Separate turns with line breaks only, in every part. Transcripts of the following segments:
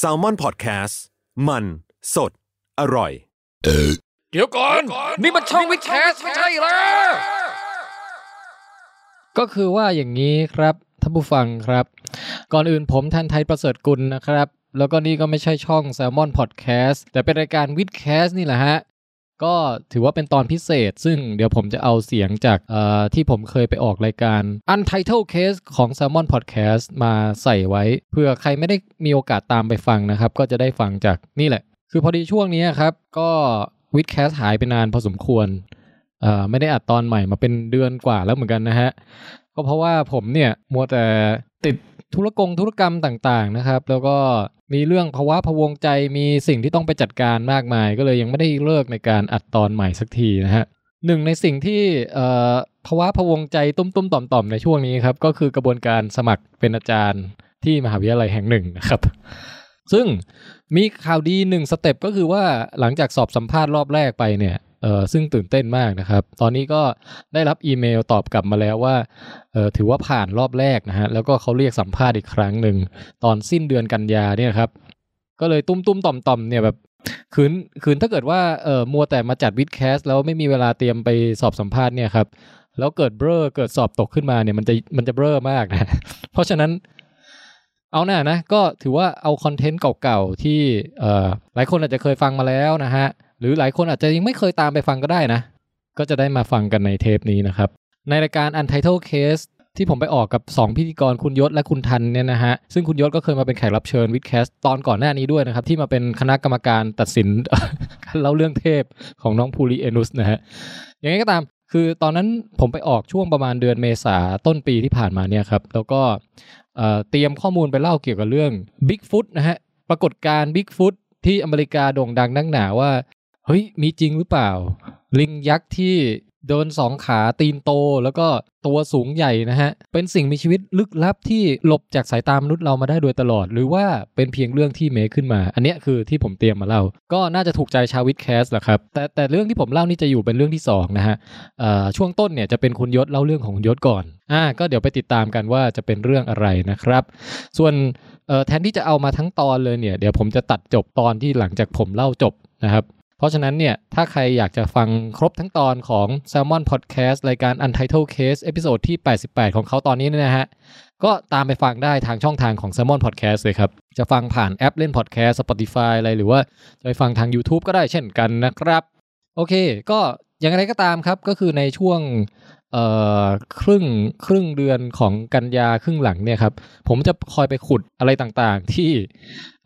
s a l ม o n PODCAST มันสดอร่อย
เดี๋ยวก่อน นี่มันช่องวิดแคสไม่ใช่เหรอ
ก็คือว่าอย่างนี้ครับท่านผู้ฟังครับ ก่อนอื่นผมทันไทยประเสริฐกุลนะครับ แล้วก็นี่ก็ไม่ใช่ช่อง s ซ l m o n Podcast แต่เป็นรายการวิดแคสนี่แหละฮะ ก็ถือว่าเป็นตอนพิเศษ ซึ่งเดี๋ยวผมจะเอาเสียงจากเอ่อที่ผมเคยไปออกรายการ Untitled Case ของ s ซ l m o n Podcast มาใส่ไว้ เพื่อใครไม่ได้มีโอกาสตามไปฟังนะครับ ก็จะได้ฟังจากนี่แหละ คือพอดีช่วงนี้ครับ ก็วิดแคสหายไปนานพอสมควรเอ่อไม่ได้อัดตอนใหม่มาเป็นเดือนกว่าแล้วเหมือนกันนะฮะ ก็เพราะว่าผมเนี่ยมัวแต่ติดธุรกงธุรกรรมต่างๆนะครับ แล้วก็มีเรื่องภาวะพะวงใจมีสิ่งที่ต้องไปจัดการมากมาย ก็เลยยังไม่ได้เลิกในการอัดตอนใหม่สักทีนะฮะหนึ่งในสิ่งที่เอ่อภาวะพะวงใจตุ้มๆต่อมๆในช่วงนี้ครับก็คือกระบวนการสมัครเป็นอาจารย์ที่มหาวิทยาลัยแห่งหนึ่งนะครับ ซึ่งมีข่าวดีหนึ่งสเต็ปก็คือว่าหลังจากสอบสัมภาษณ์รอบแรกไปเนี่ยเออซึ่งตื่นเต้นมากนะครับ ตอนนี้ก็ได้รับอีเมลตอบกลับมาแล้วว่า เอ่อถือว่าผ่านรอบแรกนะฮะ แล้วก็เขาเรียกสัมภาษณ์อีกครั้งหนึ่ง ตอนสิ้นเดือนกันยาเนี่ยครับ ก็เลยตุ้มตุ้มต่อมต่อมๆเนี่ยแบบคืนคืนถ้าเกิดว่าเอ่อมัวแต่มาจัดวิดแคสแล้วไม่มีเวลาเตรียมไปสอบสัมภาษณ์เนี่ยครับ แล้วเกิดเบลอเกิดสอบตกขึ้นมาเนี่ยมันจะมันจะเบลอมากนะ เพราะฉะนั้นเอาหน่านะ ก็ถือว่าเอาคอนเทนต์เก่าๆที่เอ่อหลายคนอาจจะเคยฟังมาแล้วนะฮะ หรือหลายคนอาจจะยังไม่เคยตามไปฟังก็ได้นะ ก็จะได้มาฟังกันในเทปนี้นะครับ ในรายการ Untitled Case ที่ผมไปออกกับ 2 พิธีกรคุณยศและคุณทันเนี่ยนะฮะ ซึ่งคุณยศก็เคยมาเป็นแขกรับเชิญวิดแคสตอนก่อนหน้านี้ด้วยนะครับ ที่มาเป็นคณะกรรมการตัดสิน การเล่าเรื่องเทพของน้องภูริเอนุสนะฮะยังไงก็ตามคือตอนนั้นผมไปออกช่วงประมาณเดือนเมษาต้นปีที่ผ่านมาเนี่ยครับ แล้วก็เอ่อเตรียมข้อมูลไปเล่าเกี่ยวกับเรื่อง Bigfoot นะฮะปรากฏการณ์ Bigfoot ที่อเมริกาโด่งดังนักหนาว่าเฮ้ยมีจริงหรือเปล่า ลิงยักษ์ที่เดินสองขาตีนโตแล้วก็ตัวสูงใหญ่นะฮะ เป็นสิ่งมีชีวิตลึกลับที่หลบจากสายตามนุษย์เรามาได้โดยตลอด หรือว่าเป็นเพียงเรื่องที่เมคขึ้นมา อันเนี้ยคือที่ผมเตรียมมาเล่า ก็น่าจะถูกใจชาววิดแคสแหละครับ แต่แต่เรื่องที่ผมเล่านี่จะอยู่เป็นเรื่องที่สองนะฮะเอ่อช่วงต้นเนี่ยจะเป็นคุณยศเล่าเรื่องของคุณยศก่อนอ่าก็เดี๋ยวไปติดตามกันว่าจะเป็นเรื่องอะไรนะครับ ส่วน เออแทนที่จะเอามาทั้งตอนเลยเนี่ยเดี๋ยวผมจะตัดจบตอนที่หลังจากผมเล่าจบนะครับ เพราะฉะนั้นเนี่ยถ้าใครอยากจะฟังครบทั้งตอนของ Salmon Podcast รายการ Untitled Case เอพิโซดที่ 88 ของเขาตอนนี้เนี่ยนะฮะ ก็ตามไปฟังได้ทางช่องทางของ Salmon Podcast เลยครับ จะฟังผ่านแอปเล่น Podcast Spotify อะไรหรือว่าจะไปฟังทาง YouTube ก็ได้เช่นกันนะครับ โอเค ก็อย่างไรก็ตามครับก็คือในช่วงเอ่อครึ่งครึ่งเดือนของกันยาครึ่งหลังเนี่ยครับ ผมจะคอยไปขุดอะไรต่างๆ ที่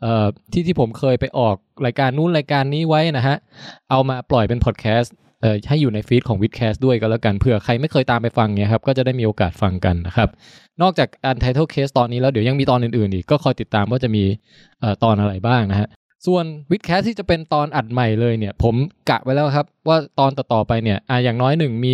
เอ่อที่ที่ผมเคยไปออกรายการนู้นรายการนี้ไว้นะฮะ เอามาปล่อยเป็นพอดแคสต์เอ่อให้อยู่ในฟีดของวิดแคสด้วยก็แล้วกันเผื่อใครไม่เคยตามไปฟังเนี่ยครับ ก็จะได้มีโอกาสฟังกันนะครับ นอกจากอัน t ท t l e Case ตอนนี้แล้วเดี๋ยวยังมีตอนอื่นๆอีก ก็คอยติดตามว่าจะมีเอ่อตอนอะไรบ้างนะฮะ ส่วนวิดแคสที่จะเป็นตอนอัดใหม่เลยเนี่ย ผมกะไว้แล้วครับ ว่าตอนต่อๆไปเนี่ยอ่ะอย่างน้อยหนึ่งมี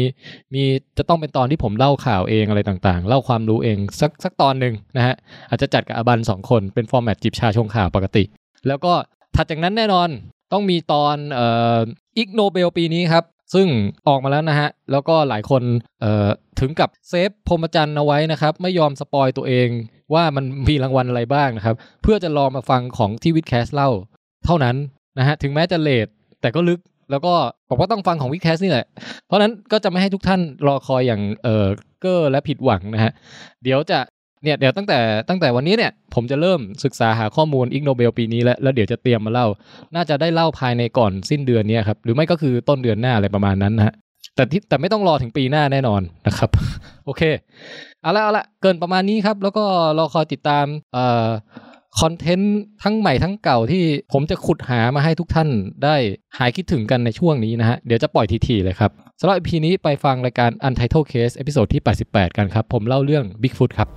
มีจะต้องเป็นตอนที่ผมเล่าข่าวเองอะไรต่างๆ เล่าความรู้เองสักสักตอนหนึ่งนะฮะ อาจจะจัดกับอบันสองคนเป็นฟอร์แมตจิบชาชงข่าวปกติ แล้วก็ถัดจากนั้นแน่นอนต้องมีตอนเอ่อิกโนเบลปีนี้ครับ ซึ่งออกมาแล้วนะฮะ แล้วก็หลายคนเอ่อถึงกับเซฟพรหมจันทรย์เอาไว้นะครับ ไม่ยอมสปอยตัวเองว่ามันมีรางวัลอะไรบ้างนะครับ เพื่อจะรอมาฟังของที่วิดแคสเล่า เท่านั้นนะฮะ ถึงแม้จะเลทแต่ก็ลึกแล้วก็บอกว่าต้องฟังของวิดแคสนี่แหละ เพราะฉะนั้นก็จะไม่ให้ทุกท่านรอคอยอย่างเออเกอร์และผิดหวังนะฮะ เดี๋ยวจะเนี่ยเดี๋ยวตั้งแต่ตั้งแต่วันนี้เนี่ย ผมจะเริ่มศึกษาหาข้อมูลอิกโนเบลปีนี้แล้วแล้วเดี๋ยวจะเตรียมมาเล่า น่าจะได้เล่าภายในก่อนสิ้นเดือนเนี้ครับ หรือไม่ก็คือต้นเดือนหน้าอะไรประมาณนั้นนะฮะแต่ที่แต่ไม่ต้องรอถึงปีหน้าแน่นอนนะครับ โอเคเอาละเอาละเกินประมาณนี้ครับ แล้วก็รอคอยติดตามเอ่อคอนเทนต์ทั้งใหม่ทั้งเก่าที่ผมจะขุดหามาให้ทุกท่านได้หายคิดถึงกันในช่วงนี้นะฮะ เดี๋ยวจะปล่อยทีๆเลยครับสำหรับ EP นี้ไปฟังรายการ Untitled Case เอพิโซดที่ 88 กันครับ ผมเล่าเรื่อง Bigfoot ครับ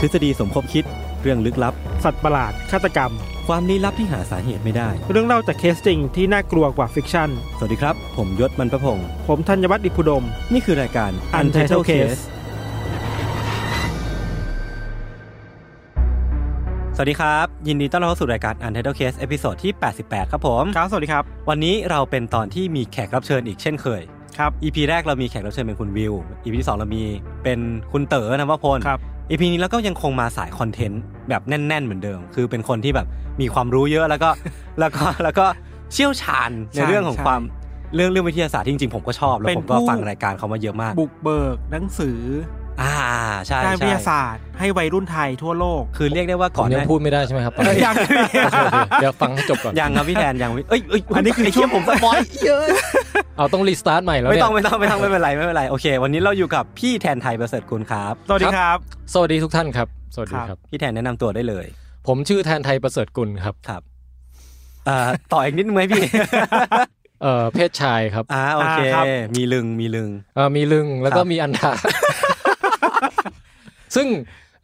ทฤษฎีสมคบคิด เรื่องลึกลับ
สัตว์ประหลาด ฆาตกรรม
ความลี้ลับที่หาสาเหตุไม่ได้
เรื่องเล่าจากเคสจริงที่น่ากลัวกว่าฟิกชั่น
สวัสดีครับ ผมยศมันประพงศ์
ผมธัญวัฒน์อิพุดม
นี่คือรายการ
Untitled Case
สวัสดีครับ ยินดีต้อนรับเข้าสู่รายการ Untitled Case เอพิโซดที่ 88 ครับผม
ครับ สวัสดีครับ
วันนี้เราเป็นตอนที่มีแขกรับเชิญอีกเช่นเคย
ครับ
EP แรกเรามีแขกรับเชิญเป็นคุณวิว EP ที่สองเรามีเป็นคุณเต๋อนวพล
ครับ
อีพีนี้แล้วก็ยังคงมาสายคอนเทนต์แบบแน่น ๆ เหมือนเดิม คือเป็นคนที่แบบมีความรู้เยอะแล้วก็ แล้วก็แล้วก็เชี่ยวชาญใน
ใช่
เรื่องของ
ใช่
ความเรื่องเรื่องวิทยาศาสตร์ที่จริงๆผมก็ชอบ แล้ว
เป็น
ผมก็
ผู้
ฟังรายการเขามาเยอะมาก
บุกเบิกหนังสือ
อ่าใช่
การวิท
ใช่
ยาศาสตร์ ให้วัยรุ่นไทยทั่วโลก
คือเรียกได้ว่า
ผ
ก่อ
ม
น
ยัง
หน้า
พูดไม่ได้ใช่ไหมครับตอนนี้
อยาก
เดี๋ยวฟังให้จบก่อน
ยังครับพี่แทน ยังเอ้ยเอ้ย
อันนี้คือ
ไเชี่ย
ช่วง
ผมสปอยเยอะ
เอาต้องรีสตาร์ทใหม่แล้ว
ไม่
เนี่
ต้อง
ย
ไม่ต้องไม่ต้องไม่เป็นไรไม่เป็นไรโอเค วันนี้เราอยู่กับพี่แทนไทยประเสริฐกุลครับ
สวัสดีครับ
สวัสดีทุกท่านครับ สวัสดีครับ
พี่แทนแนะนำตัวได้เลย
ผมชื่อแทนไทยประเสริฐกุลครับ
ครับเอ่อต่ออีกนิดนึงไหมพี่
เอ่อเพศชายครับ
อ่าโอเค
อ่าครับ
มีลึงมีลึง
เอ่อมีลึงแล้วก็
ครับ
มีอันดา ซึ่ง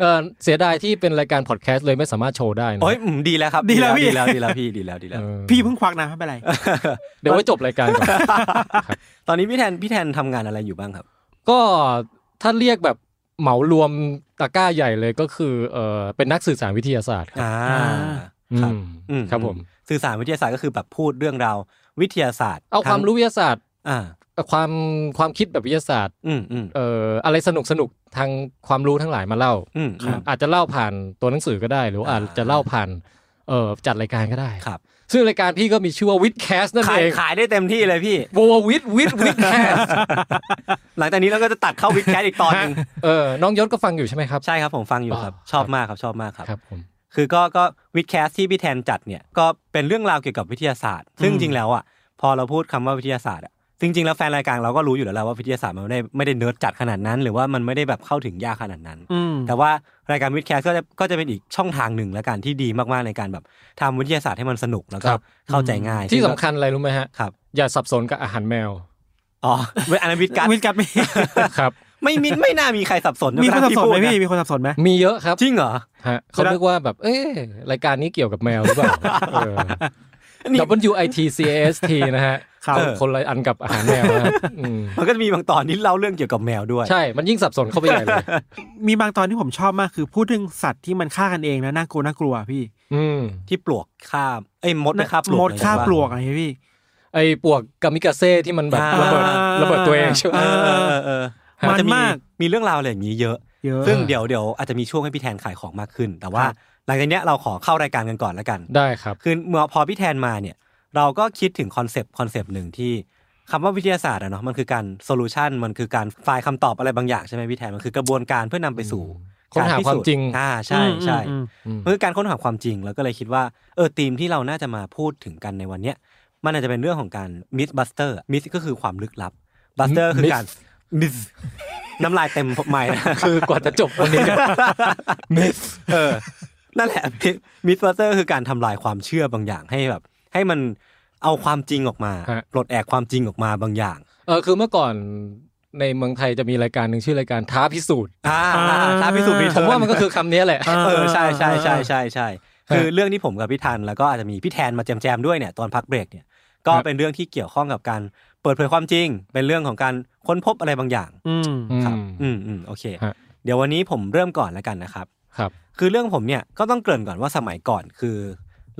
เอ่อเสียดายที่เป็นรายการพอดแคสต์เลยไม่สามารถโชว์ได้นะ
โอ้ยอืมดีแล้วครับ
ดีแล้วพี่
ดีแล้วดีแล้วพี่ดีแล้วดี
เอ
แล้ว
อ
พี่เพิ่งควักนะไม่เป็นไร
เดี๋ยวไว้จบรายการก่อน
ตอนนี้พี่แทนพี่แทนทำงานอะไรอยู่บ้างครับ
ก็ถ้าเรียกแบบเหมารวมตะกร้าใหญ่เลยก็คือเออเป็นนักสื่อสารวิทยาศาสตร์ครับ
อ่าค
อื
อ่า
รับ
ม
อืม
ครับผม
สื่อสารวิทยาศาสตร์ก็คือแบบพูดเรื่องราววิทยาศาสตร์
เอาความรู้วิทยาศาสตร์
อ่า
เอ่อความความคิดแบบวิทยาศาสตร์
อืมอืม
เอ่ออะไรสนุกสนุกๆทางความรู้ทั้งหลายมาเล่า
อืมอืม
อาจจะเล่าผ่านตัวหนังสือก็ได้ หรือว่า
อ่า
อาจจะเล่าผ่านเอ่อจัดรายการก็ได้
ครับ
ซึ่งรายการพี่ก็มีชื่อว่าวิดแคสนั่น
ขาย
เอง
ขายได้เต็มที่เลยพี่
วัววิดวิดวิดแคส
หลังจากนี้เราก็จะตัดเข้าวิดแคสอีกตอนหนึง
เออน้องยศก็ฟังอยู่ใช่ไหมครับ
ใช่ครับผมฟังอยู่ครับ
อ๋อ
ชอบมากครับชอบมากครับ
ครับผม
คือก็ก็วิดแคสที่พี่แทนจัดเนี่ยก็เป็นเรื่องราวเกี่ยวกับวิทยาศาสตร์ ซึ่งจริงๆแล้วอ่ะพอเราพูดคำว่าวิทยาศาสตร์อ่ะจริงๆแล้วแฟนรายการเราก็รู้อยู่แล้วแหละว่าวิทยาศาสตร์มันไม่ได้ไม่ได้เนิร์ดจัดขนาดนั้น หรือว่ามันไม่ได้แบบเข้าถึงยากขนาดนั้น
อืม
แต่ว่ารายการวิดแคสก็จะก็จะเป็นอีกช่องทางหนึ่งและการที่ดีมากๆในการแบบทำวิทยาศาสตร์ให้มันสนุกแล้วก็เข้าใจง่าย
ที่
ซึ่
สำ
งก็
คัญอะไรรู้ไหมฮะ
ครับ
อย่าสับสนกับอาหารแมว
อ๋อ เว้ยอันนั้นวิดการ
วิดกัด มี
ครับ
ไม่มีไม่น่ามีใครสับสน
มีคนสับสนไหม
ะ
พี่มีคนสับสนไหม
มีเยอะครับ
จริงเหรอ
ฮะเขาเรียกว่าแบบ เอ๊ะรายการนี้เกี่ยวกับแมวหรือเปล่า เออ W I T C A S T นะฮะ
ครับ
คนคนละอันกับอาหารแมว นะครับอืม
มันก็จะมีบางตอนที่เล่าเรื่องเกี่ยวกับแมวด้วย
ใช่ มันยิ่งสับสนเข้าไปใหญ่เลย
มีบางตอนที่ผมชอบมากคือพูดถึงสัตว์ที่มันฆ่ากันเองนะน่ากลัวน่ากลัวพี่
อืม
ที่ปลวกข้ามเอ้ยมดไปฆ่าปลวก
มด
เลย
ฆ่า
ว่
ปลวกอะไรพี่
ไอ้ปวกกามิกาเซ่ที่มันแบบ
อ่า
ระเบิดระเบิดตัวเองใช่ไหม
เออเออเออเออ
ฮะ
จะ
มันมาก
มีเรื่องราวอะไรอย่างนี้เยอะ
เยอะ
ซึ่งเดี๋ยวเดี๋ยวอาจจะมีช่วงให้พี่แทนขายของมากขึ้น แต่ว่า
ครับ
หลังจากเนี้ยเราขอเข้ารายการกันก่อนละกัน
ได้ครับ
คือเมื่อพอพี่แทนมาเนี่ย เราก็คิดถึงคอนเซปต์คอนเซปต์หนึ่งที่คำว่าวิทยาศาสตร์อะเนาะมันคือการโซลูชันมันคือการไฟล์คำตอบอะไรบางอย่างใช่ไหมพี่แทนมันคือกระบวนการเพื่อนำไปสู่
ค้นหาความจริง
กพิสูจน์อ่าใช่ใช่
อืม
อืม
มันคือการค้นหาความจริงแล้วก็เลยคิดว่าเออธีมที่เราน่าจะมาพูดถึงกันในวันเนี้ยมันอาจจะเป็นเรื่องของการมิสบัสเตอร์มิสก็คือความลึกลับบัสเตอร์คือการมิสน้ำลายเต็มผมใหม่นะ
คือกว่าจะจบวันนี้เนี่ยมิส
เออนั่นแหละมิสบัสเตอร์คือการทำลายความเชื่อบางอย่างให้แบบ ให้มันเอาความจริงออกมาปลดแอกความจริงออกมาบางอย่าง
เออคือเมื่อก่อนในเมืองไทยจะมีรายการหนึ่งชื่อรายการท้าพิสูจน์
อ่า
อ่า
ท้าพิสูจน์รี
ผ
เทิ
ม
ร์
ว่ามันก็คือคำนี้แหละ
เออใช่ใช่ใช่ใช่ใช่คือเรื่องที่ผมกับพี่ทันแล้วก็อาจจะมีพี่แทนมาแจมๆด้วยเนี่ยตอนพักเบรกเนี่ย ก็เป็นเรื่องที่เกี่ยวข้องกับการเปิดเผยความจริง เป็นเรื่องของการค้นพบอะไรบางอย่าง
อืม
ครับ อืมอืมโอเค
ฮะ
เดี๋ยววันนี้ผมเริ่มก่อนแล้วกันนะครับ
ครับ
คือเรื่องผมเนี่ยก็ต้องเกริ่นก่อนว่าสมัยก่อนคือ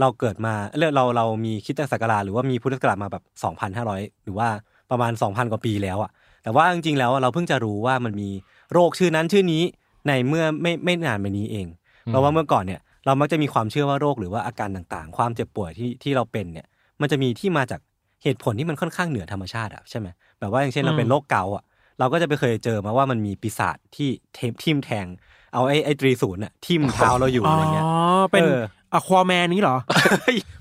เราเกิดมาเรื่องเราเรามีคริดศักราชหรือว่ามีพุทธศักราชมาแบบ 2,500 หรือว่าประมาณ 2,000 กว่าปีแล้วอะแต่ว่าจริงๆแล้วเราเพิ่งจะรู้ว่ามันมีโรคชื่อนั้นชื่อนี้ในเมื่อไม่ไม่นานมานี้เอง เพราะว่าเมื่อก่อนเนี่ยเรามักจะมีความเชื่อว่าโรคหรือว่าอาการต่างๆ ความเจ็บป่วยที่ที่เราเป็นเนี่ย มันจะมีที่มาจากเหตุผลที่มันค่อนข้างเหนือธรรมชาติอะใช่ไหมแบบว่าอย่างเช่นเราเป็น
อืม
โรคเกาต์อะเราก็จะไปเคยเจอมาว่ามันมีปีศาจที่เทมทิมแทง เอาไอ้ไอ้ตรีศูนย์อะทิมเท้าเราอยู่
อ๋อ
อะไรเงี้ย
เป็น
เออ
อควาแมนนี้เหรอ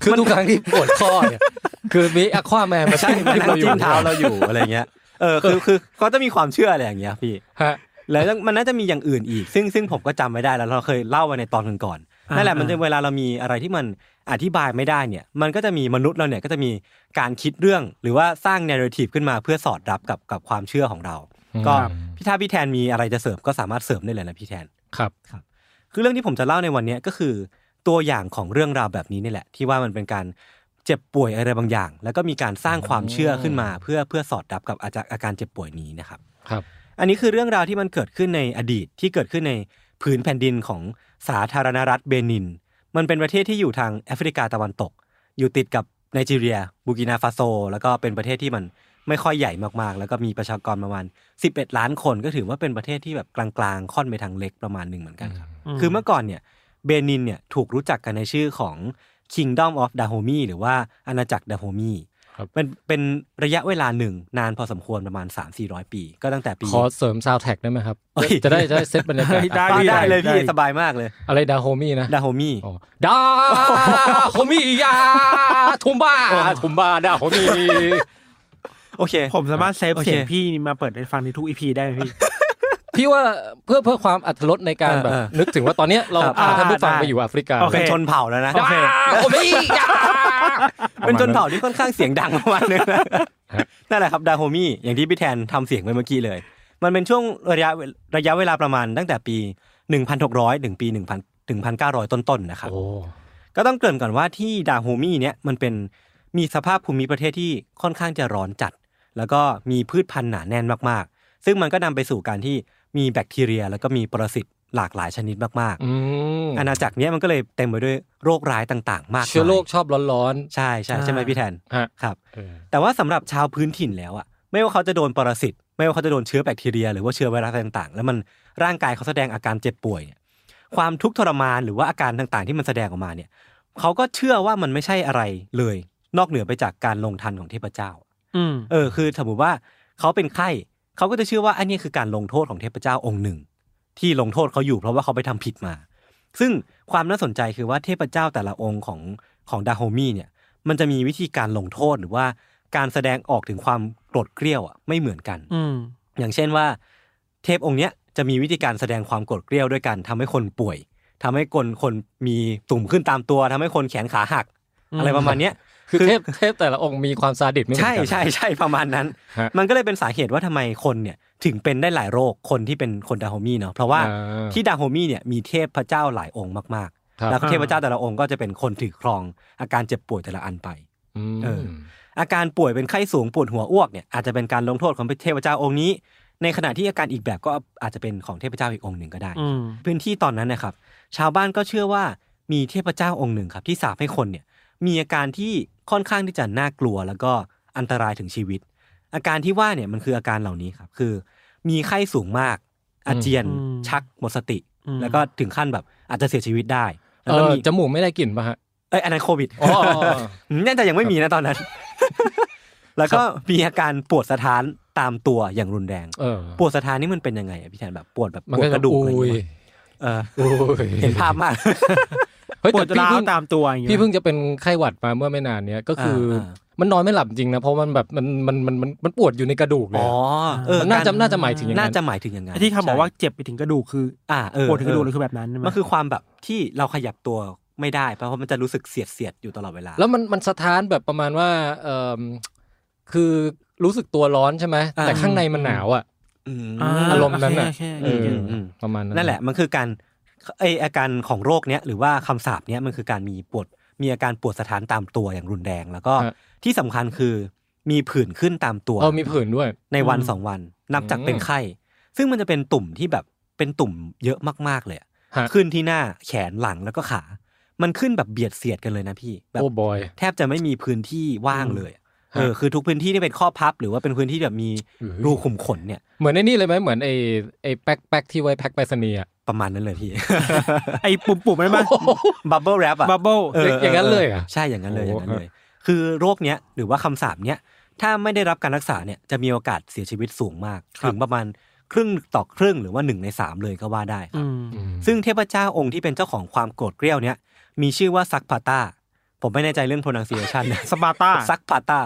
คือทุกครั้งที่ปวดข้อเนี่ย คือมีอะควาแมนมา
ใช่
ใช่
มัน
เราอ
ทิ
ยู่
มเท้าเราอยู่อะไรเงี้ยเออคือคือเขาจะมีความเชื่ออะไรอย่างเงี้ยพี่
ฮะ
แล้วมันน่าจะมีอย่างอื่นอีก ซึ่งซึ่งผมก็จำไม่ได้แล้วเราเคยเล่าไว้ในตอนก่อนๆ
อ่า
นั่นแหละมันจะ
อ่า
เวลาเรามีอะไรที่มันอธิบายไม่ได้เนี่ย มันก็จะมีมนุษย์เราเนี่ยก็จะมีการคิดเรื่อง หรือว่าสร้าง narrative ขึ้นมาเพื่อสอดรับกับกับความเชื่อของเรา
อืม
ก็พี่ถ้าพี่แทนมีอะไรจะเสริมก็สามารถเสริมได้เลยนะพี่แทน
ครับ
คือเรื่องที่ผมจะเล่าในวันเนี้ยก็คือตัวอย่างของเรื่องราวแบบนี้นี่แหละ ที่ว่ามันเป็นการเจ็บป่วยอะไรบางอย่าง แล้วก็มีการสร้างความเชื่อขึ้นมา เพื่อเพื่อสอดรับกับอาจจะอาการเจ็บป่วยนี้นะครับ
ครับ
อันนี้คือเรื่องราวที่มันเกิดขึ้นในอดีตที่เกิดขึ้นในผืนแผ่นดินของสาธารณรัฐเบนิน มันเป็นประเทศที่อยู่ทางแอฟริกาตะวันตก อยู่ติดกับไนจีเรีย บูกินาฟาโซ แล้วก็เป็นประเทศที่มัน ไม่ค่อยใหญ่มากๆ แล้วก็มีประชากรประมาณ 11 ล้านคนก็ถือว่าเป็นประเทศที่แบบกลางๆ ค่อนไปทางเล็กประมาณหนึ่งเหมือนกันครับ
ม
คือเมื่อก่อนเนี่ยเบนินเนี่ยถูกรู้จักกันในชื่อของ Kingdom of Dahomey หรือว่าอาณาจักรดาโฮมี
ครับ
เป็นเป็นระยะเวลาหนึ่งนานพอสมควรประมาณ 3-400 ปี ก็ตั้งแต่ปี
ขอเสริมซาวแท็กได้ไหมครับ
เอ้ย
จะได้จะได้เซตบรรยากาศ
เฮ้ยได้
อ่ะ
ดิ
ได้เลย
ได้
พี่สบายมากเลย
อะไรดาโฮมี่นะ
ดาโฮมี
อ๋อดาโฮมี่ยาทุมบ้าทุมบ้าดาโฮมี่
โอเค
ผมสามารถเซฟ
โอเค
เสียงพี่มาเปิดให้ฟังในทุกอีพีได้ไหมพี่
พี่ว่าเพื่อเพื่อความอัตลดในการ
เออ
แบบ
เออ
นึกถึงว่าตอนเนี้ยเรา
ครับ
พาท่านผู้ฟัง
ได้
ไปอยู่แอฟริกา
โอเค
เป็นชนเผ่าแล้วนะ
ดาโฮมี่ยา
เป็นชนเผ่าที่ค่อนข้างเสียงดัง ประมาณนึงนะ
ฮะ
นั่นแหละครับดาโฮมีอย่างที่พี่แทนทำเสียงไปเมื่อกี้เลย มันเป็นช่วงระยะเวระยะเวลาประมาณตั้งแต่ปี 1,600 ถึงปี 1,000ถึง1,900 ต้นๆนะครับ
โอ้
ก็ต้องเกริ่นก่อนว่าที่ดาโฮมีเนี่ยมันเป็นมีสภาพภูมิประเทศที่ค่อนข้างจะร้อนจัด แล้วก็มีพืชพันธุ์หนาแน่นมากๆ ซึ่งมันก็นำไปสู่การที่มีแบคทีเรีย แล้วก็มีปรสิตหลากหลายชนิดมาก
อืม
ๆอาณาจักรเนี้ยมันก็เลยเต็มไปด้วยโรคร้ายต่างๆ มากมาย
เชื้อโรคชอบร้อน
ใช่ใช่ใช่ไหมพี่แทน
ๆฮะ
ครับ
เออ
แต่ว่าสำหรับชาวพื้นถิ่นแล้วอะไม่ว่าเขาจะโดนปรสิตไม่ว่าเขาจะโดนเชื้อแบคทีเรีย หรือว่าเชื้อไวรัสอะไรต่างๆ แล้วมันร่างกายเขาแสดงอาการเจ็บป่วยเนี่ยความทุกข์ทรมานหรือว่าอาการต่างๆ ที่มันแสดงออกมาเนี่ยเขาก็เชื่อว่ามันไม่ใช่อะไรเลย นอกเหนือไปจากการลงทันของเทพเจ้า
อืม
เออคือสมมติว่าเขาเป็นไข้เขาก็จะเชื่อว่าอันนี้คือการลงโทษของเทพเจ้าองค์หนึ่ง ที่ลงโทษเขาอยู่เพราะว่าเขาไปทำผิดมา ซึ่งความน่าสนใจคือว่าเทพเจ้าแต่ละองค์ของของดาโฮมีเนี่ยมันจะมีวิธีการลงโทษหรือว่าการแสดงออกถึงความโกรธเกรี้ยวอ่ะไม่เหมือนกัน
อืม
อย่างเช่นว่า เทพองค์เนี้ยจะมีวิธีการแสดงความโกรธเกรี้ยวด้วยการทำให้คนป่วยทำให้คนคนมีตุ่มขึ้นตามตัวทำให้คนแขนขาหัก อะไรประมาณเนี้ย
คือเทพเทพแต่ละองค์มีความซาดิสไม่เหมือน
ใช่
กัน
ใช่ใช่ประมาณนั้น
ฮะ
มันก็เลยเป็นสาเหตุว่าทำไมคนเนี่ยถึงเป็นได้หลายโรคคนที่เป็นคนดาโฮมีเนาะเพราะว่า
อ่า
ที่ดาโฮมีเนี่ยมีเทพพระเจ้าหลายองค์มาก
ครับ
ๆ แล้วก็เทพเจ้าแต่ละองค์ก็จะเป็นคนถือครองอาการเจ็บป่วยแต่ละอันไป
อืม
เออ อาการป่วยเป็นไข้สูงปวดหัวอ้วกเนี่ยอาจจะเป็นการลงโทษของเทพเจ้าองค์นี้ ในขณะที่อาการอีกแบบก็อาจจะเป็นของเทพเจ้าอีกองค์หนึ่งก็ได้
อืม
พื้นที่ตอนนั้นนะครับ ชาวบ้านก็เชื่อว่ามีเทพเจ้าองค์หนึ่งครับ ที่สาปให้คนเนี่ยมีอาการที่ค่อนข้างที่จะน่ากลัว แล้วก็อันตรายถึงชีวิต อาการที่ว่าเนี่ยมันคืออาการเหล่านี้ครับ คือ มีไข้สูงมาก อาเจียน
อืม
ชักหมดสติ
อืม
แล้วก็ถึงขั้นแบบอาจจะเสียชีวิตได้แล้
เอ
วก็
อ
มี
จมูกไม่ได้กลิ่นป่ะฮะ
เอ้ยอันนั้นโควิด
อ๋อ
น่าจะยังไม่มีนะตอนนั้น แล้วก็มีอาการปวดสะท้านตามตัวอย่างรุนแรง
เออ
ปวดสะท้านนี่มันเป็นยังไงอะพี่แทนแบบปวดแบบ
มัน
ปว
ก็
ดกระดูกอะไรอ
อุ้ย
ย่างเงี้ยเออ
อุ้ย
เห็นภาพมาก
เฮ้ย
ปว
แต่
ด
พี่
ร้าว
เพิ่ง
ตามตัวอย่างเงี้ย
พี่เพิ่งจะเป็นไข้หวัดมาเมื่อไม่นานเนี้ยก็คืออา
อ่า
มันนอนไม่หลับจริงนะเพราะมันแบบมันมันมันมันมันปวดอยู่ในกระดูกเลย
อ๋อ
อะ
เออ
มันน่าจะ
กร
น่าจะหมายถึงอย่างนั้น
น่าจะหมายถึงอย่างนั้น
ไอ้ที่คำบอกว่าเจ็บไปถึงกระดูกคือ
อ่าเออ
ปวดถึงกระดูกเลย
เอ
คือแบบนั้นใช่ไห
อ
ม
มันคือความแบบที่เราขยับตัวไม่ได้เพราะว่ามันจะรู้สึกเสียดเสียดอยู่ตลอดเวลา
แล้วมันมันสะท้านแบบประมาณว่าเออคือรู้สึกตัวร้อนใช่ไหม
อ่า
แต่ข้างในมันหนาวอ่ะ
อืม
อารมณ์นั้นน่ะ
โเค
เอ
โอ
อ
เค
อืม
ประมาณนั้น
นั่นแหละมันคือการไออาการของโรคเนี้ยหรือว่าคำสาปเนี้ยมันคือการมีปวดมีอาการปวดสถานตามตัวอย่างรุนแรง แล้วก็ที่สำคัญคือมีผื่นขึ้นตามตัว
เออมีผื่นด้วย
ในวัน
อืม
สองวันนับจาก
อืม
เป็นไข้ ซึ่งมันจะเป็นตุ่มที่แบบเป็นตุ่มเยอะมากๆเลยอะ
ฮะ
ขึ้นที่หน้าแขนหลังแล้วก็ขา มันขึ้นแบบเบียดเสียดกันเลยนะพี่แบบ
โอ้บอย
แทบจะไม่มีพื้นที่ว่างเลยอะ
ฮะ
เออคือทุกพื้นที่ที่เป็นข้อพับ หรือว่าเป็นพื้นที่แบบมีรูขุมขนเนี่ย
เหมือนไอ้นี่เลยไหมเหมือนไอ้ไอ้แป๊กแป๊กที่ไว้แพ็คไปรษณีย์อะ
ประมาณนั้นเลย พี่
ไอ้ปุ่มปุ่มๆนั้นมั้ย
บับเบิลแรปอะ
บับเบิ้ล
อย่างนั้นเลยเหรอ
ใช่อย่างนั้นเลยอ
โอ้โห
ย่างนั้นเลย คือโรคเนี้ยหรือว่าคำสาปเนี้ยถ้าไม่ได้รับการรักษาเนี่ยจะมีโอกาสเสียชีวิตสูงมากถึงประมาณครึ่งต่อครึ่งหรือว่าหนึ่งในสามเลยก็ว่าได้ครับ
อืม
ซึ่งเทพเจ้าองค์ที่เป็นเจ้าของความโกรธเกรี้ยวเนี่ยมีชื่อว่าซักพาตาผมไม่แน่ใจเรื่อง pronunciation นะ
สปาร์ต้า
ซักพาตา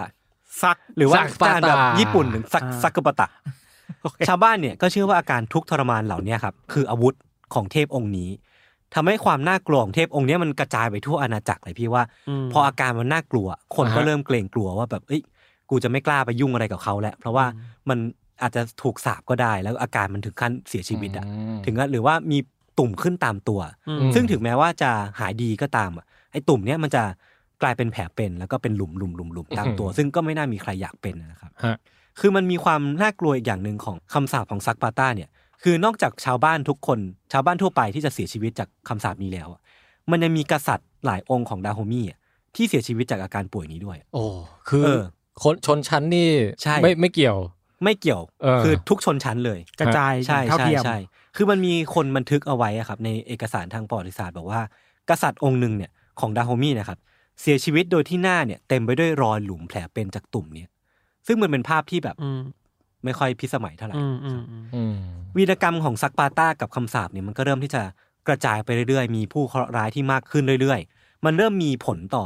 ซัก
หรือว่า
Sakpata
จานแบบญี่ปุ่นหรือซัก
อ่า
ซักกปะตะ ชาวบ้านเนี่ยก็เชื่อว่าอาการทุกข์ทรมานเหล่าเนี้ยครับคืออาวุธของเทพองค์นี้ทำให้ความน่ากลัวของเทพองค์เนี้ยมันกระจายไปทั่วอาณาจักรเลยพี่ว่า พออาการมันน่ากลัว คนก็
อ่าฮะ
เริ่มเกรงกลัวว่าแบบเอ้ยกูจะไม่กล้าไปยุ่งอะไรกับเขาแล้ว เพราะว่ามันอาจจะถูกสาปก็ได้ แล้วอาการมันถึงขั้นเสียชีวิตอะ
ม
ถึงกับหรือว่ามีตุ่มขึ้นตามตัว
อืม
ซึ่งถึงแม้ว่าจะหายดีก็ตามอะไอ้ตุ่มเนี้ยมันจะกลายเป็นแผลเป็นแล้วก็เป็นหลุมหลุมหลุมหลุมตามตัว
อืม
ซึ่งก็ไม่น่ามีใครอยากเป็นนะครับ
ฮะ
คือมันมีความน่ากลัวอีกอย่างหนึ่งของคำสาปของซักปาต้าเนี่ย คือนอกจากชาวบ้านทุกคน ชาวบ้านทั่วไปที่จะเสียชีวิตจากคำสาปนี้แล้วอะมันยังมีกษัตริย์หลายองค์ของดาโฮมีอะที่เสียชีวิตจากอาการป่วยนี้ด้วย
โอ้คือ
เออ
คนชนชั้นนี่
ใช่
ไม่ไม่เกี่ยว
ไม่เกี่ยว
เออ
คือทุกชนชั้นเลย
กระจาย
ใช่
เท่า
ใช่
เทียม
ใช่คือมันมีคนบันทึกเอาไว้อะครับในเอกสารทางประวัติศาสตร์บอกว่า กษัตริย์องค์หนึ่งเนี่ยของดาโฮมีนะครับเสียชีวิตโดยที่หน้าเนี่ยเต็มไปด้วยรอยหลุมแผลเป็นจากตุ่มเนี่ยซึ่งมันเป็นภาพที่แบบ
อืม
ไม่ค่อยพิสมัยเท่าไหร่
อืมอืมอืม
อืม
วีรกรรมของซักปาต้ากับคำสาปเนี่ยมันก็เริ่มที่จะกระจายไปเรื่อยๆ มีผู้เคราะห์ร้ายที่มากขึ้นเรื่อยๆ มันเริ่มมีผลต่อ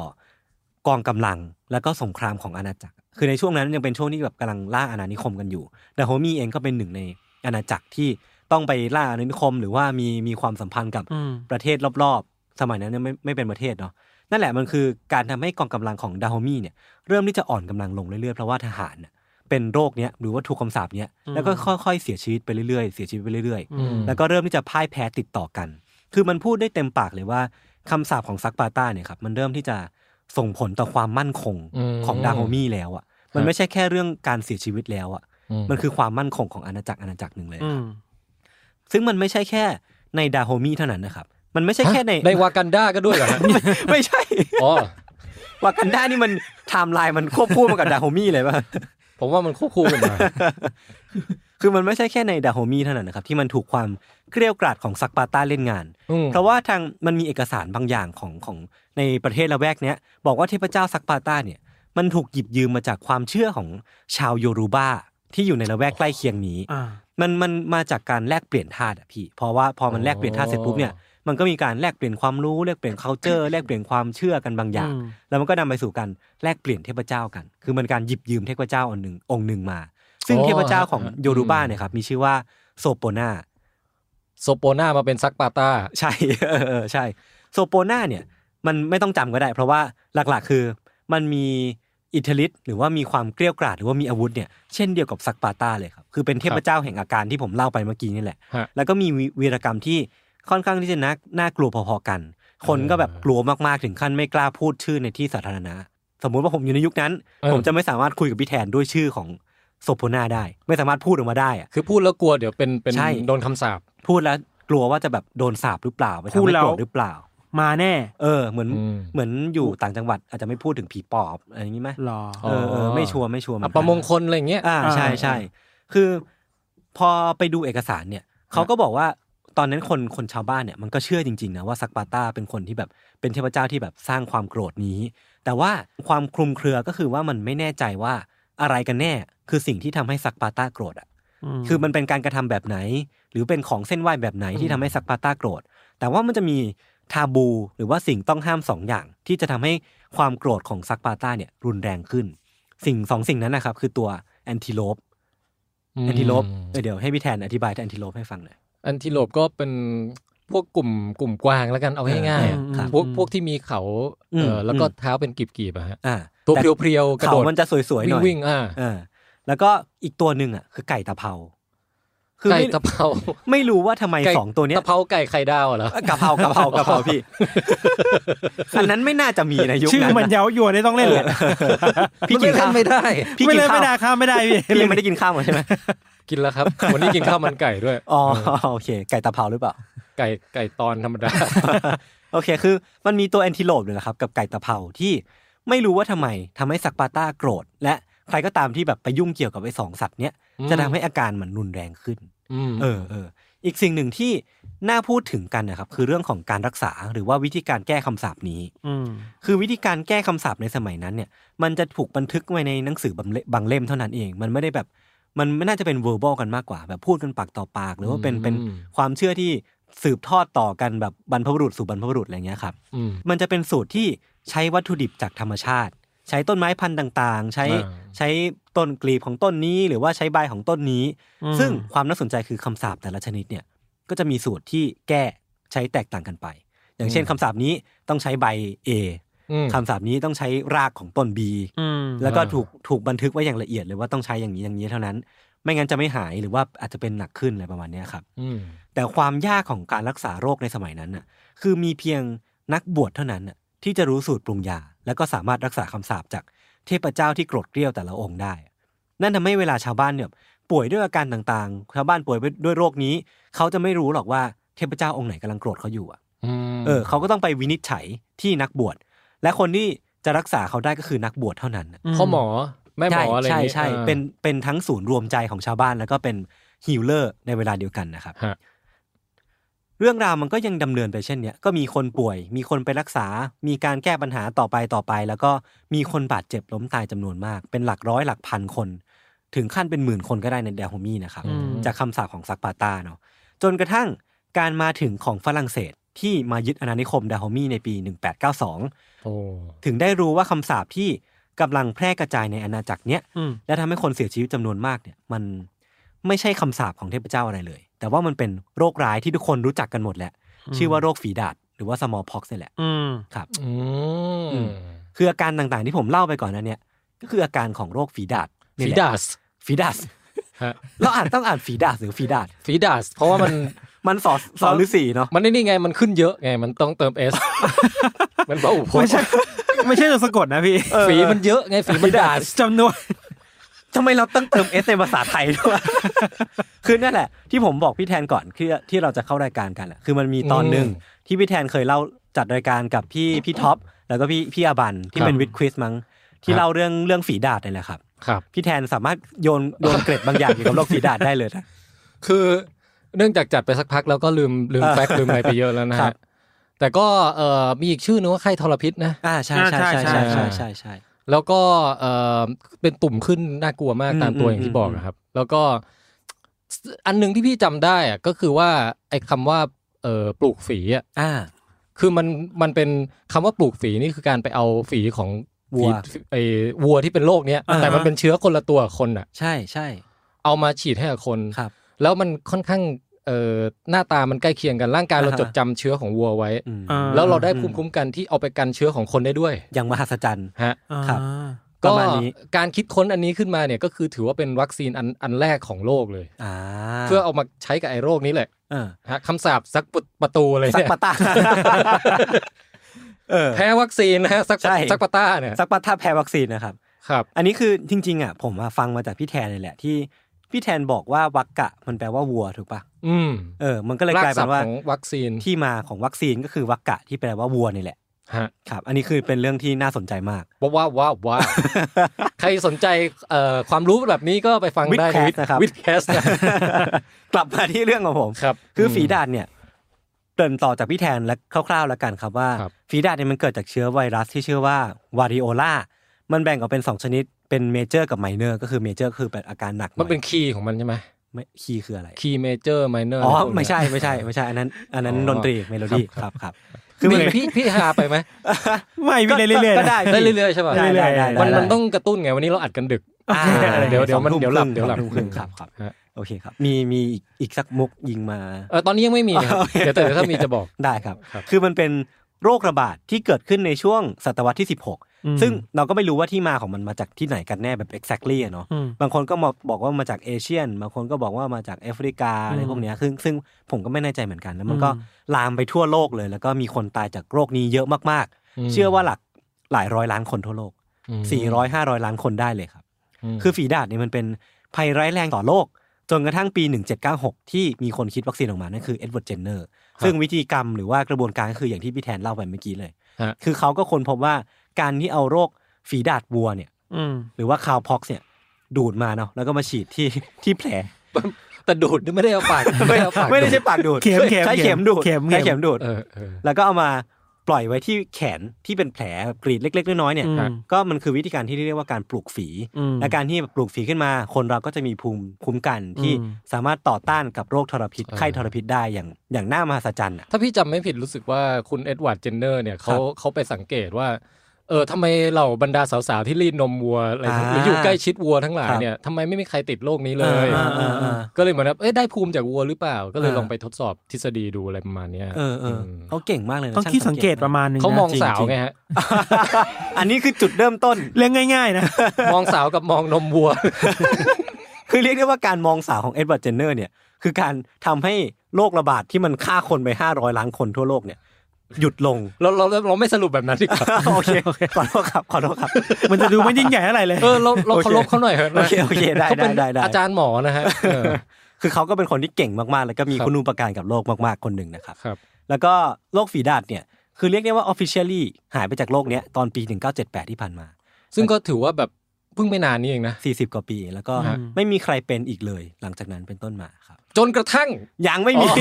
กองกำลังแล้วก็สงครามของอาณาจักร คือในช่วงนั้นยังเป็นช่วงที่แบบกำลังล่าอาณานิคมกันอยู่ดาโฮมีเองก็เป็นหนึ่งในอาณาจักรที่ต้องไปล่าอาณานิคม หรือว่ามีมีความสัมพันธ์กับ
อืม
ประเทศรอบๆ สมัยนั้นเนี่ยไม่ไม่เป็นประเทศเนาะ นั่นแหละมันคือการทำให้กองกำลังของดาโฮมีเนี่ยเริ่มที่จะอ่อนกำลังลงเรื่อยๆ เพราะว่าทหารน่ะเป็นโรคเนี้ยหรือว่าถูกคำสาปเนี้ยแล้วก็ค่อยๆเสียชีวิตไปเรื่อยๆเสียชีวิตไปเรื่อย
อืม
ๆ แล้วก็เริ่มที่จะพ่ายแพ้ติดต่อกัน คือมันพูดได้เต็มปากเลยว่าคำสาปของซักปาต้าเนี่ยครับมันเริ่มที่จะส่งผลต่อความมั่นคง
ม
ของดาโฮมีแล้วอ่ะมันไม่ใช่แค่เรื่องการเสียชีวิตแล้วอ่ะมันคือความมั่นคงของอาณาจักรอาณาจักรหนึ่งเลย
อืม
ซึ่งมันไม่ใช่แค่ในดาโฮมีเท่านั้นนะครับมันไม่ใช่แค่ใน
ฮะในวากันดาก็ด้วยเหรอฮะ
ไม่ใช่
อ๋อ
วากันดานี่มันไทม์ไลน์มันควบคู่มากับดาโฮมี่เลยป่ะ
ผมว่ามันควบคู่กันมา
คือมันไม่ใช่แค่ในดาโฮมี่เท่านั้นนะครับที่มันถูกความเกลี้ยวกราดของซักปาต้าเล่นงาน
อืม
เพราะว่าทางมันมีเอกสารบางอย่างของของในประเทศละแวกเนี้ยบอกว่าเทพเจ้าซักปาต้าเนี่ยมันถูกหยิบยืมมาจากความเชื่อของชาวโยรูบาที่อยู่ในละแวกใกล้เคียงนี้
อ่า
มันมันมาจากการแลกเปลี่ยนธาตุอะพี่ เพราะว่าพอมันแลกเปลี่ยนธาตุเสร็จปุ๊บเนี่ยมันก็มีการแลกเปลี่ยนความรู้แลกเปลี่ยน culture แลกเปลี่ยนความเชื่อกันบางอย่าง แล้วมันก็นำไปสู่การแลกเปลี่ยนเทพเจ้ากัน คือมันการหยิบยืมเทพเจ้าอันหนึ่งองค์หนึ่งมา ซึ่ง
อ๋อ
เทพเจ้าของ
ฮะ
โยรูบ้าเนี่ยครับมีชื่อว่าโซโปนา
โซโปน่ามาเป็นซักปาต้า
ใช่ เออเออใช่โซโปนาเนี่ยมันไม่ต้องจำก็ได้ เพราะว่าหลักๆคือมันมีอิทธิฤทธิ์หรือว่ามีความเกลี้ยวกราดหรือว่ามีอาวุธเนี่ยเช่นเดียวกับซักปาต้าเลยครับ คือเป็นเทพเจ้าแห่งอาการที่ผมเล่าไปเมื่อกี้นี่แหละ
ฮะ
แล้วก็มีวีวีรกรรมที่ค่อนข้างที่จะน่าน่ากลัวพอๆกัน คนก็แบบกลัวมากๆ ถึงขั้นไม่กล้าพูดชื่อในที่สาธารณะ สมมุติว่าผมอยู่ในยุคนั้น
เออ
ผมจะไม่สามารถคุยกับพี่แทนด้วยชื่อของโซโพนาได้ ไม่สามารถพูดออกมาได้อะ
คือพูดแล้วกลัวเดี๋ยวเป็นเป็น
ใช่
โดนคำสาป
พูดแล้วกลัวว่าจะแบบโดนสาปหรือเปล่าไปทำให้โกรธหรือเปล่า
มาแน่
เออเหมือน
อืม
เหมือนอยู่ต่างจังหวัดอาจจะไม่พูดถึงผีปอบอะไรอย่างนี้ไหม
หรอ
เออเออไม่ชัวร์ไม่ชัวร์เหมื
อั
อน
ป
กัน
มงคลอะไรอย่างเงี้ย
อ่าใช่
อ่า
ใช่คือพอไปดูเอกสารเนี่ยเขาก็บอกว่าตอนนั้นคนคนชาวบ้านเนี่ยมันก็เชื่อจริงๆนะว่าซักปาต้าเป็นคนที่แบบเป็นเทพเจ้าที่แบบสร้างความโกรธนี้ แต่ว่าความคลุมเครือก็คือว่ามันไม่แน่ใจว่าอะไรกันแน่ คือสิ่งที่ทำให้ซักปาต้าโกรธอ่ะ
ม
คือมันเป็นการกระทำแบบไหน หรือเป็นของเส้นไหวแบบไหนที่ทำให้ซักปาต้าโกรธ แต่ว่ามันจะมีทาบูหรือว่าสิ่งต้องห้ามสองอย่าง ที่จะทำให้ความโกรธของซักปาต้าเนี่ยรุนแรงขึ้น สิ่งสองสิ่งนั้นนะครับ คือตัวแอนติโลปแอนติโลปเออเดี๋ยวให้พี่แทนอธิบายแอนติโลปให้ฟังหน่อย
อันทิโลปก็เป็นพวกกลุ่มกลุ่มกวางแล้วกันเอาง่ายๆอะ
เออครับ
พวกพวกที่มีเขา
อืม
เออแล้วก็
อืม
เท้าเป็นกีบกีบๆอะฮะ
อ่า
ตัว
แต่
เพรียวๆกระโดด
เขามันจะสวยๆหน่อย
วิ่งๆอ่า
เออแล้วก็อีกตัวหนึ่งอ่ะคือไก่ตะเภาคือ
ไก่
ไม่
ตะเภา
ไม่รู้ว่าทำไม
ไก่
สองตัวเนี้ย
ตะเภาไก่ไข่ดาวเหรอ
กะเพรากะเพรากะเพรา พี่ อันนั้นไม่น่าจะมีในยุค
ชื่อ
นั้น
มัน
นะ
เย้ายวนได้ต้องเล่นแหละ
พี่กินข้าวไม่ได้ พี่
ไม่
กิน
เล่น
ข้าว
ไม่ได้ข้ามไม่ได้พี่
พี่ ยังไม่ได้กินข้าวมาใช่ไหม
กินแล้วครับ วันนี้กินข้าวมันไก่ด้วย
อ๋อโอเค ไก่ตะเภาหรือเปล่า
ไก่ไก่ตอนธรรมดา
โอเค คือมันมีตัวแอนติโลปเนี่ยแหละครับ กับไก่ตะเภาที่ไม่รู้ว่าทำไมทำให้สักปาต้าโกรธ และใครก็ตามที่แบบไปยุ่งเกี่ยวกับไอ้สองสัตว์เนี้ย
อืม
จะทำให้อาการมันรุนแรงขึ้น
อืม
เออเอออีกสิ่งหนึ่งที่น่าพูดถึงกันนะครับคือเรื่องของการรักษาหรือว่าวิธีการแก้คำสาปนี้
อืม
คือวิธีการแก้คำสาปในสมัยนั้นเนี่ย มันจะถูกบันทึกไว้ในหนังสือบางเล่บางเล่มเท่านั้นเอง มันไม่ได้แบบ มันไม่น่าจะเป็น verbal กันมากกว่า แบบพูดกันปากต่อปาก หรือว่าเป็นเป็นความเชื่อที่สืบทอดต่อกันแบบบรรพบุรุษสู่บรรพบุรุษอะไรเงี้ยครับ
อืม
มันจะเป็นสูตรที่ใช้วัตถุดิบจากธรรมชาติ ใช้ต้นไม้พันธุ์ต่างๆ ใช้
อ่า
ใช้ต้นกลีบของต้นนี้ หรือว่าใช้ใบของต้นนี้ ซึ่งความน่าสนใจคือคำสาปแต่ละชนิดเนี่ยก็จะมีสูตรที่แก้ใช้แตกต่างกันไป อย่างเช่นคำสาปนี้ต้องใช้ใบ A
อืม
คำสาปนี้ต้องใช้รากของต้น B
อืม
แล้วก็
อ่า
ถูกถูกบันทึกไว้อย่างละเอียดเลยว่าต้องใช้อย่างนี้อย่างนี้เท่านั้น ไม่งั้นจะไม่หายหรือว่าอาจจะเป็นหนักขึ้นอะไรประมาณเนี้ยครับ
อืม
แต่ความยากของการรักษาโรคในสมัยนั้นน่ะ คือมีเพียงนักบวชเท่านั้นน่ะที่จะรู้สูตรปรุงยา แล้วก็สามารถรักษาคำสาปจากเทพเจ้าที่โกรธเกรี้ยวแต่ละองค์ได้ นั่นทำให้เวลาชาวบ้านเนี่ยป่วยด้วยอาการต่างๆ ชาวบ้านป่วยด้วยโรคนี้ เขาจะไม่รู้หรอกว่าเทพเจ้าองค์ไหนกำลังโกรธเขาอยู่อะ
อืม
เออเขาก็ต้องไปวินิจฉัยที่นักบวช และคนที่จะรักษาเขาได้ก็คือนักบวชเท่านั้นน่ะ
พ่อหมอ
แม่หม
ใช่
ออะไรอย่า
ใช่
งงี้
ใช่
อ่า
เป็นเป็นทั้งศูนย์รวมใจของชาวบ้านแล้วก็เป็นฮีลเลอร์ในเวลาเดียวกันนะครับ
ฮะ
เรื่องราวมันก็ยังดำเนินไปเช่นเนี้ยก็มีคนป่วย มีคนไปรักษา มีการแก้ปัญหาต่อไปต่อไป แล้วก็มีคนบาดเจ็บล้มตายจำนวนมาก เป็นหลักร้อยหลักพันคน ถึงขั้นเป็นหมื่นคนก็ได้ในแดโฮมี่นะครับ
อืม
จากคำสาปของซักปาตาเนาะจนกระทั่งการมาถึงของฝรั่งเศสที่มายึดอาณานิคมดาโฮมี่ในปี 1892
โอ้
ถึงได้รู้ว่าคำสาปที่กำลังแพร่กระจายในอาณาจักรเนี้ย
อืม
และทำให้คนเสียชีวิตจำนวนมากเนี่ยมันไม่ใช่คำสาปของเทพเจ้าอะไรเลย แต่ว่ามันเป็นโรคร้ายที่ทุกคนรู้จักกันหมดแหละ ชื่อว่าโรคฝีดาษหรือว่า small pox นี่แหละ
อืม
ครับ
อื
อื
ม
ม คืออาการต่างๆที่ผมเล่าไปก่อนนั้นเนี่ย ก็คืออาการของโรคฝีดาษนี่
ฝี
แหละ
ดาส
ฝีดาษ
ฮะ
เราอ่านต้องอ่านฝีดาษหรือฝีดาษ
ฝีดาสเพราะว่า มัน
มันสอสอหรือสีเนาะ
มันไอ้นี่ไงมันขึ้นเยอะไงมันต้องเติมเอ ส มันเบาหูพ
ไม่ใช่ไม่ใช่ตัวสะกดนะพี่
ฝีมันเยอะไงฝีมันดาส
จำนวน
ทำไมเราต้องเติมเอสในภาษาไทยด้วย คือนั่นแหละ ที่ผมบอกพี่แทนก่อนที่ที่เราจะเข้ารายการกันอะคือมันมีตอนหนึ่ง ที่พี่แทนเคยเล่าจัดรายการกับพี่พี่ท็อปแล้วก็พี่พี่อาบันที่เป็นวิดควิสมั้งที่เล่าเรื่องเรื่องฝีดาดนี่แหละครับ
ครับ
พี่แทนสามารถโยนโยนเกร็ดบางอย่างเกี่ยวกับโรคฝีดาดได้เลยนะ
คือเนื่องจากจัดไปสักพักแล้วก็ลืมลืม
เออ
แฟกซ์ลืมอะไรไปเยอะแล้วนะ
ครั
ฮะ
บ
แต่ก็เอ่อมีอีกชื่อนึงว่าไข้ทรพิษนะ
อ่าใช่ใช่ใช่ใช่ใช่ใช่ใช่
แล้วก็เอ่อเป็นตุ่มขึ้นน่ากลัวมากตามตัวอย่างที่บอกอะครับ แล้วก็อันหนึ่งที่พี่จำได้อะก็คือว่าไอ้คำว่าเอ่อปลูกฝีอะ
อ่า
คือมันมันเป็นคำว่าปลูกฝีนี่คือการไปเอาฝีของ
วัว
ฝีไอ้วัวที่เป็นโรคเนี้ย
อ่าฮะ
แต่มันเป็นเชื้อคนละตัวกับคนอ่ะ
ใช่ใช่
เอามาฉีดให้กับคน
ครับ
แล้วมันค่อนข้างเอ่อหน้าตามันใกล้เคียงกันร่างกายเรา
อ่าฮะ
จดจำเชื้อของวัวไว้
อืม
อ่า
แล้วเราได้ภูมิคุ้มกันที่เอาไปกันเชื้อของคนได้ด้วย
อย่างมหัศจรรย์
ฮะ
ครับ
อ่า
ป
ก็
ระมาณนี้
การคิดค้นอันนี้ขึ้นมาเนี่ยก็คือถือว่าเป็นวัคซีนอันอันแรกของโลกเลย
อ่า
เพื่อเอามาใช้กับไอ้โรคนี้แหละ
เออ
ฮะคำสาปซักปุประตูเลย
ซัก
เนี่ย
ปะตา เออ
แพ้วัคซีนนะฮะซัก
ใช่
ซักปะต้าเนี่ย
ซักปะตาแพ้วัคซีนนะครับ
ครับ
อันนี้คือจริงๆอ่ะผมอะฟังมาจากพี่แทนเลยแหละที่พี่แทนบอกว่าวักกะ มันแปลว่าวัวถูกปะ
อืม
เออ มันก็เลย
รากก
ลาย
ศั
เป็น
พท์
ว่า
ของวัคซีน
ที่มาของวัคซีนก็คือวักกะที่แปลว่าวัวนี่แหละ
ฮะ
ครับ อันนี้คือเป็นเรื่องที่น่าสนใจมาก
ว้าวว้าวว้าวว้าวใครสนใจเอ่อความรู้แบบนี้ก็ไปฟังได้
Witcast นะครับ
วิดแค ส
กลับมาที่เรื่องของผม
ครับ
คือ
ม
ฝีดาดเนี่ยเกริ่นต่อจากพี่แทนและคร่าวๆแล้วกันครับว่า
ครับ
ฝีดาดเนี่ยมันเกิดจากเชื้อไวรัสที่ชื่อว่าวาริโอลามันแบ่งออกเป็นสองชนิดเป็นเมเจอร์กับไมเนอร์ก็คือเมเจอร์คือเป็นอาการหนักห
มันเป็น
อย
คีย์ของมันใช่ไหม
ไม่คีย์คืออะไร
คีย์เมเจอร์มเนอร์
อ๋อไม่ใช่ไม่ใช่ไม่ใช่อันนั้น อันนั้น
อ๋อ
ดนตรีเมโลดี้
ค
ค
รั
รับ บครับ
คือ
มัน
พี่พี่หาไปไหม
ไม่
ก็
พี่ได้เรื่อยๆ
ก็
นะ
ได้
ได้เรื่อยๆใช่ป่ะ
ได้ได้ได้
มันมัน
ได้
ต้องกระตุ้นไงวันนี้เราอัดกันดึก
อ่า
เดี๋ยวเดี๋ยวมัน
สอง
เดี๋ยวหลับเดี๋ยวหลับ
สองทุ่มครึ่งครับครับ
ฮะ
โอเคครับ มีมีอีกอีกสักมุกยิงมา
เออตอนนี้ยังไม่มีนะครับ
โอเค
เดี๋ยวแต่เดี๋ยวถ้ามีจะบอก
ได้ครับ
ครับ
คือมันเป็นโรคระบาดที่เกิดขึ้นในช่วงศตวรรษที่ 16 ซึ่งเราก็ไม่รู้ว่าที่มาของมันมาจากที่ไหนกันแน่แบบ exactly อะเนาะ
อืม
บางคนก็มาบอกว่ามาจากเอเชียน บางคนก็บอกว่ามาจากแอฟริกาอะไรพวกเนี้ยซึ่งซึ่งผมก็ไม่แน่ใจเหมือนกัน แล้วมันก็ลามไปทั่วโลกเลย แล้วก็มีคนตายจากโรคนี้เยอะมาก
อืม
ๆ เชื่อว่าหลักหลายร้อยล้านคนทั่วโลก 400 500 ล้านคนได้เลยครับ คือฝีดาดเนี่ยมันเป็นภัยร้ายแรงต่อโลก จนกระทั่งปี 1796 ที่มีคนคิดวัคซีนออกมา นั่นคือเอ็ดเวิร์ดเจนเนอร์ซึ่งวิธีกรรมหรือว่ากระบวนการก็คืออย่างที่พี่แทนเล่าไปเมื่อกี้เลย
ฮะ
คือเขาก็ค้นพบว่าการที่เอาโรคฝีดาดวัวเนี่ย
อืม
หรือว่าคาวพ็อกซ์เนี่ย ดูดมาเนาะแล้วก็มาฉีดที่ที่แผล
แต่ดูดนี่ไม่ได้เอาปากไม่ได้เอาปาก
ไม่ได้ใช้ปากดูด
เข็มเข็ม
ใช้เข็มดูด
เข็มเข็ม
ใช้เข็มดูด
เออเออ
แล้วก็เอามาปล่อยไว้ที่แขนที่เป็นแผลกรีดเล็ก ๆ น้อยๆเนี่ย
อืม
ก็มันคือวิธีการที่เรียกว่าการปลูกฝี
อืม
และการที่ปลูกฝีขึ้นมาคนเราก็จะมีภูมิคุ้มกันที่
อืม
สามารถต่อต้านกับโรคทรพิษ
เออ
ไข้ทรพิษได้อย่างอย่างน่ามหัศจรรย์อ่ะ
ถ้าพี่จำไม่ผิดรู้สึกว่าคุณเอ็ดวาร์ดเจนเนอร์เนี่ย
ค
เขา
รับ
เขาไปสังเกตว่า เออทำไมเหล่าบรรดาสาวๆที่รีดนมวัวอะไร
อ่า
หรืออยู่ใกล้ชิดวัวทั้งหลาย
ครับ
เนี่ยทำไมไม่มีใครติดโรคนี้เล
เอย อเออเออ
ก็เลยเหมือนแบบเอ้ยได้ภูมิจากวัวหรือเปล่า ก็เลย
อ่า
ลองไปทดสอบทฤษฎีดูอะไรประมาณเนี้ย
เออเออ
ม
เขาเก่งมากเลยนะ
ต้องคิดสังเกตประมาณนึงนะ
เขามอง
จริ
สาวไงฮะ
อันนี้คือจุดเริ่มต้น
เรื่องง่าย ๆ นะ
มองสาวกับมองนมวัว
คือเรียกได้ว่าการมองสาวของเอ็ดเวิร์ดเจนเนอร์เนี่ยคือการทำให้โรคระบาดที่มันฆ่าคนไป500ล้านคนทั่วโลกเนี่ยหยุดลง
เราเราเราไม่สรุปแบบนั้นดีก ว่า
โอเคขอโทษครับขอโทษครับ
มันจะดูไม่ยิ่งใหญ่อะไรเลย
เออเราเรา
โอเค
เคารพเขาหน่อยเถอะนะ
โอเคโอเคได้
ขาป็น
ได้ได้ได้
อาจารย์หมอนะฮะเออ
คือเขาก็เป็นคนที่เก่งมากๆ แล้วก็มี
ครับ
คุณูปการกับโลกมากๆ คนหนึ่งนะครับ
ครับ
แล้วก็โรคฝีดาษเนี่ย คือเรียกได้ว่า officially หายไปจากโลกเนี้ยตอนปี 1978 ที่ผ่านมา
ซึ่งก็ถือว่าแบบ พิ่งไม่นานนี้เองนะ
สี่สิบกว่าปี แล้วก็
ฮะ
ไม่มีใครเป็นอีกเลย หลังจากนั้นเป็นต้นมาครับ
จนกระทั่ง
ยังไม่มี
อ๋อ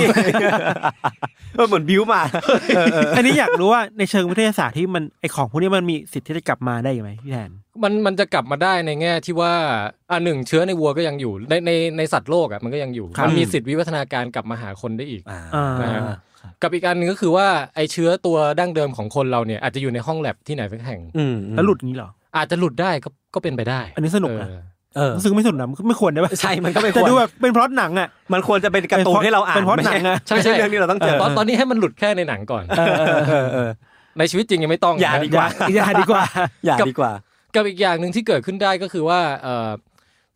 เออเหมือนบิวมา เออเออ
อันนี้อยากรู้ว่าในเชิงวิทยาศาสตร์ที่มันไอของพวกนี้มันมีสิทธิ์ที่จะกลับมาได้ไหมพี่แทน
มันมันจะกลับมาได้ในแง่ที่ว่าอ่าหนึ่งเชื้อในวัวก็ยังอยู่ในในในสัตว์โลกอ่ะมันก็ยังอยู่
ครับ
มันมีสิทธิวิวัฒนาการกลับมาหาคนได้อีก
อ่า
อ่า
ครับ
กับอีกอันหนึ่งก็คือว่าไอเชื้อตัวดั้งเดิมของคนเราเนี่ยอาจจะอยู่ในห้องแลบที่ไหนสักแห่ง
อืม
แล้วหลุดงี้เหรอ
อาจจะหลุดได้ก็ก็เป็นไปได้
อันนี้สนุกนะ
เออ
เออ
รู้สึกไม่สนุกนะไม่ควรได้ปะ
ใช่ มันก็ไม่ควร
แต่ดูแบบเป็นพล็อตหนังอ่ะ
มันควรจะเป็นการ์ตูนให้เราอ่าน
เป็นเพราะ
ไม่
หนังอะ
ใช่ไม่ใช่เรื่องที่เราต้องเจอ
ตอนตอนนี้ให้มันหลุดแค่ในหนังก่อน
เออเออ
ในชีวิตจริงยังไม่ต้อง
อย่า
นะ
ดีกว่า
อย่าดีกว่า
อย่า
กับ
ดีกว่า
กับอีกอย่างหนึ่งที่เกิดขึ้นได้ก็คือว่าเอ่อ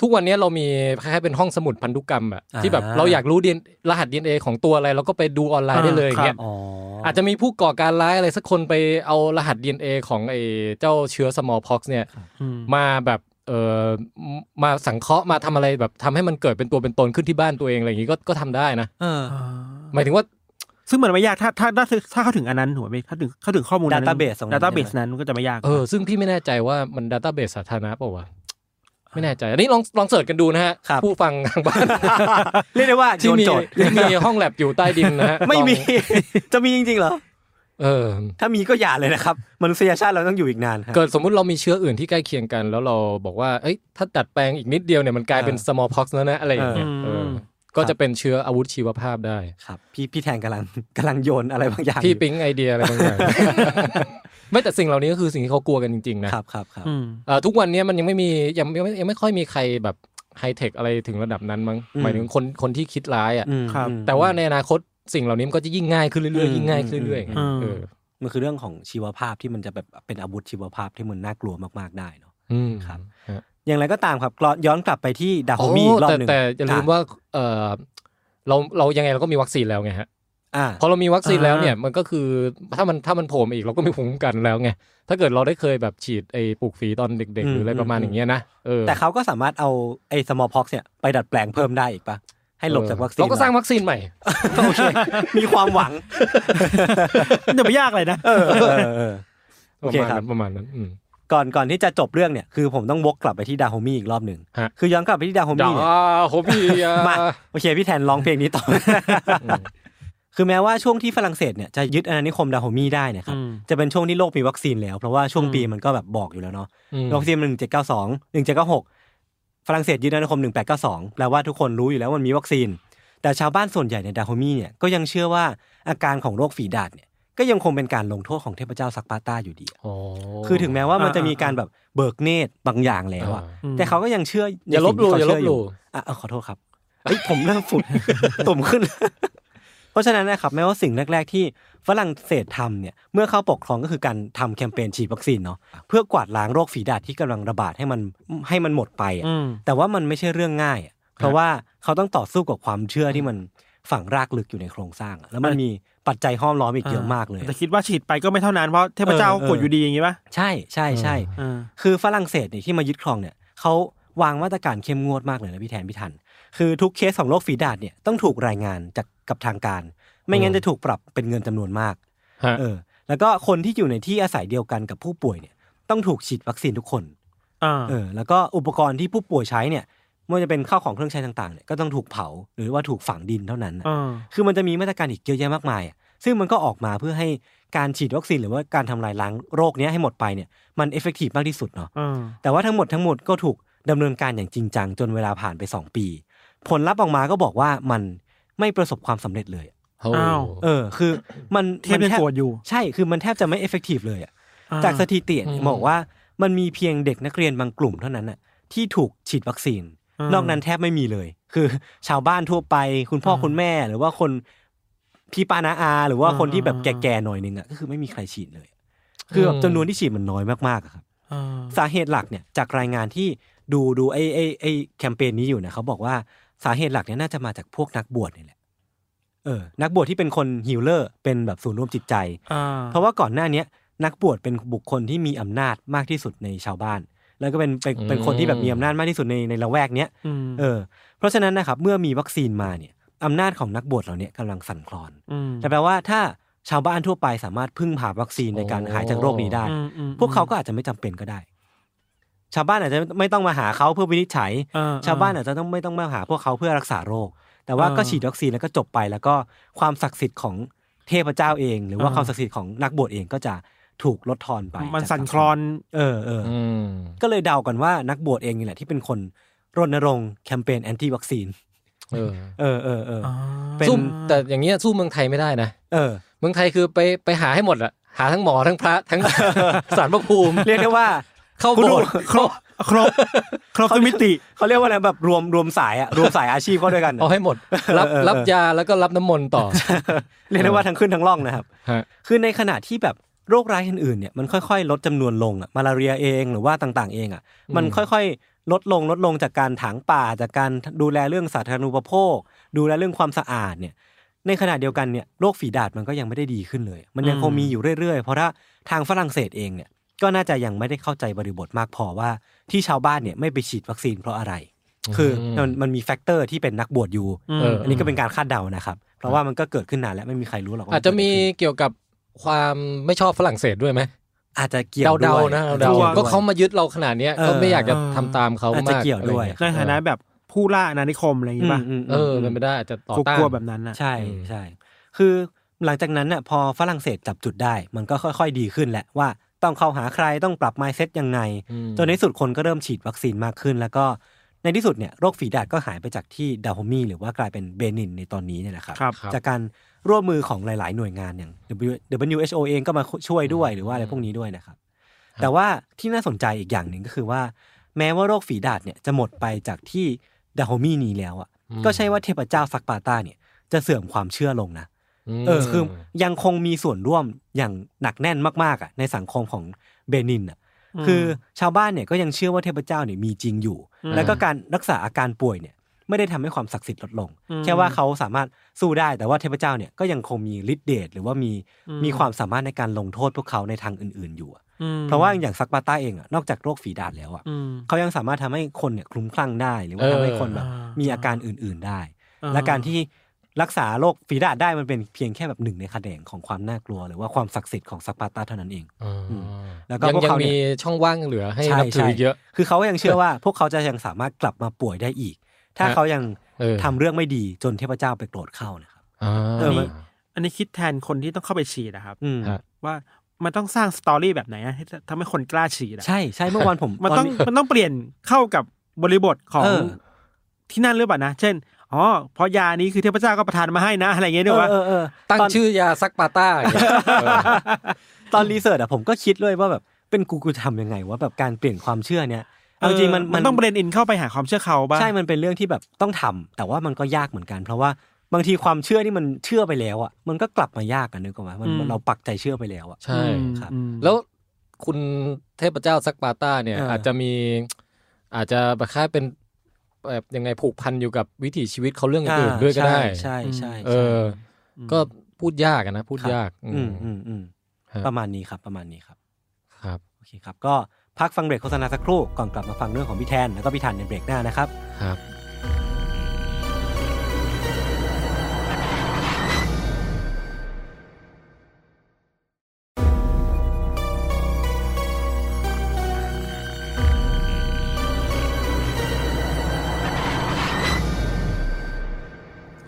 ทุกวันนี้เรามีคล้ายๆเป็นห้องสมุดพันธุกรรมอะ
อ่า
ที่แบบเราอยากรู้ DNA รหัส DNA ของตัวอะไรเราก็ไปดูออนไลน์ได้เลยอย่างเงี้ย
อ๋อ
อาจจะมีผู้ก่อการร้ายอะไรสักคนไปเอารหัส DNA ของไอ้เจ้าเชื้อ smallpox เนี่ยมาแบบเออมมาสังเคราะห์มาทำอะไรแบบทำให้มันเกิดเป็นตัวเป็นตนขึ้นที่บ้านตัวเองอะไรอย่างงี้ก็ก็ทำได้นะ
เออ
หมายถึงว่า
ซึ่งมันไม่ยากถ้าถ้าถ้าถ้าเข้าถึงอันนั้นถูกไหมถ้าถึงเข้าถึงข้อมูล
Database ของมัน
ดัตต้าเบสนั้นก็จะไม่ยาก
เออซึ่งพี่ไม่แน่ใจว่ามันดัตต้าเบสสาธารณะเปล่าวะไม่แน่ใจอันนี้ลองลองเสิร์ชกันดูนะฮะ
ครับ
ผู้ฟังทางบ้าน
เรียกได้ว่าโย
ที่
น
มี
โจทย์
ที่มีห้องแลบอยู่ใต้ดินนะฮะ
ไม่มี
ลอง
จะมีจริงๆเหรอ
เออ
ถ้ามีก็อย่าเลยนะครับ มนุษยชาติเราต้องอยู่อีกนานฮะ
เกิดสมมุติเรามีเชื้ออื่นที่ใกล้เคียงกัน แล้วเราบอกว่า เอ้ย ถ้าดัดแปลงอีกนิดเดียวเนี่ยมันกลายเป็น smallpox แล้วนะ อะไรอย่างเงี้ยเออก็จะเป็นเชื้ออาวุธชีวภาพได้
ครับ พี่พี่แทนกำลังกำลังโยนอะไรบางอย่าง
พี่
อยู่
ปิ๊งไอเดียอะไรบา งอย่าง ไม่แต่สิ่งเหล่านี้ก็คือสิ่งที่เขากลัวกันจริง ๆ นะครับ
ครับครับ
อืม
เอ่อทุกวันเนี้ยมันยังไม่มียังยังไม่ยังไม่ค่อยมีใครแบบไฮเทคอะไรถึงระดับนั้นมั้งหมายถึงคนคนที่คิดร้ายอ่ะ
อืม
ครับ
อืม
แต่ว่าในอนาคตสิ่งเหล่านี้มันก็จะยิ่งง่ายขึ้นเรื่อยๆยิ่งง่ายขึ้นเรื่อยๆไง
อืม
เออ
มันคือเรื่องของชีวภาพที่มันจะแบบเป็นอาวุธชีวภาพที่มันน่ากลัวมากๆได้เนาะ
อืม
ครับ
ฮะ
อย่างไรก็ตามครับกลอย้อนกลับไปที่ดาโฮมี
โอ้
อีกรอบหนึ่ง
แต่แต่อย่าลืมว่าเออเราเรายังไงเราก็มีวัคซีนแล้วไงฮะ
อ่า
พอเรามีวัคซีนแล้ว
อ่า
เนี่ยมันก็คือถ้ามันถ้ามันโผล่มาอีกเราก็มีภูมิคุ้มกันแล้วไงถ้าเกิดเราได้เคยแบบฉีดไอ้ปลูกฝีตอนเด็ก ๆ หรืออะไรประมาณอย่างเงี้ยนะเออ
แต่เขาก็สามารถเอาไอ้สมอลพ็อกเนี่ยไปดัดแปลงเพิ่มได้อีกปะให้หลบจากวัคซีน
เราก็สร้างวัคซีนใหม่
โอ เคมีความหวัง
มันจะไม่ยากเลยนะ
เออเออเออ
ป
โอ
ระ
เค
มาณ
ครั
นั้
บ
นประมาณนั้นอืม
ก่อนก่อนที่จะจบเรื่องเนี่ยคือผมต้องวกกลับไปที่ดาโฮมีอีกรอบหนึ่ง
ฮะ
คือย้อนกลับไปที่ดาโฮมี
ด่า
เนี่ย
โฮบี้อ่ะ
มาโอเค พี่แทนร้องเพลงนี้ต่อ คือแม้ว่าช่วงที่ฝรั่งเศสเนี่ยจะยึดอาณานิคมดาโฮมีได้เนะครับ
อืม
จะเป็นช่วงที่โลกมีวัคซีนแล้ว เพราะว่าช่วงปีมันก็แบบบอกอยู่แล้วเนาะ
อืม
วัคซีนมันหนึ่งเจ็ดเก้าสองหนึ่งเจ็ดเก้าหกฝรั่งเศสยึดอาณานิคมหนึ่งแปดเก้าสองแปลว่าทุกคนรู้อยู่แล้วว่ามันมีวัคซีน แต่ชาวบ้านส่วนใหญ่ในดาโฮมีเนี่ยก็ยังเชื่อว่าอาการของโรคฝีดาษเนี่ยก็ยังคงเป็นการลงโทษของเทพเจ้าซักปาร์ตาอยู่ดีอะ
โอ้
คือถึงแม้ว่ามันจะมีการแบบเบิกเนตรบางอย่างแล้วอะ
อ่า
แต่เขาก็ยังเชื่อใน
อย่าลบหลู่
สิ่งที่เข
อย่าลบหลู่
เชื่ออ่ะเออขอโทษครับเอ้ยผมเริ่มฝุ่น ตุ่มขึ้น เพราะฉะนั้นนะครับแม้ว่าสิ่งแรก ๆ ที่ฝรั่งเศสทำเนี่ยเมื่อเข้าปกครองก็คือการทำแคมเปญฉีดวัคซีนเนาะเพื่อกวาดล้างโรคฝีดาษที่กำลังระบาดให้มันให้มันหมดไปอะ
อืม
แต่ว่ามันไม่ใช่เรื่องง่ายอะเพราะว่าเขาต้องต่อสู้กับความเชื่อที่มันฝังรากลึกอยู่ในโครงสร้างอะแล้วมันมีปัจจัยห้อมล้อมอีกเยอะมากเลย
แต่คิดว่าฉีดไปก็ไม่เท่านั้นเพราะเทพเจ้า
เออเออ
กดอยู่ดีอย่างงี้ป่ะ
ใช่ใช่ใช่
อ่า
คือฝรั่งเศสเนี่ยที่มายึดครองเนี่ยเขาวางมาตรการเข้มงวดมากเลยนะพี่แทนพี่ทัน คือทุกเคสของโรคฝีดาษเนี่ยต้องถูกรายงานจากกับทางการ ไม่งั้นจะถูกปรับเป็นเงินจำนวนมาก
ฮะ
เออแล้วก็คนที่อยู่ในที่อาศัยเดียวกันกับผู้ป่วยเนี่ยต้องถูกฉีดวัคซีนทุกคน
อ่า
เออแล้วก็อุปกรณ์ที่ผู้ป่วยใช้เนี่ยไม่ว่าจะเป็นข้าวของเครื่องใช้ต่างๆเนี่ยก็ต้องถูกเผาหรือว่าถูกฝังดินเท่านั้นน่ะ
อ่า
คือมันจะมีมาตรการอีกเยอะแยะมากมายอะซึ่งมันก็ออกมาเพื่อให้การฉีดวัคซีนหรือว่าการทำลายล้างโรคเนี้ยให้หมดไปเนี่ยมันเอฟเฟกตีฟมากที่สุดเนาะ
อ่า
แต่ว่าทั้งหมดทั้งหมดก็ถูกดำเนินการอย่างจริงจังจนเวลาผ่านไป 2 ปี ผลลัพธ์ออกมาก็บอกว่ามันไม่ประสบความสำเร็จเลยอะ
โอ้
อ้าว
เออ คือมัน
เทพยัง
มันแทบ
โกรธอยู่
ใช่ คือมันแทบจะไม่เอฟเฟกตีฟเลยอะ
อ่
จากสถิติเนี่ยบอกว่ามันมีเพียงเด็กนักเรียนบางกลุ่มเท่านั้นน่ะที่ถูกฉีดวัคซีน
าน
อกนั้นแทบไม่มีเลย คือชาวบ้านทั่วไป คุณพ่อคุณแม่ หรือว่าคนพี่ปานาอา หรือว่าคนที่แบบ
อ่า
แก่ๆหน่อยนึงอ่ะก็คือไม่มีใครฉีดเลย คือแบบจำนวนที่ฉีดมันน้อยมากๆอะครับ
อ่า
สาเหตุหลักเนี่ยจากรายงานที่ดูดูไอไอไอแคมเปญนี้อยู่นะเขาบอกว่าสาเหตุหลักเนี่ยน่าจะมาจากพวกนักบวชนี่แหละเออ นักบวชที่เป็นคนฮิลเลอร์ เป็นแบบศูนย์รวมจิตใจ
อ่า
เพราะว่าก่อนหน้าเนี้ยนักบวชเป็นบุคคลที่มีอำนาจมากที่สุดในชาวบ้าน แล้วก็เป็นเป็นเป็นคนที่แบบมีอำนาจมากที่สุดในในละแวกเนี้ย
อืม
เออเพราะฉะนั้นนะครับเมื่อมีวัคซีนมาเนี่ยอำนาจของนักบวชเหล่าเนี้ยกำลังสั่นคลอน
ม
แต่แปลว่าถ้าชาวบ้านทั่วไปสามารถพึ่งพาวัคซีนในการหายจากโรคนี้ได้
อืมอืม
พวกเขาก็อาจจะไม่จำเป็นก็ได้ ชาวบ้านอาจจะไม่ต้องมาหาเขาเพื่อวินิจฉัย
เออ
ชาวบ้านอาจจะต้องไม่ต้องมาหาพวกเขาเพื่อรักษาโรค แต่ว่า
อ่า
ก็ฉีดวัคซีนแล้วก็จบไป แล้วก็ความศักดิ์สิทธิ์ของเทพเจ้าเอง หรือว่าความศักดิ์สิทธิ์ของนักบวชเองก็จะถูกลดทอนไป
มัน
จาก
สั่น
สัง
คลอน
เออเอออ
อืม
ก็เลยเดากันว่านักบวชเองนี่แหละที่เป็นคนรณรงค์แคมเปญแอนตี้วัคซีน
เออ
เออเออเออ เป็
เป็น น
สู้แต่อย่างเงี้ยสู้เมืองไทยไม่ได้นะ
เออ
เมืองไทยคือไปไปหาให้หมดอะหาทั้งหมอทั้งพระ ทั้ง สารพระภูมิ
เรียกได้ว่า
เข้า
คุณ
โบ
ดู
สถ์เข้า
ครบครบทุกมิติ
เขาเรียกว่าอะไรแบบรวมรวมสายอะรวมสายอาชีพเข้าด้วยกันอะ
เอาให้หมด รับ
เออเออ
รับยาแล้วก็รับน้ำมนต์ต่อ
เรียกได้ว่าทั้งขึ้นทั้งล่องนะครับ
ฮะ
คือในขณะที่แบบโรคร้ายอื่นๆเนี่ยมันค่อยๆ ลดจำนวนลงอะมาลาเรียเองหรือว่าต่างๆเองอะมันค่อยๆ ลดลงลดลงจากการถางป่าจากการดูแลเรื่องสาธารณูปโภค ดูแลเรื่องความสะอาดเนี่ยในขณะเดียวกันเนี่ยโรคฝีดาษมันก็ยังไม่ได้ดีขึ้นเลย มันยังคงมีอยู่เรื่อยๆ เพราะถ้าทางฝรั่งเศสเองเนี่ยก็น่าจะยังไม่ได้เข้าใจบริบทมากพอว่าที่ชาวบ้านเนี่ยไม่ไปฉีดวัคซีนเพราะอะไร คือมันมันมีแฟกเตอร์ที่เป็นนักบวชอยู่
เอออั
อันนี้ก็เป็นการคาดเดานะครับ เพราะว่ามันก็เกิดขึ้นนานแล้วไม่มีใครรู้หรอกว่
อาจจะมี
เกิดขึ้
เกี่ยวกับความไม่ชอบฝรั่งเศสด้วยไหม
นอาจจะเกี่ยวด้
เดาเดา
วย
ๆนะ
อจจะ
เดาๆ
กี่ยวด้วย
ก็เขามายึดเราขนาดเนี้ย
เออ
ก็ไม่อยากจะทำตามเขา
อาจจะ
มาก
เกี่ยวด้วย
อะไรอาง
ใน
งี้
ฐานะแบบผู้ล่าอาณานิคมอะไรอย่าง
อื
งี้
ม
ป่ะ
อืม
เออเออเป็นไปได้อาจจะต่อ
กู
ต้าน
กลัวแบบนั้นน่ะ
ใช่
อืม
ใช่ คือหลังจากนั้นน่ะพอฝรั่งเศสจับจุดได้ มันก็ค่อย ๆ ดีขึ้นแหละว่าต้องเข้าหาใครต้องปรับ mindset ยังไง
อืม
จนในที่สุดคนก็เริ่มฉีดวัคซีนมากขึ้น แล้วก็ในที่สุดเนี่ยโรคฝีดาษก็หายไปจากที่ดาโฮมีหรือว่ากลายเป็นเบนินในตอนนี้เนี่ยแหละครับ
ครับ
จากการร่วมมือของหลาย ๆ หน่วยงานอย่าง W- WHO เองก็มาช่วยด้วยหรือว่าอะไรพวกนี้ด้วยนะครับ แต่ว่าที่น่าสนใจอีกอย่างหนึ่งก็คือว่า แม้ว่าโรคฝีดาษเนี่ยจะหมดไปจากที่ดาโฮมีนี้แล้วอ่ะก็ใช่ว่าเทพเจ้าซักปาต้าเนี่ยจะเสื่อมความเชื่อลงนะ
ม
เออคือยังคงมีส่วนร่วมอย่างหนักแน่นมากๆอ่ะในสังคมของเบนินอ่ะคือชาวบ้านเนี่ยก็ยังเชื่อว่าเทพเจ้าเนี่ยมีจริงอยู่ แล้วก็การรักษาอาการป่วยเนี่ยไม่ได้ทำให้ความศักดิ์สิทธิ์ลดลง แค่ว่าเขาสามารถสู้ได้แต่ว่าเทพเจ้าเนี่ยก็ยังคงมีฤทธิ์เดชหรือว่ามีมีความสามารถในการลงโทษพวกเขาในทางอื่น ๆอยู่อะเพราะว่าอย่างซักปาต้าเองอ่ะนอกจากโรคฝีดาษแล้วอ่ะเขายังสามารถทำให้คนเนี่ยคลุ้มคลั่งได้หรือว่าทำให้คนแบบมีอาการอื่น ๆได้ และการที่รักษาโรคฝีดาษได้มันเป็นเพียงแค่แบบหนึ่งในคะแนนของความน่ากลัว หรือว่าความศักดิ์สิทธิ์ของซักปาต้าเท่านั้นเอง
อ๋ออ
มแล้วก็
ยัง
พวก
ยัง
เขาเนี่ย
มีช่องว่างเหลือให้
ใช่
นับถื
ใช่
อเยอะ
คือเขายังเชื่อว่า พวกเขาจะยังสามารถกลับมาป่วยได้อีก ถ้า
ฮะ
เขายัง
เออ
ทำเรื่องไม่ดีจนเทพเจ้าไปโกรธเข้านะครับ
อ่า
เออมัน
อันนี้คิดแทนคนที่ต้องเข้าไปฉีดนะครับ
อืม
ฮะ
ว่ามันต้องสร้างสตอรี่แบบไหนอะให้ทำให้คนกล้าฉีดอะ
ใช่ใช่เมื่อวานผม
มันต้อง
ต
มันต้องเปลี่ยนเข้ากับบริบทของ
เออ
ที่นั่นหรือเปล่านะ เช่น อ๋อเพราะยานี้คือเทพเจ้าก็ประทานมาให้นะ อะไรอย่างเงี้ย
เอ
ด้วย
อ
วะ
เออเออ
ตั้ง
ตอน
ชื่อยาซักปา ต้าอย่างเงี้ยเออ
ตอนรีเสิร์ชอะผมก็คิดด้วยว่าแบบเป็นกูกูทำยังไงว่าแบบการเปลี่ยนความเชื่อเนี่ยเอาจริงๆมัน
มันต้องเบรนอินเข้าไปหาความเชื่อเขาบ้าง
ใช่ มันเป็นเรื่องที่แบบต้องทำ แต่ว่ามันก็ยากเหมือนกัน เพราะว่าบางทีความเชื่อที่มันเชื่อไปแล้วอ่ะ มันก็กลับมายากอะนึกออกไหมมันมันเราปักใจเชื่อไปแล้วอ่ะ
ใช่
ครับ
อืม
แล้วคุณเทพเจ้าซักปาต้าเนี่ย
เอออ
อาจจะมี อาจจะแบบค่ายเป็นแบบยังไงผูกพันอยู่กับวิถีชีวิตเขาเรื่องอื่นๆด้วยก็ได้
ใช่ใช่
เอ
ใช่
อ ก็พูดยากอะนะ พูดยาก
อืมอืมอืม
ฮะ
ประมาณนี้ครับ ประมาณนี้ครับ
ครับ
โอเคครับ ก็พักฟังเบรกโฆษณาสักครู่ ก่อนกลับมาฟังเรื่องของพี่แทน แล้วก็พี่ทันในเบรกหน้านะครับ
ครับ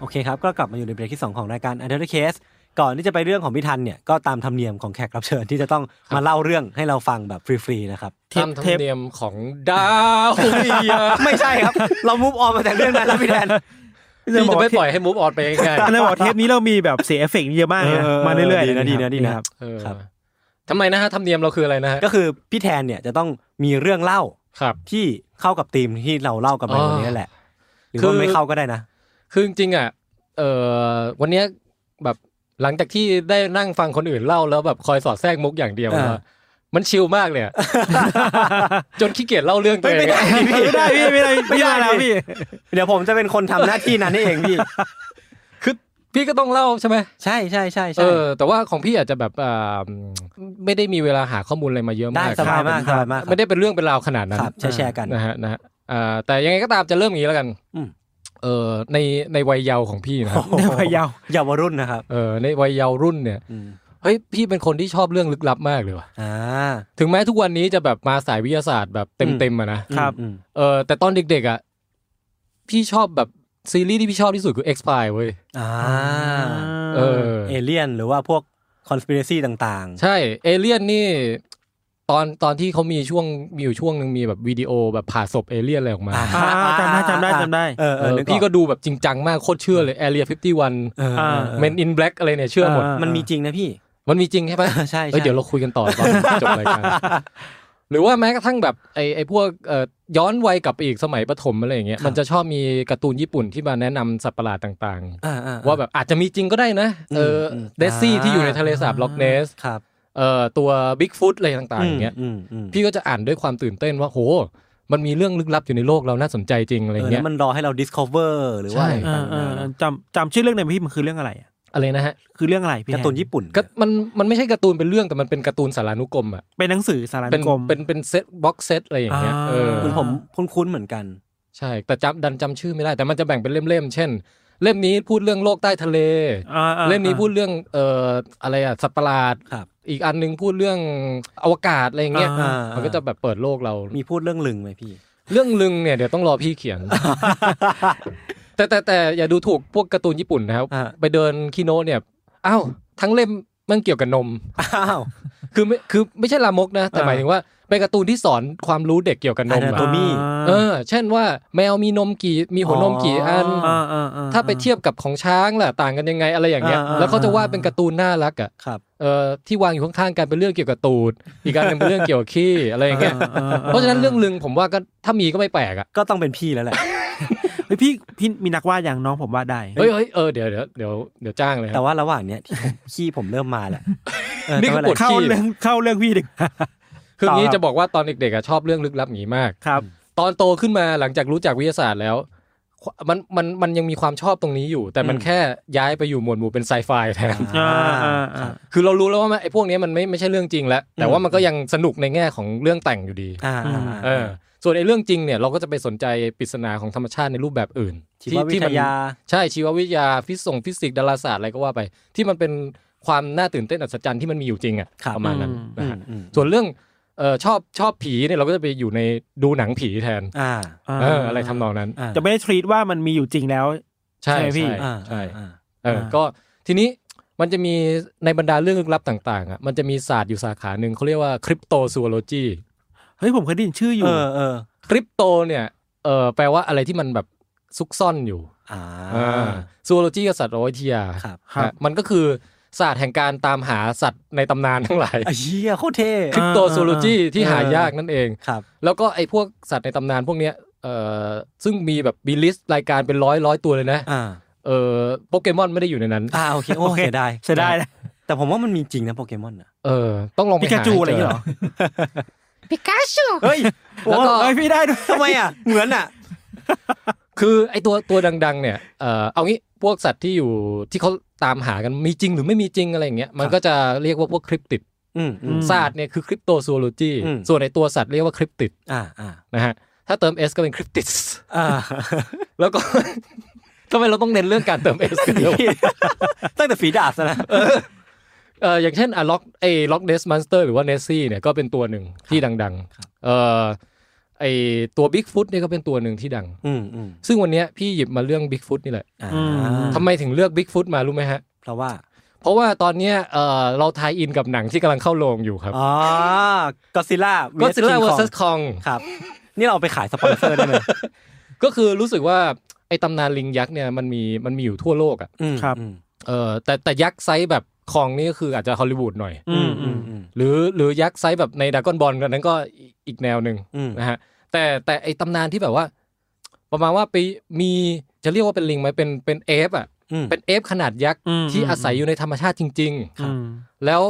โอเคครับ ก็กลับมาอยู่ในเบรกที่ 2 ของรายการ u n d e r the Case ก่อนที่จะไปเรื่องของพี่ทันเนี่ย ก็ตามธรรมเนียมของแขกรับเชิญที่จะต้องมาเล่าเรื่องให้เราฟังแบบฟรีๆนะครับ
ตามธรรมเนียมของดาวเมีย
ไม่ใช่ครับ เรามูฟออนมาจากเรื่องนั้นแล้วพี่แทน
ที่จะไม่ปล่อยให้มูฟออนไปง่าย
อันนั้นบอกเทปนี้เรามีแบบเสียเอฟเฟกต์เยอะมากเลยนะ
เออเออ
มาเรื่อย
ดี
ๆ
นะดีนะดีนะ
ครับ
ๆเออ
ครับ
ทำไมนะฮะธรรมเนียมเราคืออะไรนะฮะ
ก็คือพี่แทนเนี่ยจะต้องมีเรื่องเล่า
ครับ
ที่เข้ากับธีมที่เราเล่ากันไป
อ๋อ
วันนี้นั่นแหละ หรือ
คือ
ว่าไม่เข้าก็ได้นะ
คือจริงๆอ่ะ เออวันเนี้ยแบบหลังจากที่ได้นั่งฟังคนอื่นเล่าแล้วแบบคอยสอดแทรกมุกอย่างเดียว
อ่า
อะมันชิลมาก เลยอะ จนขี้เกียจเล่าเรื่องตัวเองอะ
ไม่ได้พี่ไม่ได้ไม่ได้แล้วพี่
เดี๋ยวผมจะเป็นคนทำหน้าที่นั้นเองพี่
คือพี่ก็ต้องเล่าใช่ไหม
ใช่ใช่ใช่
เอ
ใช่
อ แต่ว่าของพี่อาจจะแบบอ่าไม่ได้มีเวลาหาข้อมูลอะไรมาเยอะ
ได้
มาก
สบายมาก
ค
ส
รับ
บายมากครับ
ไม่ได้เป็นเรื่องเป็นราวขนาดนั้น
ครับแชร์แชร์กัน
นะฮะนะฮะอ่าแต่ยังไงก็ตามจะเริ่มอย่างนี้แล้วกัน
อืม
เออในในวัยเยาว์ของพี่นะครับ
โอ้โห
พยาว
เยาวรุ่นนะครับ
เออในวัยเยาว์รุ่นเนี่ย
อืม
เฮ้ยพี่เป็นคนที่ชอบเรื่องลึกลับมากเลยว่ะ
อ่า
ถึงแม้ทุกวันนี้จะแบบมาสายวิทยาศาสตร์แบบเต็มๆอะนะ
ครับ
อืม
เออแต่ตอนเด็กๆอ่ะพี่ชอบแบบซีรีส์ที่พี่ชอบที่สุดคือ X File เว้ย
อ่า
เออ
เอเลี่ยนหรือว่าพวกคอน spiracy ต่าง
ใช่เอเลียนนี่ ตอนตอนที่เขามีช่วงมีอยู่ช่วงหนึ่งมีแบบวิดีโอแบบผ่าศพเอเลียนอะไรออกมา
ๆอ่า
อ่าจำได้จำได้จำได้
เออ
เอ
เออ
อ
นึออ
พี่ก็ดูแบบจริงจังมากโคตรเชื่อเลย Area
เออ
อ่า
เอ
51
อ
Men in Black อะไรเนี่ยเชื่อหมด
อ่า
มันมีจริงนะพี่
มันมีจริงใช่ไหม
ใช่
เอ้ย
ใช่
เดี๋ยวเราคุยกันต่อตอน จบรายการ หรือว่าแม้กระทั่งแบบไอ้ไอ้พวกเอ่อย้อนวัยกลับไปอีกสมัยประถมอะไรอย่างเงี้ย
ครับ
มันจะชอบมีการ์ตูนญี่ปุ่นที่มาแนะนำสัตว์ประหลาดต่าง
อ่อ่
ๆ ว่าแบบอาจจะมีจริงก็ได้นะเอออ
ม
เดซซี่
อ่า
ที่อยู่ในทะเลสาบล็อกเนส
ครับ
เอ่อตัวบิ๊กฟุตอะไรต่างๆอย่างเงี้ย
อืมอืมอืม
พี่ก็จะอ่านด้วยความตื่นเต้นว่าโห มันมีเรื่องลึกลับอยู่ในโลกเราน่าสนใจจริงอะไร
เออ
เงี้
แล้
ยว
มันรอให้เรา discover หรือว่าอะไร
เอ
ต่า
องเออ
ๆนะ
จำจำชื่อเรื่องในอยไหมพี่มันคือเรื่องอะไรอะ
อะไรนะฮะ
คือเรื่องอะไรพี่
การ์ตูน
แฮม
ญี่ปุ่น
ก็มันมันไม่ใช่การ์ตูนเป็นเรื่องแต่มันเป็นการ์ตูนสารานุกรมอ่ะ
เป็นหนังสือสาร
เป็น
กรม
เป็นเป็นเซตบ็อกเซตอะไรอย่างเงี้ย
อ่า
เออ
คุณผมคุ้นๆเหมือนกัน
ใช่ แต่จำดันจำชื่อไม่ได้ แต่มันจะแบ่งเป็นเล่มๆ เช่น เล่มนี้พูดเรื่องโลกใต้ทะเล
อ่าอ่า
เล่มนี้พูดเรื่องเอ่ออะไรอะสัตว์ประหลาด
ครับ
อีกอันหนึงพูดเรื่องอวกาศอะไรอย่างเงี้ย
อ่ามั
มันก็จะแบบเปิดโลกเรา
มีพูดเรื่องลึงไหมพี่
เรื่องลึงเนี่ยเดี๋ยวต้องรอพี่เขียน แต่แต่แต่อย่าดูถูกพวกการ์ตูนญี่ปุ่นนะครับ
อ่า
ไปเดินคิโนะเนี่ยอ้าวทั้งเล่มมันเกี่ยวกับนม
อ้าว
คือไม่คือไม่ใช่ลามกนะ แต่หมายถึงว่าเป็นการ์ตูนที่สอนความรู้เด็กเกี่ยวกับน
อาม นา
อะ
โตมี่
เออ เช่นว่าแมวมีนมกี่ มีหัวนมกี่อัน
อ่าอ่าอ่
ถ้าไปเทียบกับของช้างล่ะต่างกันยังไงอะไรอย่างเงี้ย
อ่าอ่า
แล้วเขาจะวาดเป็นการ์ตูนน่ารักอ่ะ
ครับ
เออที่วางอยู่ข้างๆกันเป็นเรื่องเกี่ยวกับตูด อีกอันหนึงเป็นเรื่องเกี่ยวกับขี้อะไรอย่างเงี้ย
อ่อ่
เพราะฉะนั้นเรื่องลึงผมว่าก็ถ้ามีก็ไม่แปลกอ่ะ
ก็ต้องเป็นพี่แล้วแหละ
เฮ้ยพี่พี่มีนักวาดอย่างน้องผมวาดได้
เฮ้ยเฮ้ยเออเดี๋ยวเดี๋ยวเดี๋ยวเดี๋ยวจ้างเลยค
แต่
รับ
ว่าระหว่างเนี้ย ที่ผมขี้ผมเริ่มมาแล้วเออ
นี่คือ
แต่ว่า
ปวด
อะไร
เข้าเรื่องเข้าเรื่องพี่ดิ
คืออย่างนี้
ต่อครับ
จะบอกว่าตอนเด็กๆอะชอบเรื่องลึกลับอย่างนี้มาก
ครับ
ตอนโตขึ้นมาหลังจากรู้จักวิทยาศาสตร์แล้ว มันมันมันยังมีความชอบตรงนี้อยู่ แต่มันแค่ย้ายไปอยู่หมวดหมู่เป็นไซไฟแทน
อ่า
อ่า
ค
อ่า
รับ
คือเรารู้แล้วว่ามันไอ้พวกเนี้ยมันไม่ไม่ใช่เรื่องจริงแล้ว แต่ว่ามันก็ยังสนุกในแง่ของเรื่องแต่งอยู่ดี
อ่าอ่า
เออส่วนไอ้เรื่องจริงเนี่ยเราก็จะไปสนใจปริศนาของธรรมชาติในรูปแบบอื่น
ชีววิท
มัน
ยา
ใช่ชีววิทยาฟิสิกส์ฟิสิกส์ดาราศาสตร์อะไรก็ว่าไป ที่มันเป็นความน่าตื่นเต้นอัศจรรย์ที่มันมีอยู่จริงอ่ะ
ครับ
ประมาณนั้น
อืม
นะฮะ
อืม
ส่วนเรื่องเออชอบชอบผีเนี่ยเราก็จะไปอยู่ในดูหนังผีแทน
อ่า
อ่า
เอออะไรทำนองนั้น
อ่า
จะไม่ได้ทรีตว่ามันมีอยู่จริงแล้ว
ใช่
ใช่ไหมพี่
ใช่
อ่า
ใช่
อ่า
เออ
อ่า
ก็ทีนี้มันจะมีในบรรดาเรื่องลึกลับต่างๆอ่ะมันจะมีศาสตร์อยู่สาขาหนึ่งเขาเรียกว่าคริปโตซูโลจี
เฮ้ยผมเคยได้ยินชื่ออยู่
เออเออ
คริปโตเนี่ยเออแปลว่าอะไรที่มันแบบซุกซ่อนอยู่
อ่า
ซูโลจีกับสัตว์วิทยา
ครับ
ครับ
ฮะมันก็คือศาสตร์แห่งการตามหาสัตว์ในตำนานทั้งหลาย
ไอ้ เหี้ยโคตรเท่
คริปโตซูโลจีที่หายากนั่นเอง
ครับ
แล้วก็ไอ้พวกสัตว์ในตำนานพวกเนี้ยเออซึ่งมีแบบบีลิสต์รายการเป็นร้อยร้อยตัวเลยนะ
อ่า
เออโปเกมอนไม่ได้อยู่ในนั้น
อ่าโอเคโอเคได้
เสียดายนะ
แต่ผมว่ามันมีจริงนะโปเกมอนอ่ะ
เออต้องลองไปหา
ปิกาจู
ให้
อะไรอย่างเงี้ยเหรอ
เฮ้ย
แล้วก็
เอ้ยพี่ได้ด้วย
ทำไมอ่ะเหมือนอ่ะ
คือไอตัวตัวดัง ๆ เนี่ยเออเอางี้พวกสัตว์ที่อยู่ที่เขาตามหากันมีจริงหรือไม่มีจริงอะไรอย่างเงี้ยมันก็จะเรียกว่าพวกคริปติด
อืมอืม
ศาสตร์เนี่ยคือคริปโตซูโลจี
อืม
ส่วนไอตัวสัตว์เรียกว่าคริปติด
อ่าอ่า
นะฮะถ้าเติม S ก็เป็นคริปติด
อ่า
แล้วก็ ทำไมเราต้องเน้นเรื่องการเติม S กันด้วย
ตั้งแต่ฝีดาษนะ
เอออย่างเช่นอะล็อกไอล็อกเนสมอนสเตอร์หรือว่าเนสซี่เนี่ยก็เป็นตัวหนึ่งที่ดังๆเออไอตัวบิ๊กฟุตเนี่ยก็เป็นตัวหนึ่งที่ดัง
อืมอืม
ซึ่งวันเนี้ยพี่หยิบมาเรื่องบิ๊กฟุตนี่แหละ
อ่า
อืม
ทำไมถึงเลือกบิ๊กฟุตมารู้ไหมฮะ
เพราะว่า
เพราะว่าตอนเนี้ยเอ่อเราทายอินกับหนังที่กำลังเข้าโรงอยู่ครับ
อ๋อก็ซิล่า
ก็ซิลล่าวอร์ซัสคอง
ครับ นี่เราเอาไปขายสปอนเซอร์ได้ไหม
ก็คือรู้สึกว่าไอ้ตำนานลิงยักษ์เนี่ยมันมีมันมีอยู่ทั่วโลกอ่ะ
อืม
ครับ
อืม
เออแต่แต่ยักษ์ไซส์แบบคองนี่ก็คืออาจจะฮอลลีวูดหน่อย
อืมอืมอืม
หรือหรือยักษ์ไซส์แบบในดากอนบอลกันนั้นก็อีกแนวหนึ่ง
อืม
นะฮะแต่แต่ไอ้ตำนานที่แบบว่า ประมาณว่าไปมีจะเรียกว่าเป็นลิงไหมเป็นเป็นเอฟอ่ะ
อืม
เป็นเอฟขนาดยักษ์
อืม
ที่อาศัยอยู่ในธรรมชาติจริง ๆ
อืม
แล้ว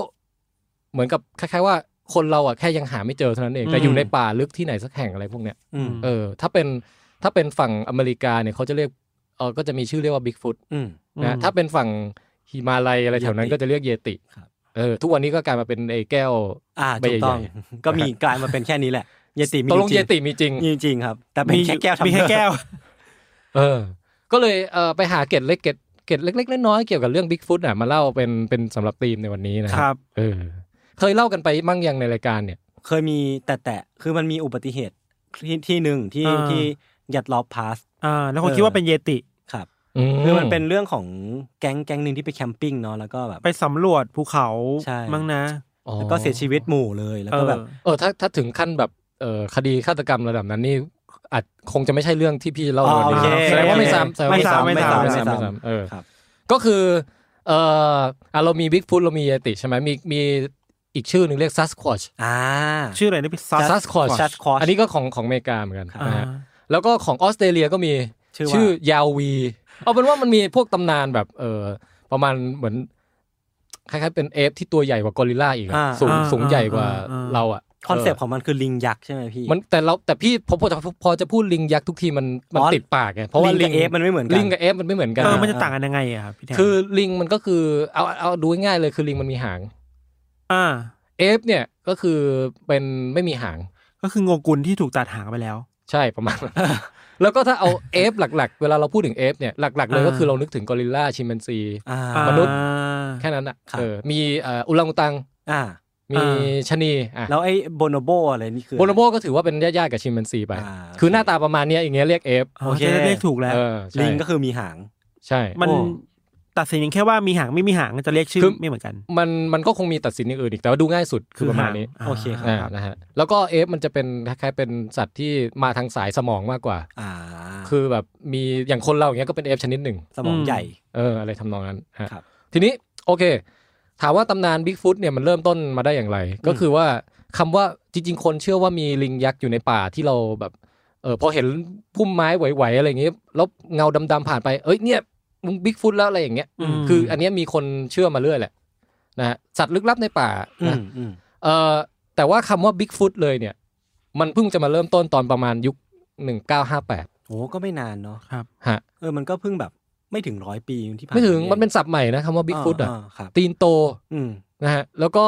เหมือนกับคล้ายๆว่าคนเราอ่ะแค่ยังหาไม่เจอเท่านั้นเอง แต่
อืม
อยู่ในป่าลึกที่ไหนสักแห่งอะไรพวกเนี้ย
อืม
เออถ้าเป็นถ้าเป็นฝั่งอเมริกาเนี่ยเขาจะเรียกเออก็จะมีชื่อเรียกว่าบิ๊กฟุต
อืม
นะ
อืม
ถ้าเป็นฝั่งฮิมาลัยอะไรแถวนั้น
เยติ
ก็จะเรียกเยติ
ครับ
เออทุกวันนี้ก็กลายมาเป็นไอ้แก้ว
อ่าถูกต้อง
ใบใหญ่
ก็มีกลายมาเป็นแค่นี้แหละเยติมี
ตกลง
จริ
เยติมีจริง
มีจริงครับ แต่เป็นแค่แก้วทำ
มีแค่แก้ว
เออ ก็เลยเออไปหาเกตเล็กเกต เกร็ดเล็กๆน้อยๆเกี่ยวกับเรื่องบิ๊กฟุตอ่ะมาเล่าเป็นเป็นสำหรับธีมในวันนี้นะค
ค
รั
รั
บบ เออเคยเล่ากันไปมั่งยังในรายการเนี่ย
เคยมีแต่แต่คือมันมีอุบัติเหตุที่ที่หนึ่งที่
อ่า
ที่ยัดล้อพาส
อ่าแล้วคน
เออ
คิดว่าเป็นเยติ
ครับ
อืม
คือมันเป็นเรื่องของแก๊งแก๊งหนึ่งที่ไปแคมปิ้งเนาะแล้วก็แบบ
ไปสำรวจภูเขา
ใช่
มั้งนะ
แล้วก็เสียชีวิตหมู่เลยแล้ว
เอ
ก็
อ
แบบ
เออถ้าถ้าถึงขั้นแบบเออคดีฆาตกรรมระดับนั้นนี่อาจคงจะไม่ใช่เรื่องที่พี่เล่า
อ๋อโอ
ในวัน
เค
นี้แสดงว่าไม่ซ้ำแสดงว่า
ไม่ซ้ำ
ไม่
ไม่
ซ้ำ
ซ้ำ
ไม่
ไม่
ซ้ำไม่
ซ้ำ
ซ้ำเออ
ครับ
ก็คือเอออ่ะเรามีบิ๊กฟุตเรามีเยติใช่ไหมมีมีอีกชื่อหนึ่งเรียกซัสควอช
อ่า
ชื่ออะไรนะพี่ซัส
ซัสควอช
Sasquatch
อันนี้ก็ของของอเมริกาเหมือนกัน
ครับ
นะฮะแล้วก็ของออสเตรเลียก็มี
ชื่อว่า
ยาววีเอาเป็นว่ามันมีพวกตำนานแบบเออประมาณเหมือนคล้ายๆเป็นเอฟที่ตัวใหญ่กว่ากอริลลาอีกอะ
อ่า
สูง
อ่า
สูงใหญ่กว่า
อ่าอ่า
เราอะ
คอนเซปต์ของมันคือลิงยักษ์ใช่ไหมพี่
มันแต่เราแต่พี่พอพอจะพอจะพูดลิงยักษ์ทุกทีมันมัน
อ๋อ
ติดปากไงเพราะว่า
ลิงกับเอฟมันไม่เหมือนกัน
ลิงกับเอฟมันไม่เหมือนกัน
เออมันจะต่างกันยังไงอะครับพี่แทน
คือลิงมันก็คือเอาเอาดูง่ายๆเลยคือลิงมันมีหาง
อ่า
เอฟเนี่ยก็คือเป็นไม่มีหาง
ก็คือโงกุลที่ถูกตัดหางไปแล้ว
ใช่ประมาณ นั้นแล้วก็ถ้าเอาเอฟหลัก ๆ เวลาเราพูดถึงเอฟเนี่ยหลัก ๆ เลย
อ่า
ก็คือเรานึกถึงกอริลลาชิมแปนซี
อ่าม
นุษย์
อ่า
แค่นั้นอ่ะ
ครับ
เออมีเอ่ออุลังอุตัง
อ่า
มี
อ่า
ชะนีอ่ะ
แล้วไอ้โบโนโบอะไรนี่คือ
โบโนโบก็ถือว่าเป็นญาติๆกับชิมแปนซีไป
อ่าโอเค
คือหน้าตาประมาณเนี้ยอย่างเงี้ยเรียกเอฟ
โอเคได้เลขถูกแล้ว
เออใช่
ลิงก็คือมีหาง
ใช่
มัน
โอ้
ตัดสินกันแค่ว่ามีหางไม่มีหางจะเรียกชื่อ
คือ
ไม่เหมือนกัน
มันมันก็คงมีตัดสินอย่างอื่นอีกแต่ว่าดูง่ายสุดคือประมาณนี้
หง
โอเคครับ
อ่า
รับ
นะฮะแล้วก็เอฟมันจะเป็นคล้ายๆเป็นสัตว์ที่มาทางสายสมองมากกว่า
อ่า
คือแบบมีอย่างคนเราอย่างเงี้ยก็เป็นเอฟชนิดหนึ่ง
สมองใหญ่
เอออะไรทำนองนั้นฮะ
ครับ
ทีนี้โอเค ถามว่าตำนานบิ๊กฟุตเนี่ยมันเริ่มต้นมาได้อย่างไร ก็คือว่าคำว่าจริง ๆ คนเชื่อว่ามีลิงยักษ์อยู่ในป่าที่เราแบบเออพอเห็นพุ่มไม้ไหวๆอะไรอย่างเงี้ยแล้วเงาดำๆผ่านไปเอ้ยเนี่ยมึงบิ๊กฟุตแล้วอะไรอย่างเงี้ย
ม
คืออันเนี้ยมีคนเชื่อมาเรื่อยแหละนะฮะสัตว์ลึกลับในป่า
อื
นะ
มอืม
เอ่อแต่ว่าคำว่า Bigfoot เลยเนี่ย มันเพิ่งจะมาเริ่มต้นตอนประมาณยุค 1958
โอ้ก็ไม่นานเนาะ
ฮะ
เออมันก็เพิ่งแบบไม่ถึงร้อยปีที่ผ่าน
ไม่ถึง
า
มันเป็นศัพท์ใหม่นะคำว่า Bigfoot อ่ะ
าาครับ
ตีนโต
อืม
นะฮะแล้วก็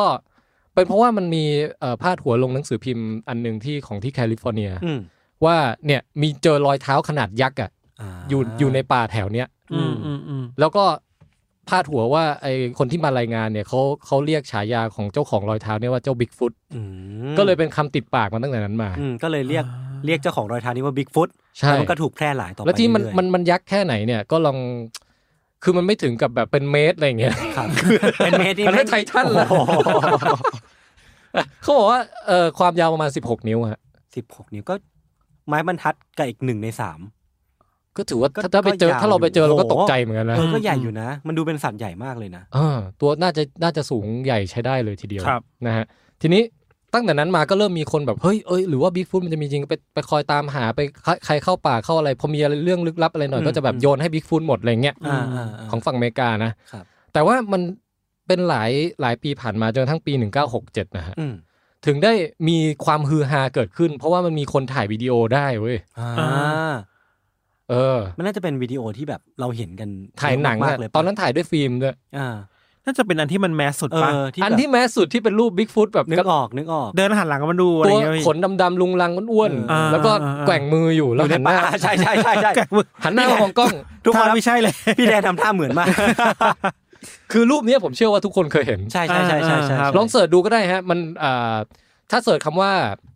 เป็นเพราะว่ามันมีเอ่อพาดหัวลงหนังสือพิมพ์อันหนึ่งที่ของที่แคลิฟอร์เนีย
อืม
ว่าเนี่ยมีเจอรอยเท้าขนาดยักษ์อ่ะ
า
อยู่อยู่ในป่าแถวเนี้ย
อืมอืมอืม
แล้วก็พาดหัวว่าไอคนที่มารายงานเนี่ยเขาเขาเรียกฉายาของเจ้าของรอยเท้าเนี่ยว่าเจ้าบิ๊กฟุต
อืม
ก็เลยเป็นคำติดปากมาตั้งแต่นั้นมา
อืมก็เลยเรียกเรียกเจ้าของรอยเท้านี้ว่าบิ๊กฟุต
ใช่
แล้วมันก็ถูกแพร่หลายต่อไป
แล้วที่มัน
เรื่อยๆ
มันมันยักษ์แค่ไหนเนี่ยก็ลองคือมันไม่ถึงกับแบบเป็นเมตรอะไรอย่างเงี้ย
ครับเป็นเมตรนี่
มันไม่
แง
ไททันละ
โอ้โห
เขาบอกว่าเอ่อความยาวประมาณ 16 นิ้วฮะ
สิบหกนิ้วก็ไม้บรรทัดกับอีกหนึ่งในสาม
ก็ถือว่า
ก็
ถ้าถ้าไปเจอ
ก็ยาว
ถ้าเราไปเจอ
อยู่
เราก็ตกใจเหมือนกันนะ
เออก็ใหญ่อยู่นะ มันดูเป็นสัตว์ใหญ่มากเลยนะ
เออตัวน่าจะน่าจะสูงใหญ่ใช้ได้เลยทีเดียว
ครับ
นะฮะทีนี้ตั้งแต่นั้นมาก็เริ่มมีคนแบบเฮ้ยเอ้ยหรือว่าบิ๊กฟุตมันจะมีจริงไปไปคอยตามหาไปใครใครเข้าป่าเข้าอะไรพอมีอะไรเรื่องลึกลับอะไรหน่อย
อืม
ก็จะแบบโยนให้บิ๊กฟุตหมดอะไรเงี้ย
อ่าอ่าา
ของฝั่งอเมริกานะครับ แต่ว่ามันเป็นหลายหลายปีผ่านมาจนกระทั้งปี 1967 นะฮะ
อืม
ถึงได้มีความฮือฮาเกิดขึ้น เพราะว่ามันมีคนถ่ายวิดีโอได้เว้ย
อ่า
อ่
เออ
มันน่าจะเป็นวิดีโอที่แบบเราเห็นกัน
ถ่ายหนัง
มาก
อะ
เลย
ตอนนั้นถ่ายด้วยฟิล์มด้วย
อ่า
น่าจะเป็นอันที่มันแมสสุด
เอ
ปะ
อที่
อัน
แบบ
ที่แม้สุดที่เป็นรูปบิ๊กฟุตแบบ
นึ
กับ
กออกนึกออก
เดินหันหลังมันดูอะไร
ตัว
เงี้ยพี่
ขนดำๆลุงลังอ้วน
อ่า
ๆแล้วก็
อ่าอ่า
แกว่งมืออยู่
อ
แล้ว
ยู่ใน
หันห
ป่า
น้า
ใช่ใช่ใช่ใช่
แกะมือ
หันหน้ามามองกล้อง
ทุกคน
ท่า
ครับ
ไม่ใช่เลย
พี่แดนทำท่าเหมือนมาก
คือรูปเนี้ยผมเชื่อว่าทุกคนเคยเห็น
ใช่ใช่ใช่ใช่ใช่
อ่าครับ
ลองเสิร์ชดูก็ได้ฮะ มันอ่าถ้าเสิร์ชคำว่า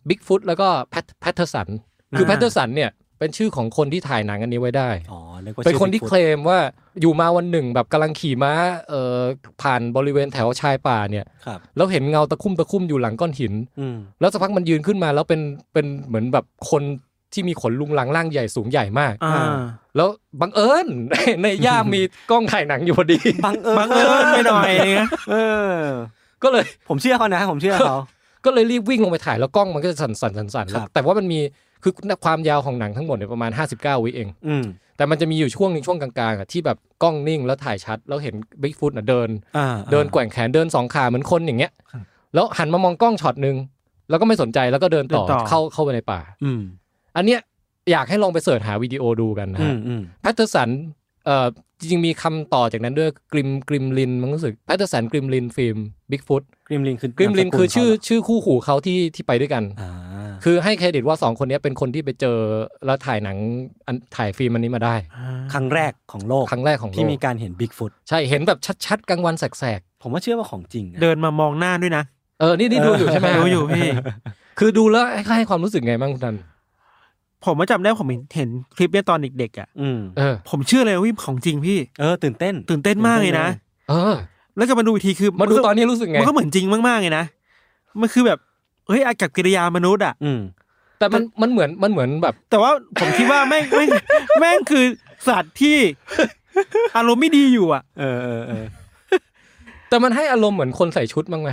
Bigfoot แล้วก็แพทเทอร์สันคือแพทเทอร์สันเนี่ยเป็นชื่อของคนที่ถ่ายหนังอันนี้ไว้ได้
อ๋อนึกว่า
เป็นคน
ชื่อ
ที่เคลมว่าอยู่มาวันหนึ่งแบบกำลังขี่ม้าเอ่อผ่านบริเวณแถวชายป่าเนี่ย
Bigfoot ครับ
แล้วเห็นเงาตะคุ่มตะคุ่มอยู่หลังก้อนหิน
อืม
แล้วสักพักมันยืนขึ้นมาแล้วเป็นเป็นเหมือนแบบคนที่มีขนลุงลังร่างใหญ่สูงใหญ่มาก
อ่า
แล้วบังเอิญ ในย่ามมีกล้องถ่ายหนังอยู่พอดี
บังเอิญ
บังเอิญไปหน่อยเงี้ย
เออ
ก็เลย
ผมเชื่อเขานะผมเชื่อเขา
ก็เลยรีบวิ่งลงไปถ่ายแล้วกล้องมันก็จะสั่นสั่นสั่นสั่นแล้ว
ครับ
แต่ว่ามันมีคือความยาวของหนังทั้งหมดเนี่ยประมาณ 59 วิเอง
อืม
แต่มันจะมีอยู่ช่วงหนึ่งช่วงกลางๆอะที่แบบกล้องนิ่งแล้วถ่ายชัดแล้วเห็นบิ๊กฟุตน่ะเดิน
อ่า
เดินแกว่งแขนเดินสองขาเหมือนคนอย่างเงี้ย แล้วหันมามองกล้องช็อตหนึ่งแล้วก็ไม่สนใจแล้วก็เดินต่อ
เดินต่อ
เข้าเข้าไปในป่า
อืม
อันเนี้ยอยากให้ลองไปเสิร์ชหาวิดีโอดูกันนะ
อื
ฮะ
มอืม
แพทเทอร์สันเอ่อจริงๆมีคำต่อจากนั้นด้วยกริมกริมลินมันรู้สึกแพทเทอร์สันกริมลินฟิล์มบิ๊กฟุต
กริมลินคือก
ริมลินคือชื่อ
ามสกุลเขาเหร
ชื่อคู่หูเขาที่ที่ไปด้วยกัน
อ่า
คือให้เครดิตว่าสองคนเนี้ยเป็นคนที่ไปเจอแล้วถ่ายหนังอันถ่ายฟิล์มอันนี้มาได้
ครั้งแรกของโลก
ครั้งแรกของโล
ที่มี
ก
การเห็นบิ๊กฟุต
ใช่เห็นแบบชัดๆกลางวันแสก
ผมว่าเชื่อว่าของจริงนะ
เดินมามองหน้าด้วยนะ
ๆเออนี่นี่ดูอยู่ใช่ไหม
ดูอยู่พี่
คือดูแล้วให้ให้ความรู้สึกไงบ้างคุณนัน
ผมว่าจำได้ผมเห็นเห็นคลิปเนี้ยตอนเด็กๆอ่ะ
อืม
เออ
ผมเชื่อเลยว่าของจริงพี่
เออตื่นเต้น
ตื่นเต้นมากเลยนะ
เออ
แล้วก็มาดูอีกทีคือ
มาดูตอนนี้รู้สึกไง
มันก็เหมือนจริงมากๆเลยนะมันคือแบบเฮ้ยอากับกิริยามนุษย์อ่ะ
อืม
แต่มันมันเหมือนมันเหมือนแบบ
แต่ว่าผมคิดว่าแม่ง แม่งแม่งคือสัตว์ที่ อารมณ์ไม่ดีอยู่อ่ะ
เออเออเออ
แต่มันให้อารมณ์เหมือนคนใส่ชุดบ้างไหม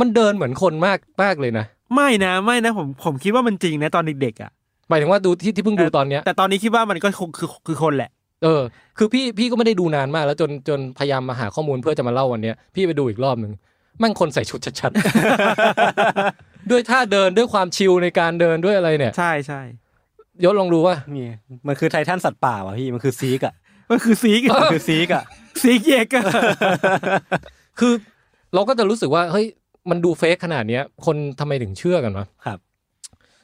มันเดินเหมือนคนมากมากเลยนะ
ไม่นะไม่นะผมผมคิดว่ามันจริงนะตอนเด็กๆอ่ะ
หมายถึงว่าดูที่ที่เพิ่งดูตอนเนี้ย
แต่ตอนนี้คิดว่ามันก็คงคือคือคนแหละ
เออ คือพี่พี่ก็ไม่ได้ดูนานมาก แล้วจนจนพยายามมาหาข้อมูลเพื่อจะมาเล่าวันเนี้ยพี่ไปดูอีกรอบหนึ่งแมั่งคนใส่ชุดชัดๆ ด้วยท่าเดินด้วยความชิลในการเดินด้วยอะไรเนี่ย
ใช่ใช่
ยศลองดูว่า
นี่มันคือไททันสัตว์ป่าว่ะพี่มันคือซีกอ่ะ
มันคือสีก
มันคือซี กอ่ะ
สีเยกอะ
คือเราก็จะรู้สึกว่าเฮ้ยมันดูเฟกขนาดเนี้ย คนทำไมถึงเชื่อกันวะ
ครับ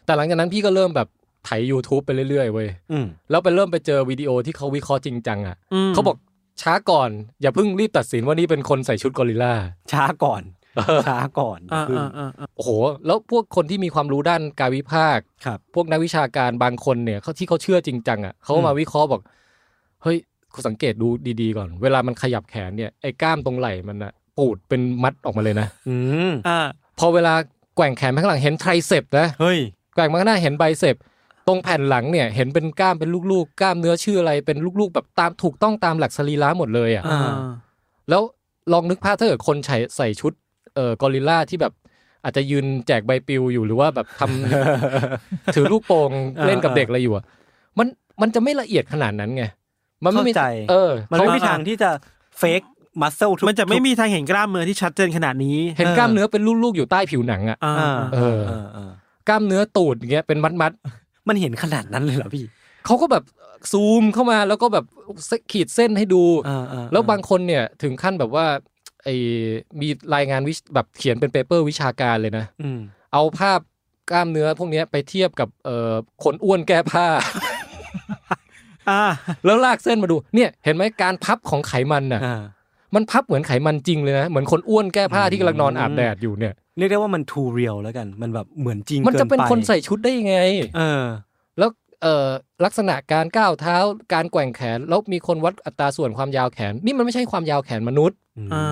แต่หลังจากนั้นพี่ก็เริ่มแบบไถ YouTube ไปเรื่อยๆเว้ย
อืม
แล้วไปเริ่มไปเจอวิดีโอที่เขาวิเคราะห์จริงจังอ่ะ
ม
เขาบอกช้าก่อน อย่าเพิ่งรีบตัดสินว่านี่เป็นคนใส่ชุดกอริลลา
ช้าก่อนช้าก่อน
อ่า
คือ
อ่าอ่าอ่า
โอ้โห แล้วพวกคนที่มีความรู้ด้านกายวิภาค
ครับ
พวกนักวิชาการบางคนเนี่ยเขาที่เขาเชื่อจริงจังอ่ะเขาก็มาวิเคราะห์บอก เฮ้ยคุณสังเกตดูดีๆก่อน เวลามันขยับแขนเนี่ยไอ้กล้ามตรงไหล่มันอ่ะปูดเป็นมัดออกมาเลยนะ
อืม
อ่า
พอเวลาแกว่งแขนไปข้างหลังเห็นไทรเซปนะ
เฮ้ย
แกว่งมาข้างหน้าเห็นไบเซปตรงแผ่นหลังเนี่ยเห็นเป็นกล้ามเป็นลูกๆกล้ามเนื้อชื่ออะไรเป็นลูกๆ แบบตามถูกต้องตามหลักสรีระหมดเลยอ่ะ
อ่า
แล้วลองนึกภาพถ้าเกิดคนใส่ใส่ชุดเอ่อกอริลลาที่แบบ อาจจะยืนแจกใบปลิวอยู่หรือว่าแบบทำ ถือลูกโป่ งเล่นกับเด็กอะไรอยู่อะมันมันจะไม่ละเอียดขนาดนั้นไง มันไม่
เข้า
มี
ใจ
เออ
มัน
เขา
ไม่มีทางที่จะเฟกมัสเซลทุก
มันจะไม่มีทางเห็นกล้ามเนื้อที่ชัดเจนขนาดนี้
เห็นกล้ามเนื้อเป็นลูกๆอยู่ใต้ผิวหนังอะ
อ่า
อ่า
เออ
เออเออก
ล้ามเนื้อตูดอย่างเงี้ยเป็นมัด
มันเห็นขนาดนั้นเลยเหรอพี่
ๆเขาก็แบบซูมเข้ามาแล้วก็แบบขีดเส้นให้ดู
อ่าอ่
แล้วบางคนเนี่ยถึงขั้นแบบว่าไอมีรายงานวิชแบบเขียนเป็นเปเปอร์วิชาการเลยนะ
อืม
เอาภาพกล้ามเนื้อพวกเนี้ยไปเทียบกับเอ่อคนอ้วนแก้ผ้า
อ่า
แล้วลากเส้นมาดูเนี่ยเห็นไหมการพับของไขมันน่ะ
อ่า
มันพับเหมือนไขมันจริงเลยนะเหมือนคนอ้วนแก้ผ้าที่กำลังนอนอาบแดดอยู่เนี่ย
เรียกได้ว่ามัน too real แล้วกัน มันแบบเหมือนจริง
มันจะเป็น
กิไ
คนใส่ชุดได้ยังไง
เออ
แล้วเอ่อลักษณะการก้าวเท้าการแกว่งแขนแล้วมีคนวัดอัตราส่วนความยาวแขน นี่มันไม่ใช่ความยาวแขนมนุษย์
อื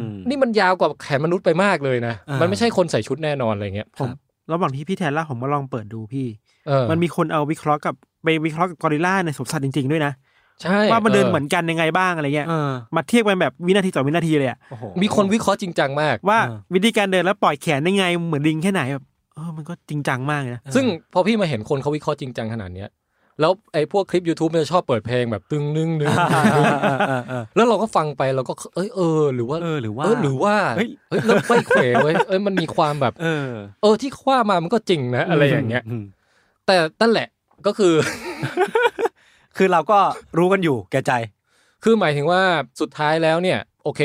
ม
นี่มันยาวกว่าแขนมนุษย์ไปมากเลยนะ
อ่ามั
มันไม่ใช่คนใส่ชุดแน่นอนอะไรเงี้ย
ผมระหว่างที่พี่แทนเล่าผมมาลองเปิดดูพี่
เออ
มันมีคนเอาวิเคราะห์กับไปวิเคราะห์กับกอริลลาในสวนสัตว์จริง ๆ ด้วยนะ
ใช่
ว่ามันเดินเหมือนกันยังไงบ้างอะไรเงี้ย
เออ
มาเทียบกันแบบวินาทีต่อวินาทีเลยอะ
โอ้โห
มีคนวิเคราะห์จริงจังมาก
ว่า
เออ
วิธีการเดินแล้วปล่อยแขนยังไงเหมือนลิงแค่ไหนแบบเออมันก็จริงจังมากเลยนะ
ซึ่งพอพี่มาเห็นคนเขาวิเคราะห์จริงจังขนาดเนี้ยแล้วไอ้พวกคลิป YouTube มันจะชอบเปิดเพลงแบบตึง นึงนึง
อ่าอ่าอ่าอ่า
แล้วเราก็ฟังไปเราก็เอ้ยเออ หรือว่า
เออหรือว่า
เออหรือว่า
เฮ้ย
เฮ้ยแล้วไปเขวเว้ยเอ้ยมันมีความแบบ
เออ
เออที่คว้ามามันก็จริงนะ อะไรอย่างเงี้ย
ม
แต่นั่นแหละก็คือ
คือเราก็รู้กันอยู่แก่ใจ
คือหมายถึงว่าสุดท้ายแล้วเนี่ย โอเค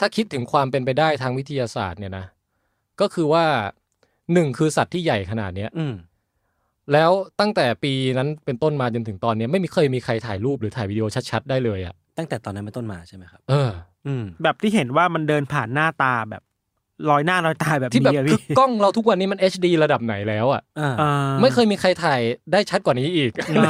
ถ้าคิดถึงความเป็นไปได้ทางวิทยาศาสตร์เนี่ยนะ ก็คือว่าหนึ่งคือสัตว์ที่ใหญ่ขนาดเนี้ย
อืม
แล้วตั้งแต่ปีนั้นเป็นต้นมาจนถึงตอนเนี้ยไม่มีเคยมีใครถ่ายรูปหรือถ่ายวิดีโอชัดๆได้เลยอ่ะ
ตั้งแต่ตอนนั้นเป็นต้นมาใช่ไหมครับ
เออ
อืม
แบบที่เห็นว่ามันเดินผ่านหน้าตาแบบลอยหน้าลอยตาแบบ
ที่แบบ
นี้อะ
คื
พี่
อกล้องเราทุกวันนี้มัน HD ระดับไหนแล้วอ่ะ
อ่า
อ่า
ไม่เคยมีใครถ่ายได้ชัดกว่านี้อีก ใน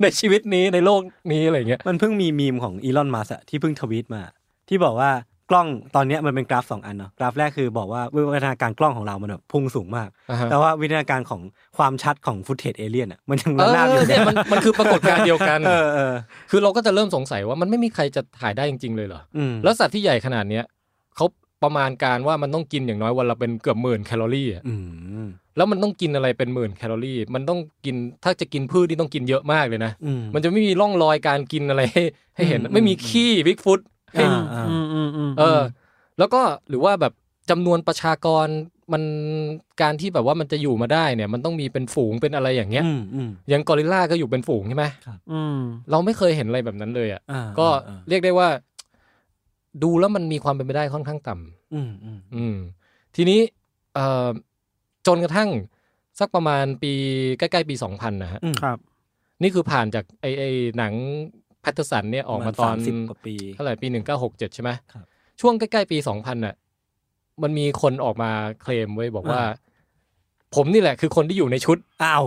ในชีวิตนี้ในโลกนี้อะไรเงี้ย
มันเพิ่งมีมีมของอีลอนมัสก์ที่เพิ่งทวีตมา ที่บอกว่ากล้องตอนเนี้ยมันเป็นกราฟสองอันเนาะกราฟแรกคือบอกว่าวิวัฒนาการกล้องของเรามันแบบพุ่งสูงมาก
อ่าฮะ
แต่ว่าวิวัฒนาการของความชัดของฟุตเทจเอเลี่ยนอ่ะมันยัง
เอ
ระนาบอ
อยู่ เนี่ยมันมันคือปรากฏการณ์เดียวกัน
เออเออ
คือเราก็จะเริ่มสงสัยว่ามันไม่มีใครจะถ่ายได้จริงๆเลยเหรอ
อืม
แล้วสัตว์ที่ใหญ่ขนาดเนี้ยเขาประมาณการว่ามันต้องกินอย่างน้อยวันละเป็นเกือบหมื่นแคลอรี่อะ
อืม
แล้วมันต้องกินอะไรเป็นหมื่นแคลอรี่ มันต้องกินถ้าจะกินพืชนี่ต้องกินเยอะมากเลยนะ
อืม
มันจะไม่มีร่องรอยการกินอะไรให้ให้เห็น ไม่มีขี้บิ๊กฟุต
อ่า
อื
อ่าม
อืมอืมอืม
เออ แล้วก็หรือว่าแบบจำนวนประชากรมันการที่แบบว่ามันจะอยู่มาได้เนี่ย มันต้องมีเป็นฝูงเป็นอะไรอย่างเงี้ย
อืมอืม
อย่างกอริลลาก็อยู่เป็นฝูงใช่ไหม
อืม
เราไม่เคยเห็นอะไรแบบนั้นเลยอ่ะ
อ่า
ก็
อ่า
เรียกได้ว่า ดูแล้วมันมีความเป็นไปได้ค่อนข้างต่ำ
อืมอืม
อืม ทีนี้เอ่อจนกระทั่ง สักประมาณปีใกล้ๆปี 2000 นะฮะ
อืม
ครับ
นี่คือผ่านจากไอไอหนังแพทเทอร์สันเนี่ยออกมาตอน
ประณสสิบกว่าปี
เท่าไหร่ปี 1967 ใช่ไหม
ครับ
ช่วงใกล้ ๆ ปี 2000น่ะมันมีคนออกมาเคลมไว้บอกว่า
อ่า
ผมนี่แหละคือคนที่อยู่ในชุด
อ้าว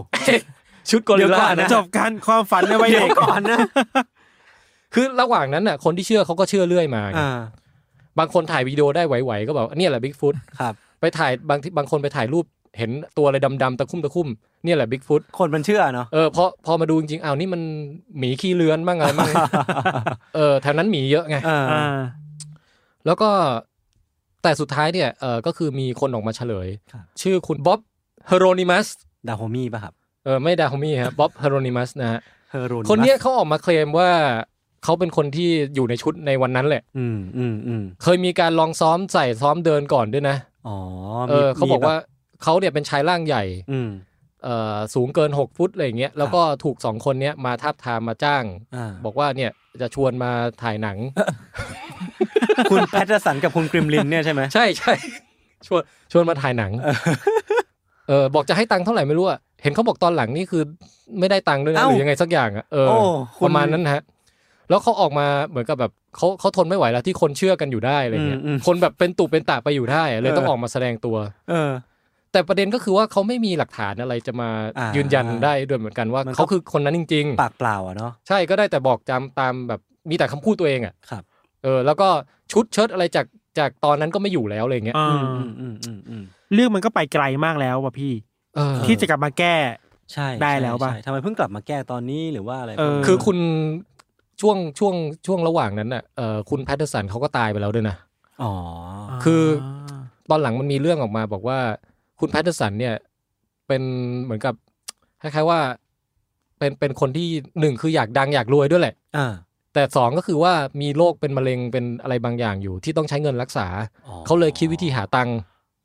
ชุดกอริลลานะ
จบการความฝันในวัย
เดี๋ยว
เด็ก
ก่อนนะ
คือระหว่างนั้นน่ะ คนที่เชื่อเขาก็เชื่อเรื่อยมา
อ่า
บางคนถ่ายวิดีโอได้ไหวๆก็บอกว่าเนี่ยแหละบิ๊กฟุต
ครับ
ไปถ่ายบางทีบางคนไปถ่ายรูปเห็นตัวอะไรดำๆตะคุ่มตะคุ่มเนี่ยแหละบิ๊กฟุต
คนมันเชื่อเนาะ
เออพอพอมาดูจริงๆอ้าวนี่มันหมีขี้เลื้อนบ้างอะไรบ้าง เออแถวนั้นหมีเยอะไง
เออ
อ่า
แล้วก็แต่สุดท้ายเนี่ยเออก็คือมีคนออกมาเฉลย
ครับ
ชื่อคุณบ๊อบเฮโรนิมัส
ดาโฮมี่ป่ะครับ
เออไม่ดาโฮมี่ครับบ๊อบเฮโรนิมัสนะฮะ
เฮอโรน
คนเนี้ยเขาออกมาเคลมว่าเขาเป็นคนที่อยู่ในชุดในวันนั้นแหละ
อืมอืมอืม
เคยมีการลองซ้อมใส่ซ้อมเดินก่อนด้วยนะ
อ๋อ
เอ
มี
อเขาบอกว่า
มีแ
เขาเนี่ยเป็นชายร่างใหญ่
อืม
เออสูงเกิน 6 ฟุตอะไรอย่างเงี้ยแล้วก็ถูกสองคนเนี้ยมาทาบทามมาจ้าง
อ่า
บอกว่าเนี่ยจะชวนมาถ่ายหนัง
คุณแพทเทอร์สันกับคุณกริมลินเนี่ยใช่ไหม
ใช่ใช่ ชวนชวนมาถ่ายหนัง เออ บอกจะให้ตังค์เท่าไหร่ไม่รู้อะเห็นเขาบอกตอนหลังนี่คือไม่ได้ตังค์ด้วยนะหรือยังไงสักอย่างอะเออ
โอ้คุ
ป
ณ
ระมาณนั้นฮะ แล้วเขาออกมาเหมือนกับแบบเขาเขาทนไม่ไหวแล้วที่คนเชื่อกันอยู่ได้อะไรเงี้ยคนแบบเป็นตุเป็นตะไปอยู่ได้อะเลยต้องออกมาแสดงตัว
เออ
แต่ประเด็นก็คือว่าเขาไม่มีหลักฐานอะไรจะมา
อ่ายื
ยืนยันได้ด้วยเหมือนกันว่า
มันก็
เขาคือคนนั้นจริง
ปากเปล่าอ่ะเนาะ
ๆ ใช่ก็ได้แต่บอกจำตามแบบมีแต่คำพูดตัวเองอะ
ครับ
เออ แล้วก็ชุดเชิ้ตอะไรจากจากตอนนั้นก็ไม่อยู่แล้วอะไรเงี้ย
อ่า
อืมอืมอืมอืมอืม
เรื่องมันก็ไปไกลมากแล้วว่ะพี่
เออ
ที่จะกลับมาแก้
ใช่
ได้แล้วป่ะ
ใช่ใช่ทำไมเพิ่งกลับมาแก้ตอนนี้หรือว่าอะไร
เออ
คือคุณช่วงช่วงช่วงระหว่างนั้นน่ะเอ่อคุณแพทเทอร์สันเขาก็ตายไปแล้วด้วยนะ
อ๋อ
คือ ตอนหลังมันมีเรื่องออกมาบอกว่าคุณแพทเทอร์สันเนี่ยเป็นเหมือนกับคล้ายๆว่าเป็นเป็นคนที่หนึ่งคืออยากดังอยากรวยด้วยแหละ
อ่า
แต่สองก็คือว่ามีโรคเป็นมะเร็งเป็นอะไรบางอย่างอยู่ที่ต้องใช้เงินรักษา
อ๋อ
เขาเลยคิดวิธีหาตังค์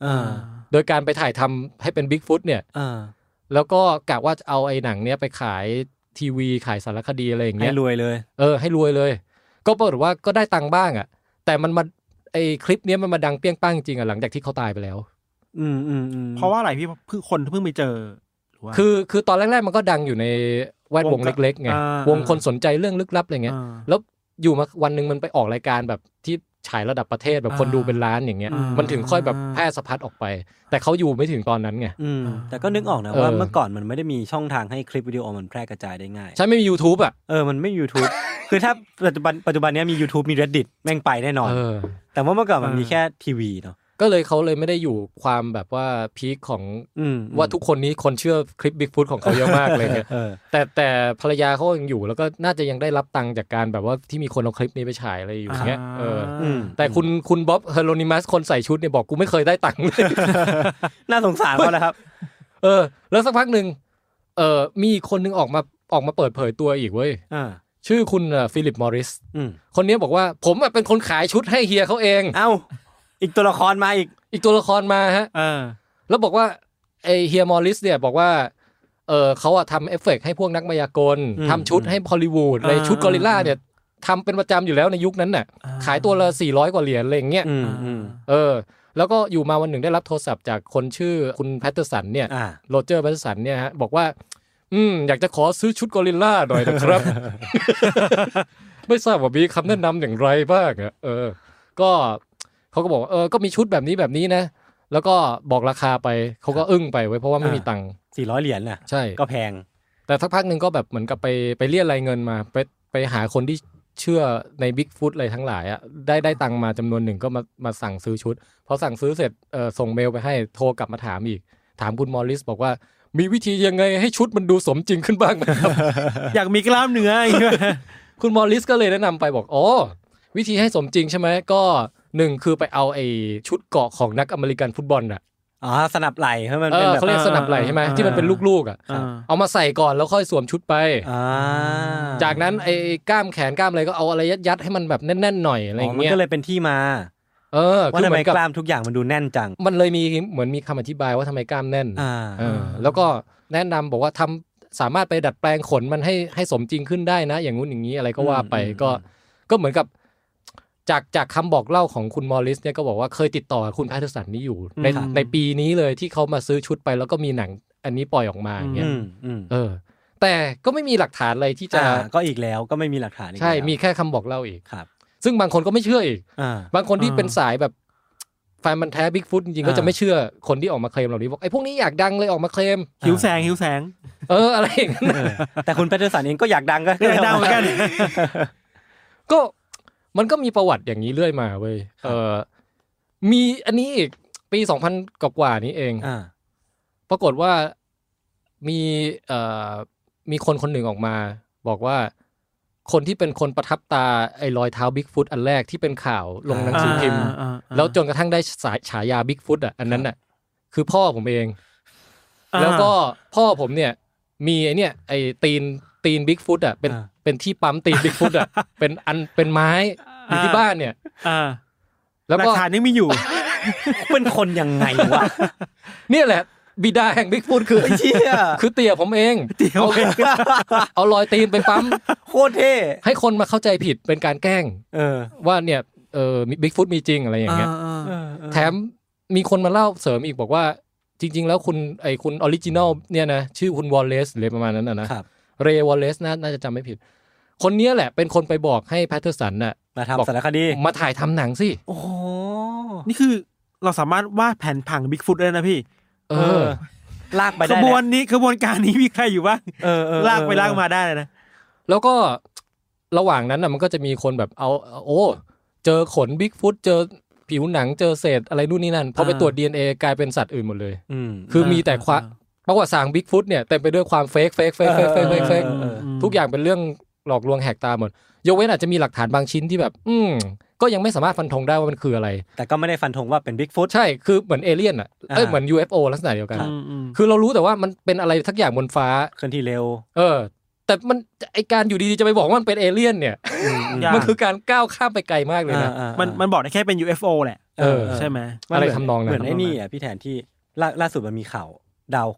อ่า
โดยการไปถ่ายทำให้เป็นบิ๊กฟุตเนี่ย
อ่า
แล้วก็กะว่าจะเอาไอ้หนังเนี้ยไปขายทีวีขายสารคดีอะไรอย่างเงี้
ให้
ย
รวยเลย
เออให้รวยเลย ก็ปรากฏว่าก็ได้ตังค์บ้างอ่ะ แต่มันมาไอคลิปเนี้ยมันมาดังเปี้ยงป้างจริงอ่ะหลังจากที่เขาตายไปแล้ว
อืมอืมอืม
เพราะว่าอะไรพี่เพิ่งคนเพิ่งไปเจอหรือว่า
คือคือตอนแรกๆมันก็ดังอยู่ในแวดวง
วง
เล็กๆไง
อ่าว
งคนสนใจเรื่องลึกลับอะไรเงี้ย
อ่า
แล้วอยู่มาวันหนึ่งมันไปออกรายการแบบที่ฉายระดับประเทศแบบคน
อ่า
ดูเป็นล้านอย่างเงี้ย
อ่ามั
มันถึงค่อยแบบแพร่สะพัดออกไป แต่เขาอยู่ไม่ถึงตอนนั้นไง
อืมแต่ก็นึกออกนะ
เออ
ว่าเมื่อก่อนมันไม่ได้มีช่องทางให้คลิปวิดีโอมันแพร่กระจายได้ง่าย
ใช่ไม่มี YouTube อ่ะ
เออ มันไม่มี YouTube คือถ้าปัจจุบันปัจจุบันเนี้ยมี YouTube มี reddit แม่งไปแน่นอน
เออ
แต่ว่าเมื่อก่อนมัน
เออ
มีแค่ทีวีเนาะ
ก็เลยเขาเลยไม่ได้อยู่ความแบบว่าพีคของ
อืม
ว่าทุกคนนี้คนเชื่อคลิปบิ๊กฟุตของเขาเยอะมากอะไรเงี้ย
เออ
แต่แต่ภรรยาเขายังอยู่แล้วก็น่าจะยังได้รับตังค์จากการแบบว่าที่มีคนเอาคลิปนี้ไปฉายอะไรอยู่อย่างเงี้ยเออ
อืม
แต่คุณคุณบ๊อบเฮโรนิมัสคนใส่ชุดเนี่ยบอกกูไม่เคยได้ตังค์เลย
น่าสงสารเขาแล้วครับ
เออ แล้วสักพักหนึ่งเออมีอีกคนหนึงออกมาออกมาเปิดเผยตัวอีกเว้ย
อ่า
ชื่อคุณเอ่อฟิลิปมอริส
อืม
คนเนี้ยบอกว่าผมอะเป็นคนขายชุดให้เฮียเขาเอง
เอ้า อีกตัวละครมาอีก
อีกตัวละครมาฮะ
เออ
แล้วบอกว่าไอเฮียมอริสเนี่ยบอกว่าเออเขาอะทำเอฟเฟกต์ให้พวกนักมายากล
อืม
ทำชุดให้ฮอลลีวูดเลย
อ่า
ชุดกอริลลาเนี่ยทำเป็นประจำอยู่แล้วในยุคนั้นน่ะ
อ่า
ขายตัวละ 400 กว่าเหรียญอะไรอย่างเงี้ย
อืมอืม
เออ แล้วก็อยู่มาวันหนึ่งได้รับโทรศัพท์จากคนชื่อคุณแพทเทอร์สันเนี่ย
อ่า
โรเจอร์แพทเทอร์สันเนี่ยฮะบอกว่า อืม อยากจะขอซื้อชุดกอริลลาหน่อยนะครับ ไม่ทราบว่ามีคำแนะนำอย่างไรบ้างอะเออ ก็เขาก็บอกว่าเออก็มีชุดแบบนี้แบบนี้นะ แล้วก็บอกราคาไปเขาก็อึ้งไปไว้ยเพราะว่าไม่มี
อ่า
ตังค์
สี่ร้อยเหรียญน่ะ
ใช่
ก็แพง
แต่สักพักหนึ่งก็แบบเหมือนกับไปไปเรียกรายเงินมา ไปไปหาคนที่เชื่อในบิ๊กฟุตอะไรทั้งหลายอะได้ได้ตังค์มาจำนวนหนึ่งก็มามาสั่งซื้อชุดพอสั่งซื้อเสร็จเออส่งเมลไปให้โทรกลับมาถามอีก ถามคุณมอริสบอกว่ามีวิธียังไงให้ชุดมันดูสมจริงขึ้นบ้างไหม ครับ
อยากมีกล้ามเนื้อ อีกด้วย
คุณมอริสก็เลยแนะนำไปบอกอ๋อวิธีให้สมจริงใช่ไหมก็หนึ่งคือไปเอาไอ้ชุดเกาะของนักอเมริกันฟุตบอลอะ
อ๋อ สนับไหลให้มัน
เอ
เป็น
อ
แบบ
เขาเรียกสนับไหลใช่ไหมที่มันเป็นลูกๆอะ
อ่า
เอามาใส่ก่อนแล้วค่อยสวมชุดไป
อ่า
จากนั้นไอ้กล้ามแขนกล้ามอะไรก็เอาอะไรยัดยัดๆให้มันแบบแน่นๆหน่อยอะไรอ
อ๋อย่าง มัน
เงี้ย
ก็เลยเป็นที่มา
เออ
ว่า
คือ
ทำ
เห
ไม
มือนกับ
กล้ามทุกอย่างมันดูแน่นจัง
มันเลยมีเหมือนมีคำอธิบายว่าทำไมกล้ามแน่น
อ่า
เออแล้วก็แนะนำบอกว่าทำสามารถไปดัดแปลงขนมันให้ให้สมจริงขึ้นได้นะ อย่างงู้นอย่างนี้อะไรก็ว่าไป
อืม
ก็ก็เหมือนกับ จากจากคำบอกเล่าของคุณมอริสเนี่ยก็บอกว่าเคยติดต่อคุณแพทเทอร์สันนี่อยู่ในในปีนี้เลยที่เขามาซื้อชุดไปแล้วก็มีหนังไอ อันนี้ปล่อยออกมาอย่างเงี้ย
อืมอืม
เออ แต่ก็ไม่มีหลักฐานอะไรที่จะ
อ่าก็อีกแล้วก็ไม่มีหลักฐานอีก
ใช่
แล้ว
มีแค่คำบอกเล่าอีก
ครับ
ซึ่งบางคนก็ไม่เชื่ออีก
อ่า
บางคนที่
อ่า
เป็นสายแบบแฟนมันธุ์แท้บิ๊กฟุตจริงๆ ก็
อ่า
จะไม่เชื่อคนที่ออกมาเคลมเหล่านี้บอกไอ้พวกนี้อยากดังเลยออกมาเคลม
หิวแสงหิวแสง
เออ อะไรอย่างนั้น
เออแต่คุณแพทเทิร์นสันเองก็อยากดังก็
เรื่องดาวเหมือนกัน
ก็มันก็มีประวัติอย่างนี้เรื่อยมาเว้ยเออมีอันนี้อีกปีสองพันกว่าๆนี้เอง
อ่า
ปรากฏว่ามีเอ่อมีคนคนหนึ่งออกมา บอกว่าคนที่เป็นคนประทับตาไอ้รอยเท้าบิ๊กฟุตอันแรกที่เป็นข่าวลงหนังสือพิมพ์
อ่าอ่า
แล้วจนกระทั่งได้สายฉายาบิ๊กฟุตอ่ะอันนั้นอ่ะคือพ่อผมเอง แล้วก็พ่อผมเนี่ย มีไอเนี่ยไอตีนตีนบิ๊กฟุตอ่ะเป็น
อ่า
เป็นที่ปั๊มตีนบิ๊กฟุตอ่ะ เป็นอันเป็นไม้อยู่ที่
อ่า
บ้านเนี่ย
อ่า
แล้ว
หลั
ก็
กฐานยังมีอยู่
เป็นคนยังไงวะ
เนี่ยแหละ บิดาแห่งบิ๊กฟุตคือ
เชี่ย
คือเตี่ยผมเองเอาเอารอยตีนไปปั๊ม
โคตรเท่
ให้คนมาเข้าใจผิดเป็นการแกล้ง
เออ
ว่าเนี่ยเออบิ๊กฟุตมีจริงอะไรอย่างเงี้ย
เออเออ
แถมมีคนมาเล่าเสริมอีกบอกว่า จริง ๆ แล้วคุณไอคุณออริจินอลเนี่ยนะชื่อคุณวอลเลซหรือประมาณนั้นนะนะครับ เรย์วอลเลซน่าจะจำไม่ผิด คนเนี้ยแหละเป็นคนไปบอกให้แพทเทอร์สันน่ะ
มา
บอก
ทำสารคดี
มาถ่ายทำหนังสิ
โอ้โห
นี่คือเราสามารถวาดแผนผังบิ๊กฟุตได้นะพี่
เออ
ลากไป
ข
ได้แหละ
บวนนี้ขบวนการนี้ มีใครอยู่บ้าง
เออเออ
ลากไปลากมาได้เลยนะ
แล้วก็ระหว่างนั้นน่ะมันก็จะมีคนแบบเอาโอ้เจอขนบิ๊กฟุตเจอผิวหนังเจอเศษอะไรนู่นนี่นั่นพอไปตรวจ DNA กลายเป็นสัตว์อื่นหมดเลย
อืม
คือมีแต่ความประวัติศาสตร์บิ๊กฟุตเนี่ยเต็มไปด้วยความเฟกเฟกเฟกเฟกเฟกเฟก
เออเออเออ
ทุกอย่างเป็นเรื่องหลอกลวงแหกตาหมดยกเว้นอาจจะมีหลักฐานบางชิ้นที่แบบ อืมก็ยังไม่สามารถฟันธงได้ว่ามันคืออะไร
แต่ก็ไม่ได้ฟันธงว่าเป็นบิ๊กฟุต
ใช่คือเหมือนเอเลี่ยนอ่ะเอ้ย
อ่า
เหมือน UFO ลักษณะเดียวกัน
ครับ
คือเรารู้แต่ว่ามันเป็นอะไรทักอย่างบนฟ้า
เคลื่อนที่เร็ว
เออ แต่มันไอการอยู่ดีๆจะไปบอกว่ามันเป็นเอเลี่ยนเนี่ย
ยาก
มันคือการก้าวข้ามไปไกลมากเลยนะ
อ่าอ่าอ่า
มันมันบอกได้แค่เป็น UFO แหละ
เออ
ใช่ไหม
อะไรทำนอง
เห
นั้
มือน
น
ไอ้นี่อ่ะพี่แทนที่ล่าล่าสุดมันมีข่าวดาว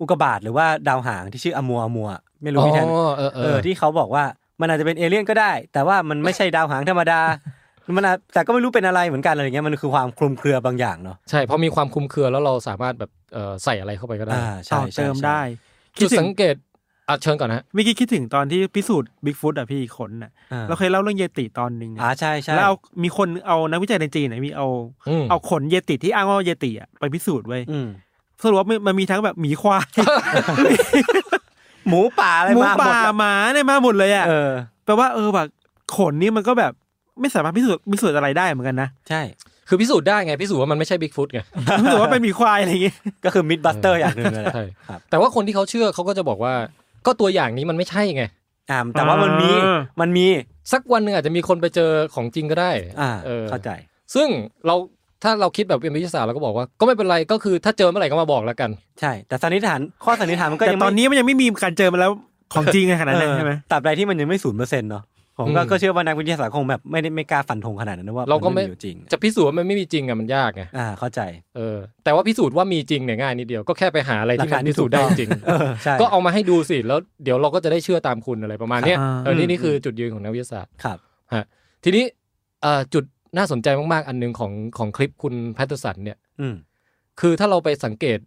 อุกกาบาตหรือว่าดาวหางที่ชื่ออมัวอมัว ไม่รู้
อ๋อ
พี่แทน
เออเอ
เออ
อ
ที่เขาบอกว่ามันอาจจะเป็นเอเลี่ยนก็ได้ แต่ว่ามันไม่ใช่ดาวหางธรรม ดา มันอาจแต่ก็ไม่รู้เป็นอะไรเหมือนกันอะไรอย่างเงี้ยมันคือความคลุมเครือบางอย่างเนาะ
ใช่พอมีความคลุมเครือแล้วเราสามารถแบบเอ่อใส่อะไรเข้าไปก็ได้
อ่าใช่
ต่อ
ใช่
เติม
ใช่
ได้ คิ
จุ
ด
ด
ถึ
สั
ง
งเกตอ่ะเชิญก่อนนะฮะ
เมื่อกี้คิดถึงตอนที่พิสูจน์บิ๊กฟุตอ่ะพี่ขนน่ะ
อ่า
เราเคยเล่าเรื่องเยติตอนหนึ่งอะ
อ่าใช่ใช่
แล้วเอามีคนเอานักวิจัยในจีนนะมีเอา
อืม
เอาขนเยติที่อ้างว่าเยติอ่ะไปพิสูจน์ไว้ย
อืม
สรุปว่ามันมันมีทั้งแบบหมีควาย
หมูป่าอะไร
หมู
มาหม
ป่า
ดอะ
หมาเนี่ยมาหมดเลยอ่ะ
เออ
แปลว่าเออแบบขนนี่มันก็แบบไม่สามารถพิสูจน์พิสูจน์อะไรได้เหมือนกันนะ
ใช่
คือพิสูจน์ได้ไงพิสูจน์ว่ามันไม่ใช่บิ๊กฟุตไง
พิสูจน์ว่าเป็นหมีควายอะไรอย่างเงี้ย
ก็คือมิดบัสเตอร์อย่างหนึ่งเลยแหละ
ใช่
ครับ
แต่ว่าคนที่เขาเชื่อเขาก็จะบอกว่า ก็ตัวอย่างนี้มันไม่ใช่ไง
อ่าแต่ว่ามันมีมันมี
สักวันหนึ่งอาจจะมีคนไปเจอของจริงก็ได้
อ่า
เออ
เข้าใจ
ซึ่งเราถ้าเราคิดแบบเป็นวิทยาศาสตร์เราก็บอกว่าก็ไม่เป็นไรก็คือถ้าเจอเมื่อไหร่ก็มาบอกแล้วกัน
ใช่ แต่สันนิษฐานข้อสันนิษฐานมันก็
แต่
ยัง
ต
ไม่
อนนี้มันยังไม่มีการเจอมาแล้วของจริงในขนาดนั้น
เออ
ใช่ไหม
ตราบใดที่มันยังไม่ศูนย์เปอร์เซ็นต์เนาะผมก็
อืม
ก็เชื่อว่านักวิทยาศาสตร์คงแบบไม่ได้ไม่กล้าฟันธงขนาดนั้นนะว่า
เราก็
น
ไม่
อยู่จริง
จะพิสูจน์ว่ามันไม่มีจริงอะมันยากไง
อ่าเข้าใจ
เออแต่ว่าพิสูจน์ว่ามีจริงเนี่ยง่ายนิดเดียวก็แค่ไปหาอะไรที่มันพิสูจน์ได้จริง
เออใช่
ก็เอามาให้ดูสิแล้วเดี๋ยวเราก็จะได้เชื่อตามคุณอะไรประมาณเนี้ยเออนี่นี่คือจุดยืนของนักวิทยาศาสตร์
ครับ
ทีนี้เอ่อจุดน่าสนใจมาก ๆ อันหนึ่งของของคลิปคุณแพทเทอร์สันเนี่ย
อืม
คือถ้าเราไปสังเกต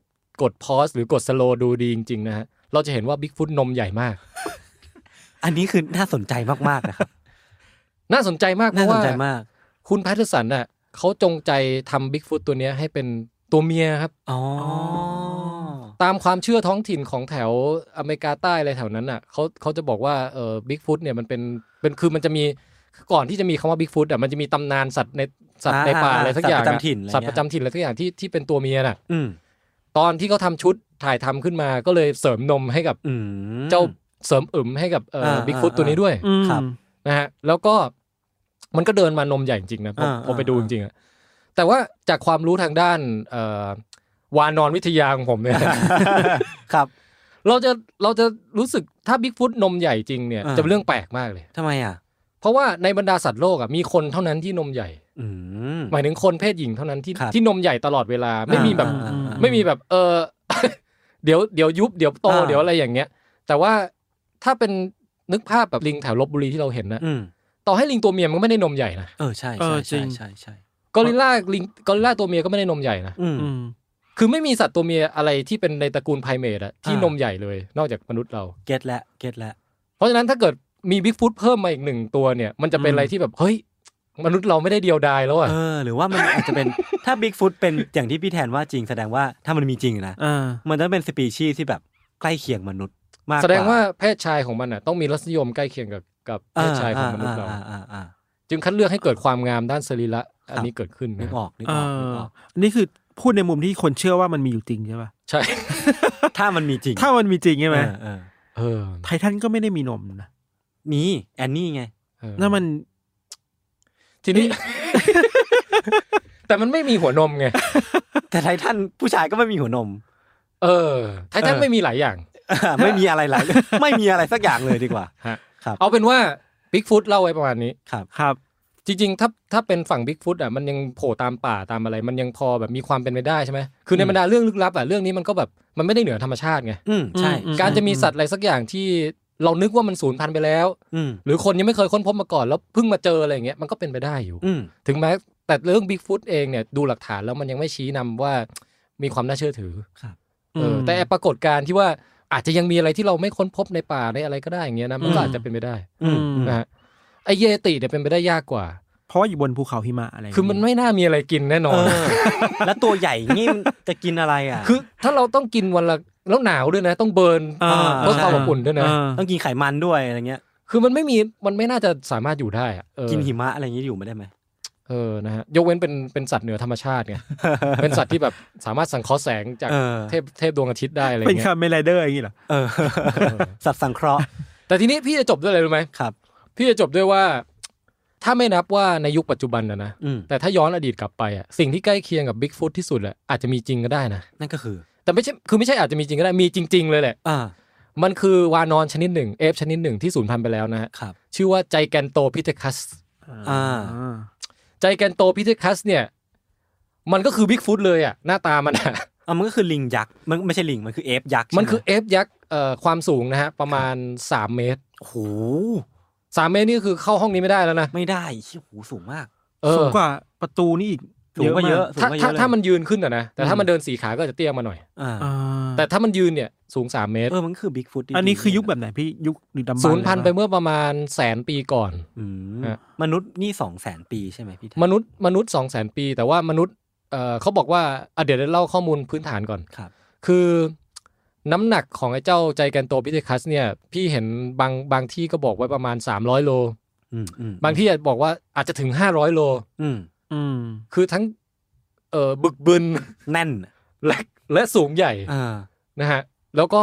กดพอสหรือกดสโลดูดีจริง ๆ นะฮะ เราจะเห็นว่าบิ๊กฟุตนมใหญ่มาก
อันนี้คือน่าสนใจมากๆนะครับ
น่าสนใจมาก เพ
น่าสน
ราะว่า
ใจมาก
คุณแพทเทอร์สันน่ะเขาจงใจทำบิ๊กฟุตตัวเนี้ยให้เป็นตัวเมียครับ
อ๋อ
ตามความเชื่อท้องถิ่นของแถวอเมริกาใต้อะไรแถวนั้นน่ะเขาเขาจะบอกว่าเออบิ๊กฟุตเนี่ยมันเป็นเป็นคือมันจะมีก่อนที่จะมีคำว่าบิ๊กฟุตอ่ะมันจะมีตำนานสัตว์ในสัตว์ในป่าอะไรสักอย่าง
สัตว์ประจำถิ่นอไเงี้ย
สัตว์ประจำถิ่นอะไรสักอย่างที่ที่เป็นตัวเมียน่ะ
อืม
ตอนที่เขาทำชุดถ่ายทำขึ้นมาก็เลยเสริมนมให้กับ
อืม
เจ้าเสริมอึมให้กับเอ่ออาบิ๊กฟุต
อ่า
ตัวนี้ด้วย
อืม
ครับ
นะฮะแล้วก็มันก็เดินมานมใหญ่จริงๆนะพอ
อ่า
พอไปดูจ
อ่า
ริงๆอะแต่ว่าจากความรู้ทางด้านเอ่อวานอนวิทยาของผม เนี่ย
ครับ
เราจะเราจะรู้สึกถ้าบิ๊กฟุตนมใหญ่จริงเนี่ย
อ่า
จะเป็นเรื่องแปลกมากเลย
ทำไมอ่ะ
เพราะว่าในบรรดาสัตว์โลกอ่ะมีคนเท่านั้นที่นมใหญ่
อืม
หมายถึงคนเพศหญิงเท่านั้นที่
ครับ
ที่นมใหญ่ตลอดเวลาไม่มีแบบ
อ่าอ่าอ่า
ไม่มีแบบเอ อ เดี๋ยวเดี๋ยวยุบเดี๋ยวโต
อ่า
เดี๋ยวอะไรอย่างเงี้ย แต่ว่าถ้าเป็นนึกภาพแบบลิงแถวลบบุรีที่เราเห็นนะ
อืม
ต่อให้ลิงตัวเมียมันก็ไม่ได้นมใหญ่นะ
เออใช่
เอ
ใช่
อจริ
ใช่
ง
ใช่ใช่
กอริลลาลิงกอริลลาตัวเมียก็ไม่ได้นมใหญ่นะ
อืม
อืม
คือไม่มีสัตว์ตัวเมียอะไรที่เป็นในตระกูลไพรเมตอะที่
อ่าน น
มใหญ่เลยนอกจากมนุษย์เรา
เก็ตแล้วเก็ตแล้ว
เพราะฉะนั้นถ้าเกิดมีบิ๊กฟุตเพิ่มมาอีกหนึ่งตัวเนี่ย มันจะเป็นอะไรที่แบบเฮ้ยมนุษย์เราไม่ได้เดียวดายแล้วอะ
เออหรือว่ามันอาจจะเป็น ถ้าบิ๊กฟุตเป็นอย่างที่พี่แทนว่าจริงแสดงว่าถ้ามันมีจริงนะ
อ่า
มันจะเป็นสปีชีส์ที่แบบใกล้เคียงมนุษย์มากก
แสดงว่าเพศชายของมันอ่ะต้องมีรสนิยมใกล้เคียงกับกับเพศชายของมนุษย์เรา
อ่อ่อ่อ่า
จึงคัดเลือกให้เกิดความงามด้านสรีระอันนี้
ครับ
เกิดขึ้น
นึ
นะ
กออกนึก
เอ
ออกนึก
อ
ออก
อันนี่คือพูดในมุมที่คนเชื่อว่ามันมีอยู่จริงใช่ป่ะ
ใช่
ถ้ามันมีจริง
ถ้ามันมีจริงใช่ไหม
เออเออ
เออ
ไททันก็ไม่ได้มีนมนะ
มีแอนนี่ไง
เออ
นั่นมัน
ทีนี้ แต่มันไม่มีหัวนมไง
แต่ไททันผู้ชายก็ไม่มีหัวนม
เออไททัน
เออ
ไม่มีหลายอย่าง
ไม่มีอะไรหลาย ไม่มีอะไรสักอย่างเลยดีกว่า
ฮะ
ครับ
เอาเป็นว่าบิ๊กฟุตเล่าไว้ประมาณนี้
ครับ
ครับ
จริงๆ ถ้าถ้าเป็นฝั่งบิ๊กฟุตอ่ะมันยังโผล่ตามป่าตามอะไร มันยังพอแบบมีความเป็นไปได้ใช่ไหมคือในบรรดาเรื่องลึกลับอ่ะเรื่องนี้มันก็แบบมันไม่ได้เหนือธรรมชาติไง
อืมใช่
อืม
การจะมีสัตว์อะไรสักอย่างที่เรานึกว่ามันสูญพันธุ์ไปแล้ว
อืม
หรือคนยังไม่เคยค้นพบมาก่อนแล้วเพิ่งมาเจออะไรอย่างเงี้ยมันก็เป็นไปได้อยู่
อืม
ถึงแม้แต่เรื่อง Bigfoot เองเนี่ยดูหลักฐานแล้วมันยังไม่ชี้นำว่ามีความน่าเชื่อถืออเออแต่ไอ้ปรากฏการณ์ที่ว่าอาจจะยังมีอะไรที่เราไม่ค้นพบในป่าในอะไรก็ได้อย่างเงี้ยนะมันก็อาจจะเป็นไปได้
อืม
นะฮะไอเยติเนี่ยเป็นไปได้ยากกว่า
เพราะว่าอยู่บนภูเขาหิมะอะไรย่าง
คือมันไม่น่ามีอะไรกินแน่นอ
เอน อ แล้วตัวใหญ่นี่มันจะกินอะไรอ่ะ
คือถ้าเราต้องกินวันละแล้วหนาวด้วยนะ ต้องเบิร์น
อ่า
เพื่อความอบอุ่นด้วยนะ
อ่า
ต้องกินไขมันด้วยอะไรเงี้ย
คือมันไม่มีมันไม่น่าจะสามารถอยู่ได้อะเออ
กินหิมะอะไรอย่างนี้อยู่ไม่ได้ไหม
เออ นะฮะ ยกเว้นเป็น เป็นสัตว์เหนือธรรมชาติไง เป็นสัตว์ที่แบบสามารถสังเคราะห์แสงจาก
เออ
เทพ เทพดวงอาทิตย์ได้อะไร
เป็น
เงี้
คาย เมลไรเดอร์อย่างงี้เหรอ
เออ สัตว์สังเคราะห์
แต่ทีนี้พี่จะจบด้วยอะไรรู้ไหม
ครับ
พี่จะจบด้วยว่า ถ้าไม่นับว่าในยุคปัจจุบันนะนะ
อืม
แต่ถ้าย้อนอดีตกลับไปอ่ะ สิ่งที่ใกล้เคียงกับบิ๊กฟุตที่สุดแหละอาจจะมีจริงก็ได้นะ
นั่นก็คือ
แต่ไม่ใช่ คือไม่ใช่อาจจะมีจริงก็ได้ มีจริง ๆ เลยแหละ
อ่า
มันคือวานอนชนิดหนึ่ง เอฟชนิดหนึ่งที่สูญพันธุ์ไปแล้วนะฮะ
ครับ
ชื่อว่าไจแกนโตพิเทคัส
อ่า
ไจแกนโตพิเทคัสเนี่ย มันก็คือบิ๊กฟุตเลยอ่ะ หน้าตามันอ่ะ
อ่ะมันก็คือลิงยักษ์มันไม่ใช่ลิงมันคือเอฟยักษ์ใช่ไห
มันคือเอฟยักษ์เอ่อความสูงนะฮะ ประมาณ 3 เมตร
โอ้โห
3 เมตรนี่คือเข้าห้องนี้ไม่ได้แล้วนะ
ไม่ได้เหี้ยโอ้โหสูงมาก
เออ
สูงกว่าประตูนี่อีก
สูงกว่าเยอะ
ม
สูง
ถ้าก
ว่าเย
ถ้า
อะเลย
ถ้ามันยืนขึ้นอะนะ แต่ถ้ามันเดินสีขาก็จะเตี้ยมาหน่อย
อ่า
อ่า
แต่ถ้ามันยืนเนี่ยสูง 3 เมตร
เออมันก็คือบิ๊กฟุต
อันนี้คือยุคแบบไหนพี่ยุคดึกดำบรรพ์
ศูนย์พัน
เลยะ
ไปเมื่อประมาณแสนปีก่อน
อืม
ฮะ
มนุษย์นี่สองแสนปีใช่ไหมพี่แทน
มนุษย์มนุษย์สองแสนปี แต่ว่ามนุษย์เอ่อเขาบอกว่าอ่ะเดี๋ยวเล่าข้อมูลพื้นฐานก่อน
ครับ
คือน้ำหนักของไอ้เจ้าใจแกนโตพิเทคัสเนี่ยพี่เห็นบางบางที่ก็บอกไว้ประมาณ 300 โล
อืมอืม
บางที่อาจบอกว่าอาจจะถึง 500 โล
อืม
อืม
คือทั้งเอ่อบึกบึน
แน่น
และและสูงใหญ่
อ่า
นะฮะแล้วก็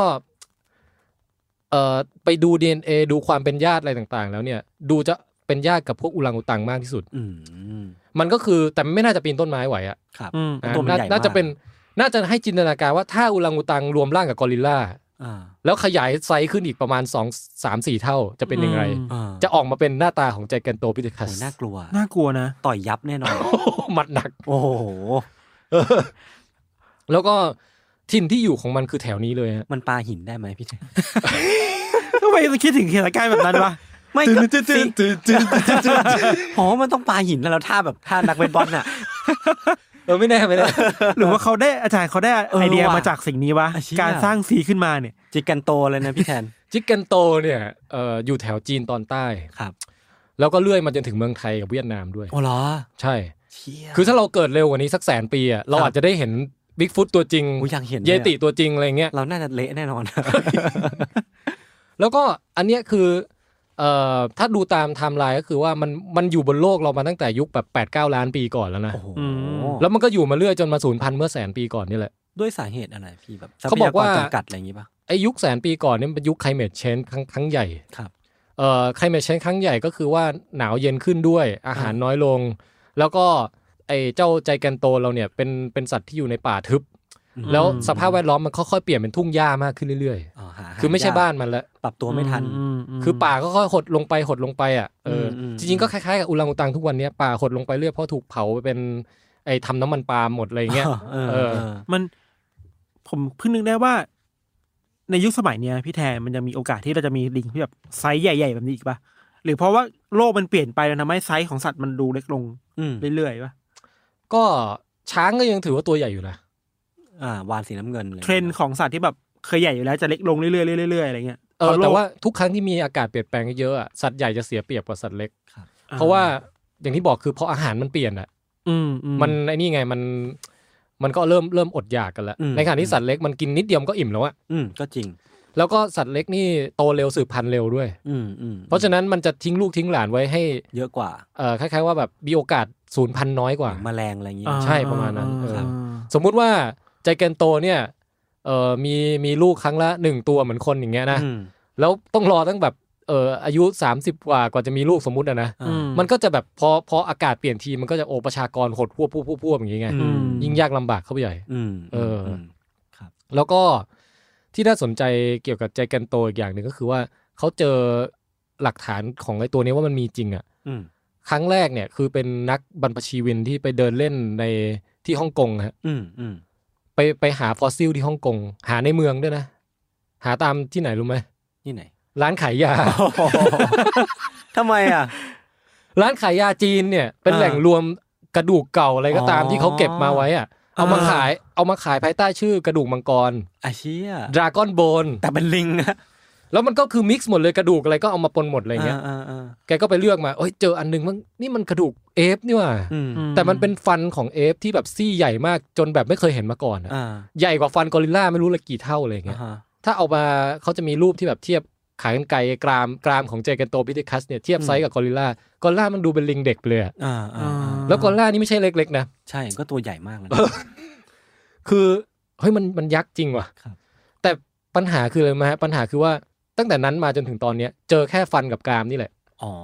เอ่อไปดู DNA ดูความเป็นญาติอะไรต่างๆ แล้วเนี่ย ดูจะเป็นญาติกับพวกอุลังอุตังมากที่สุด
อืม
มันก็คือแต่ไม่น่าจะปีนต้นไม้ไหวอะ
ครับ
อืม
นะ
ตัวมัน
น่า
ใหญ่มาก
น่าจะเป็นน่าจะให้จินตนาการว่าถ้าอุลังอุตังรวมร่างกับกอริลลา
อ่า
แล้วขยายไซส์ขึ้นอีกประมาณ 2 3 4 เท่าจะเป็นยังไง
อืม
อ่า
จะออกมาเป็นหน้าตาของแจแกนโตพิเทคั
โอ้
ส
ยน่ากลัว
น่ากลัวนะ
ต่อยยับแน่นอน
มัดหนัก
โอ้โห
แล้วก็ถิ่นที่อยู่ของมันคือแถวนี้เลยฮะ
มันปาหินได้ไหมพี่แทน
ทำไมจะคิดถึงเหตุการณ์แบบนั้น วะ
ไม่ก็สิ โอ้มันต้องปาหินแล้วท่าแบบท่านักเวทบอลน่ะ
เออไม่แน่ไม่แน่
หรือว่าเขาได้อาจารย์เขาได้
เออ
ไอเดีย
ว่ะ
มาจากสิ่งนี้วะ
ไอ้เชี่ย
การสร้างสีขึ้นมาเนี่ย
จิกกันโตเลยนะพี่แทน
จิกเกนโตเนี่ยเอ่ออยู่แถวจีนตอนใต้
ครับ
แล้วก็เลื่อยมาจนถึงเมืองไทยกับเวียดนามด้วย
โอ้เหรอ
ใช่
เชี่ย
คือถ้าเราเกิดเร็วกว่านี้สักแสนปีอะเรา
ครับ
อาจจะได้เห็นบิ๊กฟุตตัวจริง
โอยอยากเห็นล
เย
อะ
ติตัวจริงอะไรเงี้ย
เราน่าจะเละแน่น อน
แล้วก็อันเนี้ยคือเอ่อถ้าดูตามไทม์ไลน์ก็คือว่ามันมันอยู่บนโลกเรามาตั้งแต่ยุคแบบ8ปดเล้านปีก่อนแล้วนะ
โอ้โห
อืม
แล้วมันก็อยู่มาเรื่อยจนมาสูญพันธุ์เมื่อแสนปีก่อนนี่แหละ
ด้วยสาเหตุอะไรพี่แบบ
เขาบอกว่า
ทรัพยรจำกัดอะไรอย่างงี้ป่ะ
ไอ้ยุคแสนปีก่อนเนี่ยมันเป็นยุคไคลเม c เชนครั้งครั้งใหญ่
ครับ
เอ่อไคลเม c เชนครั้งใหญ่ก็คือว่าหนาวเย็นขึ้นด้วย อาหารน้อยลง แล้วก็ไอ้เจ้าใจแกันโตเราเนี่ยเป็นเป็นสัตว์ที่อยู่ในป่าทึบ แล้วสภาพแวดล้อมมันค่อยๆเปลี่ยนเป็นทุ่งหญ้ามากขึ้นเรื่อย
อ๋อหา
ๆ คือไม่ใช่
หยก
บ้านมันละ
ปรับตัวไม่ทัน
อืมม
คือป่าก็ค่อยๆหดลงไปหดลงไปอ่ะเอออ
ม
จริงๆก็คล้ายๆกับอุลังอุตังทุกวันเนี้ยป่าหดลงไปเรื่อยเพราะถูกเผาไปเป็นไอ้ทำน้ำมันปาล์มหมดอะไรอย่างเงี้ย
เออ
เอ
เอ
อ
อ
มันผมเพิ่งนึกได้ว่า ในยุคสมัยเนี้ยพี่แทนมันจะมีโอกาสที่เราจะมีลิงที่แบบไซส์ใหญ่ๆแบบนี้อีกปะหรือเพราะว่าโลกมันเปลี่ยนไปแล้วทำให้ไซส์ของสัตว์มันดูเล็กลง
อืม
เรื่อยๆปะ
ก็ช้างก็ยังถือว่าตัวใหญ่อยู่นะ
อ อ่าวานสีน้ำเงินอะไร
เทรนด์ของสัตว์ที่แบบเคยใหญ่อยู่แล้วจะเล็กลงเรื่อยๆเรื่อยๆอะไรเงี้ย
เออ
พะโลก
แต่ว่าทุกครั้งที่มีอากาศเปลี่ยนแปลงเยอะๆอะสัตว์ใหญ่จะเสียเปรียบกว่าสัตว์เล็ก เพราะว่าอย่างที่บอกคือพออาหารมันเปลี่ยนอ่ะ
อืมอื
มันไอ้นี่ไงมันมันก็เริ่มเริ่มอดอยากกันแล้วในขณะที่สัตว์เล็กมันกินนิดเดียวมันก็อิ่มแล้วอะ
อืมก็จริง
แล้วก็สัตว์เล็กนี่โตเร็วสืบพันธุ์เร็วด้วย
อืมอืม
เพราะฉะนั้นมันจะทิ้งลูกทิ้งหลานไว้ให้
เยอะกว่า
เอ่อคล้ายๆว่าแบบมีโอกาสสูญพันธุ์น้อยกว่า
แมลงอะไรอย่างงี้
อ่
ใช่ประมาณนั้นเออ
ครับ
สมมุติว่าใจแกนโตเนี่ยเอ่อมีมีลูกครั้งละหนึ่งตัวเหมือนคนอย่างเงี้ยนะ
อืม
แล้วต้องรอตั้งแบบเอ่ออายุ 30 กว่ากว่าจะมีลูกสมมุติอะนะ
อ่า
มันก็จะแบบพอพออากาศเปลี่ยนทีมันก็จะโอประชากรหดพวบพวบพวบพวบอย่างงี้ไง
อืม
ยิ่งยากลำบากเข้าไปใหญ่
อืม
เอออื
ม
แล้วก็ที่น่าสนใจเกี่ยวกับใจแกนโตอีกอย่างหนึ่งก็คือว่าเขาเจอหลักฐานของไอ้ตัวนี้ว่ามันมีจริงอ่ะ
อืม
ครั้งแรกเนี่ยคือเป็นนักบรรพชีวินที่ไปเดินเล่นในที่ฮ่องกงฮะ
อืมอืม
ไปไปหาฟอสซิลที่ฮ่องกง หาในเมืองด้วยนะ หาตามที่ไหนรู้ไหม
นี่ไหน
ร้านขายยา
ทำไมอ่ะ
ร้านขายยาจีนเนี่ยเป็น
อ่า
แหล่งรวมกระดูกเก่าอะไรก็ตาม
อ๋อ
ที่เขาเก็บมาไว้อะเอามา
อ่า
ขายเอามาขายภายใต้ชื่อกระดูกมังกร
ไอาเชีย
ดราก้อนโบน
แต่เป็นลิงนะ
แล้วมันก็คือมิกซ์หมดเลยกระดูกอะไรก็เอามาปนหมดอะไรเงี้ย
าา
แกก็ไปเลือกมาเอ้ยเจออันหนึงมันนี่มันกระดูกเอฟนี่หว่า
อืม
อื
แต่มันเป็นฟันของเอฟที่แบบซี่ใหญ่มากจนแบบไม่เคยเห็นมาก่อนอะ
อ่า
ใหญ่กว่าฟันกอริลลาไม่รู้ละกี่เท่าอะไรอย่างเงี้
อ่าย ฮะ
ถ้าเอามาเขาจะมีรูปที่แบบเทียบขากรรไกรกรามกรามของเจแกันโตพิทิคัสเนี่ยเทียบ
อืม
ไซส์กับกอริลลากอริลลามันดูเป็นลิงเด็กไปเลยอะ
อ่าอ่าอ่า
แล้วกอริลลานี่ไม่ใช่เล็กๆนะ
ใช่ก็ตัวใหญ่มากเลย
คือเฮ้ยมันมันยักษ์จริงว่ะ
ครับ
แต่ปัญหาคืออะไรรู้ไหมฮะปัญหาคือว่าตั้งแต่นั้นมาจนถึงตอนเนี้ยเจอแค่ฟันกับกรามนี่แหละ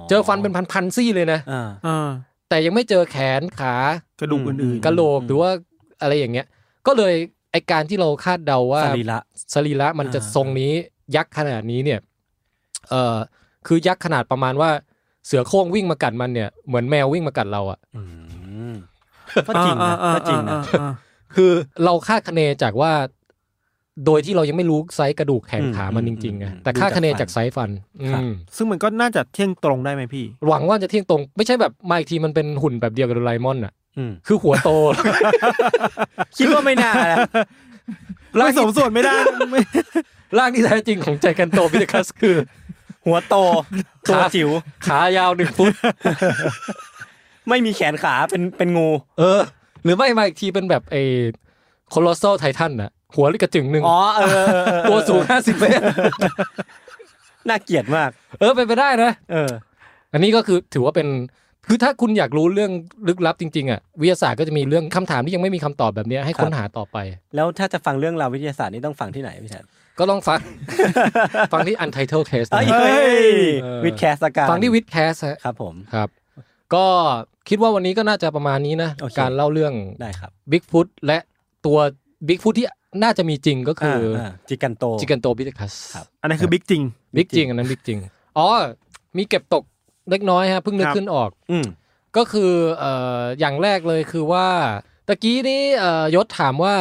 เจอฟันเป็นพันๆซี่เลยนะ
อ่า
อ่า
แต่ยังไม่เจอแขนขาก
ระดูกอื่น
กะโหลกหรือว่าอะไรอย่างเงี้ย ก็เลยไอการที่เราคาดเดาว่า
สรีระ
สรีระมันจะ
อ่า
ทรงนี้ยักษ์ขนาดนี้เนี่ย เอ่อคือยักษ์ขนาดประมาณว่าเสือโคร่งวิ่งมากัดมันเนี่ยเหมือนแมววิ่งมากัดเราอะ
อืม
ๆ
ก็จริงนะ
อ่าๆ
ก็จริงนะ
อ่า
คือเราคาดคะเนจากว่า โดยที่เรายังไม่รู้ไซส์กระดูกแขนขามันจริงๆไงแต่คาดคะเนจากไซส์ฟัน อืม
ๆซึ่งมันก็น่าจะเที่ยงตรงได้ไหมพี่
หวังว่าจะเที่ยงตรง ไม่ใช่แบบมาอีกทีมันเป็นหุ่นแบบเดียวกับโดราเอมอนอะ
อืม
คือหัว โต
คิดว่าไม่น่านะ
ไม่สมส่วนไม่ได้ไม่
ร่างที่แท้จริงของใจกันโตพิทัคัสคือ
หัวโต
ขา
ตัวจิ๋ว
ขายาวหนึ่งฟุต
ไม่มีแขนขาเป็นเป็นงู
เออ หรือไม่มาอีกทีเป็นแบบไอ้โคโลโซไททันน่ะ หัวลิกระจึงหนึ่ง
อ๋อเออเออเออ
ตัวสูงห้าสิบเมตร
น่าเกลียดมาก
เออเป็นไปได้นะ
เออ
อันนี้ก็คือถือว่าเป็น คือถ้าคุณอยากรู้เรื่องลึกลับจริง ๆ อ่ะ วิทยาศาสตร์ก็จะมีเรื่องคำถามที่ยังไม่มีคำตอบแบบเนี้ยให้ค้นหาต่อไป
แล้วถ้าจะฟังเรื่องราววิทยาศาสตร์นี่ต้องฟังที่ไหนพี่แทน
ก็ลองฟัง ฟังที่ Untitled Case
เอ้ย
นะ
เอ้ย
เออ
วิดแคสละกัน
ฟังที่วิดแคส
ครับผม
ครับ ก็คิดว่าวันนี้ก็น่าจะประมาณนี้นะ
โอเค
การเล่าเรื่อง
ได้ครับ
Bigfoot และตัว Bigfoot ที่น่าจะมีจริงก็คืออา
จิกันโต
จิกันโตพิทัคัส
ครับ
อันนั้นคือบิ๊กจริง
บิ๊กจริงอันนั้นบิ๊กจริง อ๋อ มีเก็บตกเล็กน้อยฮะเพิ่งนึก
ครับ
ขึ้นออก
อืม
ก็คือเอ่ออย่างแรกเลยคือว่าตะกี้นี้เอ่อยศถามว่า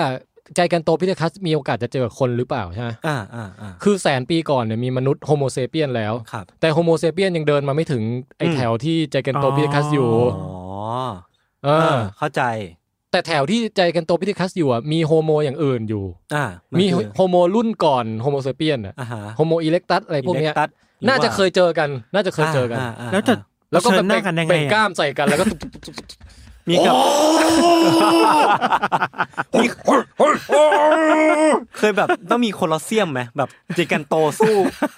ใจกันโตพิทัคัสมีโอกาสจะเจอคนหรือเปล่าใช่ไหม
อ่าอ่าอ่า
คือแสนปีก่อนเนี่ยมีมนุษย์โฮโมเซเปียนแล้ว
ครับ
แต่โฮโมเซเปียนยังเดินมาไม่ถึงไอ้
อืม
แถวที่ใจกันโตพิทัคัสอยู่
อ๋
อ๋อ
เอ
เอ
อ
อ เข้าใจ
แต่แถวที่ใจกันโตพิทัคัสอยู่อะมีโฮโมอย่างอื่นอยู่
อ่า มี
มีโฮโมรุ่นก่อนโฮโมเซเปียนอะ
อ่าฮะ
โฮโมอิเล็กตัสอะไรพวกเนี้ย
อิตัสหรือว่
น่าจะเคยเจอกันน่าจะเคยเจอกัน
าา
แล้วจะ
อ่า
แล้วก็
เชิ
เป็
ญ
น
หน้ากันได้ไงอะ
เบ่งกล้ามใส่กันแล้วก็ตุ๊บตุ๊บตุ๊บตุ๊บ
มีกับ มีเคยแบบต้องมีโคลอสเซียมไหมแบบจิกันโตสู้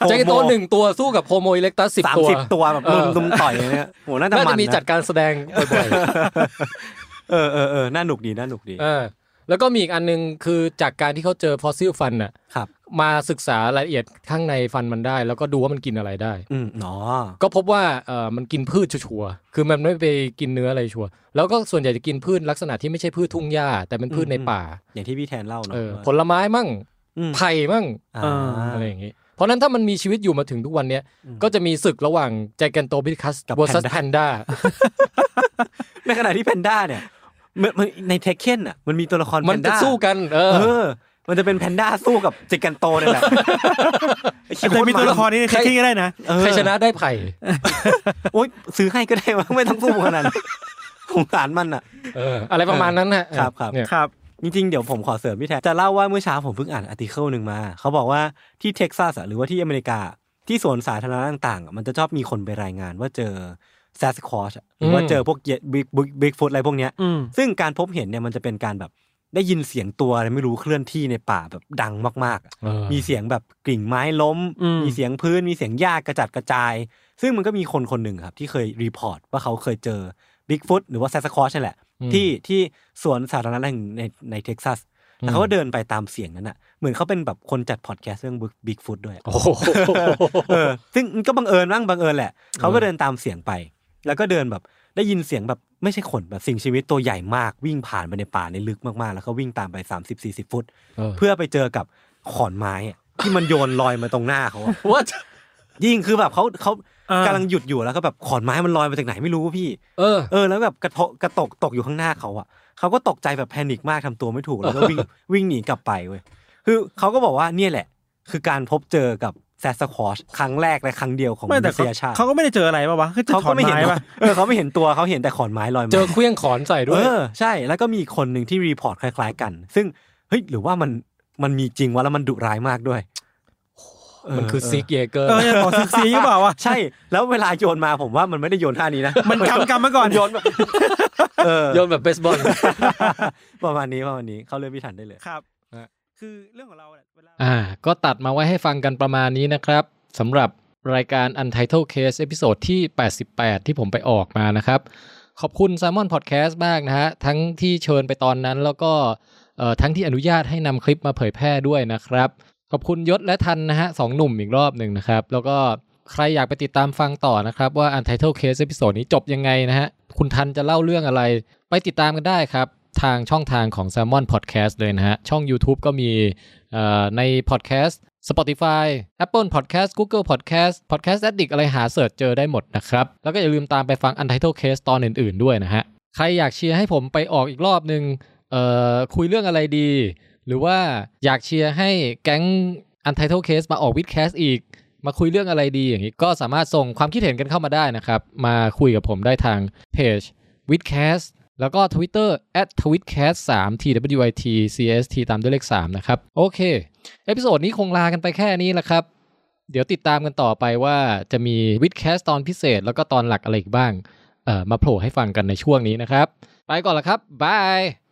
ใจกันโตหนึ่งตัวสู้กับโฮโมอิเล็กตัสสิบ
สาม
ตัว
สิบตัวแบบ
เออ
ลุมๆต่อยอย่างเนี่ยโหน่าจะ
น่า
มั
จะ
น
มี
นะ
จัดการแสดงบ่อย
เออเออเออน่าหนุกดีน่าหนุกดี
ๆเออแล้วก็มีอีกอันหนึงคือจากการที่เขาเจอฟอสซิลฟันน่ะ
ครับ
มาศึกษารายละเอียดข้างในฟันมันได้ แล้วก็ดูว่ามันกินอะไรได้
อืมอ๋อ
ก็พบว่าเออมันกินพืชชัวร์ๆคือมันไม่ไปกินเนื้ออะไรชัวร์แล้วก็ส่วนใหญ่จะกินพืชลักษณะที่ไม่ใช่พืชทุ่งหญ้าแต่เป็นพืชในป่า
อย่างที่พี่แทนเล่าเนาะ
เออ
ว่า
ผลไม้มั่ง
อืม
ไผ่มั่ง
อ่า
อะไรอย่างนี้ เพราะฉะนั้นถ้ามันมีชีวิตอยู่มาถึงทุกวันเนี้ย
อืม
ก็จะมีศึกระหว่างแจแกนโตบิคัส
กับ
เวอร์ซัส
Panda
แพนด้า
ในขณะที่แพนด้าเนี่ยมันมันในเทคเคนอ่ะ มันมีตัวละครแพ
มัน
น
จะ
ด้า
สู้กันเอ
เอ
อ
อ มันจะเป็นแพนด้าสู้กับจิกันโตเนี่ยแหละ ไอ้
อาจจะมีตัวละครนี้ในเทคนิคก็ได้นะ
เออ
ใครชนะได้ไผ่
โอ๊ยซื้อให้ก็ ได้วะไม่ต้องสู้ขนาดนั้นสงสารมันอ่ะ
เอออะไรประมาณนั้นนะครับ
ครับ
เนี่ย
ครับ
จริงๆ เดี๋ยวผมขอเสริมพี่แทนจะเล่าว่าเมื่อเช้าผมเพิ่งอ่านอาร์ติเคิลหนึ่งมา เขาบอกว่าที่เท็กซัสอะหรือว่าที่อเมริกา ที่สวนสาธารณะต่างๆอะมันจะชอบมีคนไปรายงานว่าเจอแซสคอชหรือว่าเจอพวกเยบิ๊กบิ๊กฟุตอะไรพวกเนี้ย
อืม
ซึ่งการพบเห็นเนี่ยมันจะเป็นการแบบได้ยินเสียงตัวอะไรไม่รู้เคลื่อนที่ในป่าแบบดังมากๆอะ
เออ
มีเสียงแบบกลิ่งไม้ล้ม
อืม
มีเสียงพื้น มีเสียงหญ้ากระจัดกระจาย ซึ่งมันก็มีคนคนหนึ่งครับที่เคยรีพอร์ตว่าเขาเคยเจอบิ๊กฟุตหรือว่าแซสคอชนี่แหละ
อืม
ที่ที่สวนสาธารณะแห่งในในเท็กซัสแล้วเขาก็เดินไปตามเสียงนั้นอ่ะ เหมือนเขาเป็นแบบคนจัดพอดแคสต์เรื่องบิ๊กฟุตด้วยอะ
โอ้โห
เออซึ่งมันก็บังเอิญบ้างบังเอิญแหละ เขาก็เดินตามเสียงไป แล้วก็เดินแบบได้ยินเสียงแบบไม่ใช่คนแบบสิ่งชีวิตตัวใหญ่มากวิ่งผ่านไปในป่าในลึกมากๆ แล้วก็วิ่งตามไป 30 40 ฟุต
เออ
เพื่อไปเจอกับขอนไม้อะที่มันโยนลอยมาตรงหน้าเขาอะ
ว่า
ยิ่งคือแบบเขาเขา
อ่าก
กำลังหยุดอยู่แล้วก็แบบขอนไม้มันลอยมาจากไหนไม่รู้พี่
เออ
เออแล้วแบบกระทะกระตกตกอยู่ข้างหน้าเขาอะเขาก็ตกใจแบบแพนิคมากทำตัวไม่ถูกแล้วก็วิ่ง วิ่งหนีกลับไปเว้ยคือเขาก็บอกว่าเนี่ยแหละ คือการพบเจอกับแซสคอชครั้งแรกและครั้งเดียวของม
ไม่แต่
นุษ
เขา
ยชาติ
เขาก็ไม่ได้เจออะไรป่าวะคือจะ
เขา
ถอ
ก็
น
ไม่เห็น
ไม้
ตัว
ป่ะ
เออเขาไม่เห็นตัวเขาเห็นแต่ขอนไม้ลอยมา
เจอเครื่องขอนใส่ด้วย
เออใช่แล้วก็มีอีกคนหนึ่งที่รีพอร์ตคล้าย ๆ กัน ซึ่งเฮ้ยหรือว่ามันมันมีจริงวะแล้วมันดุร้ายมากด้วยเ
มันคือซิกเยเกอร์
เออขอซึกซีหรือเปล่าวะ
ใช่ แล้วเวลาโยนมาผมว่ามันไม่ได้โยนท่านี้นะ
มันกำกำมาก่อน
โยนแบบเออ
โยนแบบเบสบอล
ประมาณนี้ประมาณนี้เข้าเรื่องพี่ถันได้เลย
ครับ
ฮะ
คือเรื่องของเราแหละเวลา
อ่า ก็ตัดมาไว้ให้ฟังกันประมาณนี้นะครับสำหรับรายการ Untitled Case เอพิโซดที่ 88 ที่ผมไปออกมานะครับ ขอบคุณ s ซ l m o n Podcast มากนะฮะ ทั้งที่เชิญไปตอนนั้นแล้วก็เอ่อทั้งที่อนุญาตให้นำคลิปมาเผยแพร่ด้วยนะครับ ขอบคุณยศและทันนะฮะสองหนุ่มอีกรอบหนึ่งนะครับ แล้วก็ใครอยากไปติดตามฟังต่อนะครับ ว่า Untitled Case เอพิโซดนี้จบยังไงนะฮะ คุณทันจะเล่าเรื่องอะไร ไปติดตามกันได้ครับ ทางช่องทางของ s ซ l m o n Podcast เลยนะฮะ ช่อง YouTube ก็มี เอ่อในพอดแคสต์ Spotify Apple Podcast Google Podcast Podcast Addict อะไรหาเสิร์ชเจอได้หมดนะครับ แล้วก็อย่าลืมตามไปฟัง Untitled Case ตอนอื่นๆด้วยนะฮะ ใครอยากเชียร์ให้ผมไปออกอีกรอบนึงเอ่อคุยเรื่องอะไรดี หรือว่าอยากเชียร์ให้แก๊ง Untitled Case มาออกวิดแคสอีก มาคุยเรื่องอะไรดีอย่างนี้ก็สามารถส่งความคิดเห็นกันเข้ามาได้นะครับ มาคุยกับผมได้ทางเพจ w i t c a s t แล้วก็ Twitter at twitcast 3 twit cst ตามด้วยเลข 3 นะครับ โอเค เอพิโซดนี้คงลากันไปแค่นี้แหละครับ เดี๋ยวติดตามกันต่อไปว่าจะมีวิดแคสตอนพิเศษ แล้วก็ตอนหลักอะไรอีกบ้าง เอ่อ มาโผล่ให้ฟังกันในช่วงนี้นะครับ ไปก่อนละครับ บาย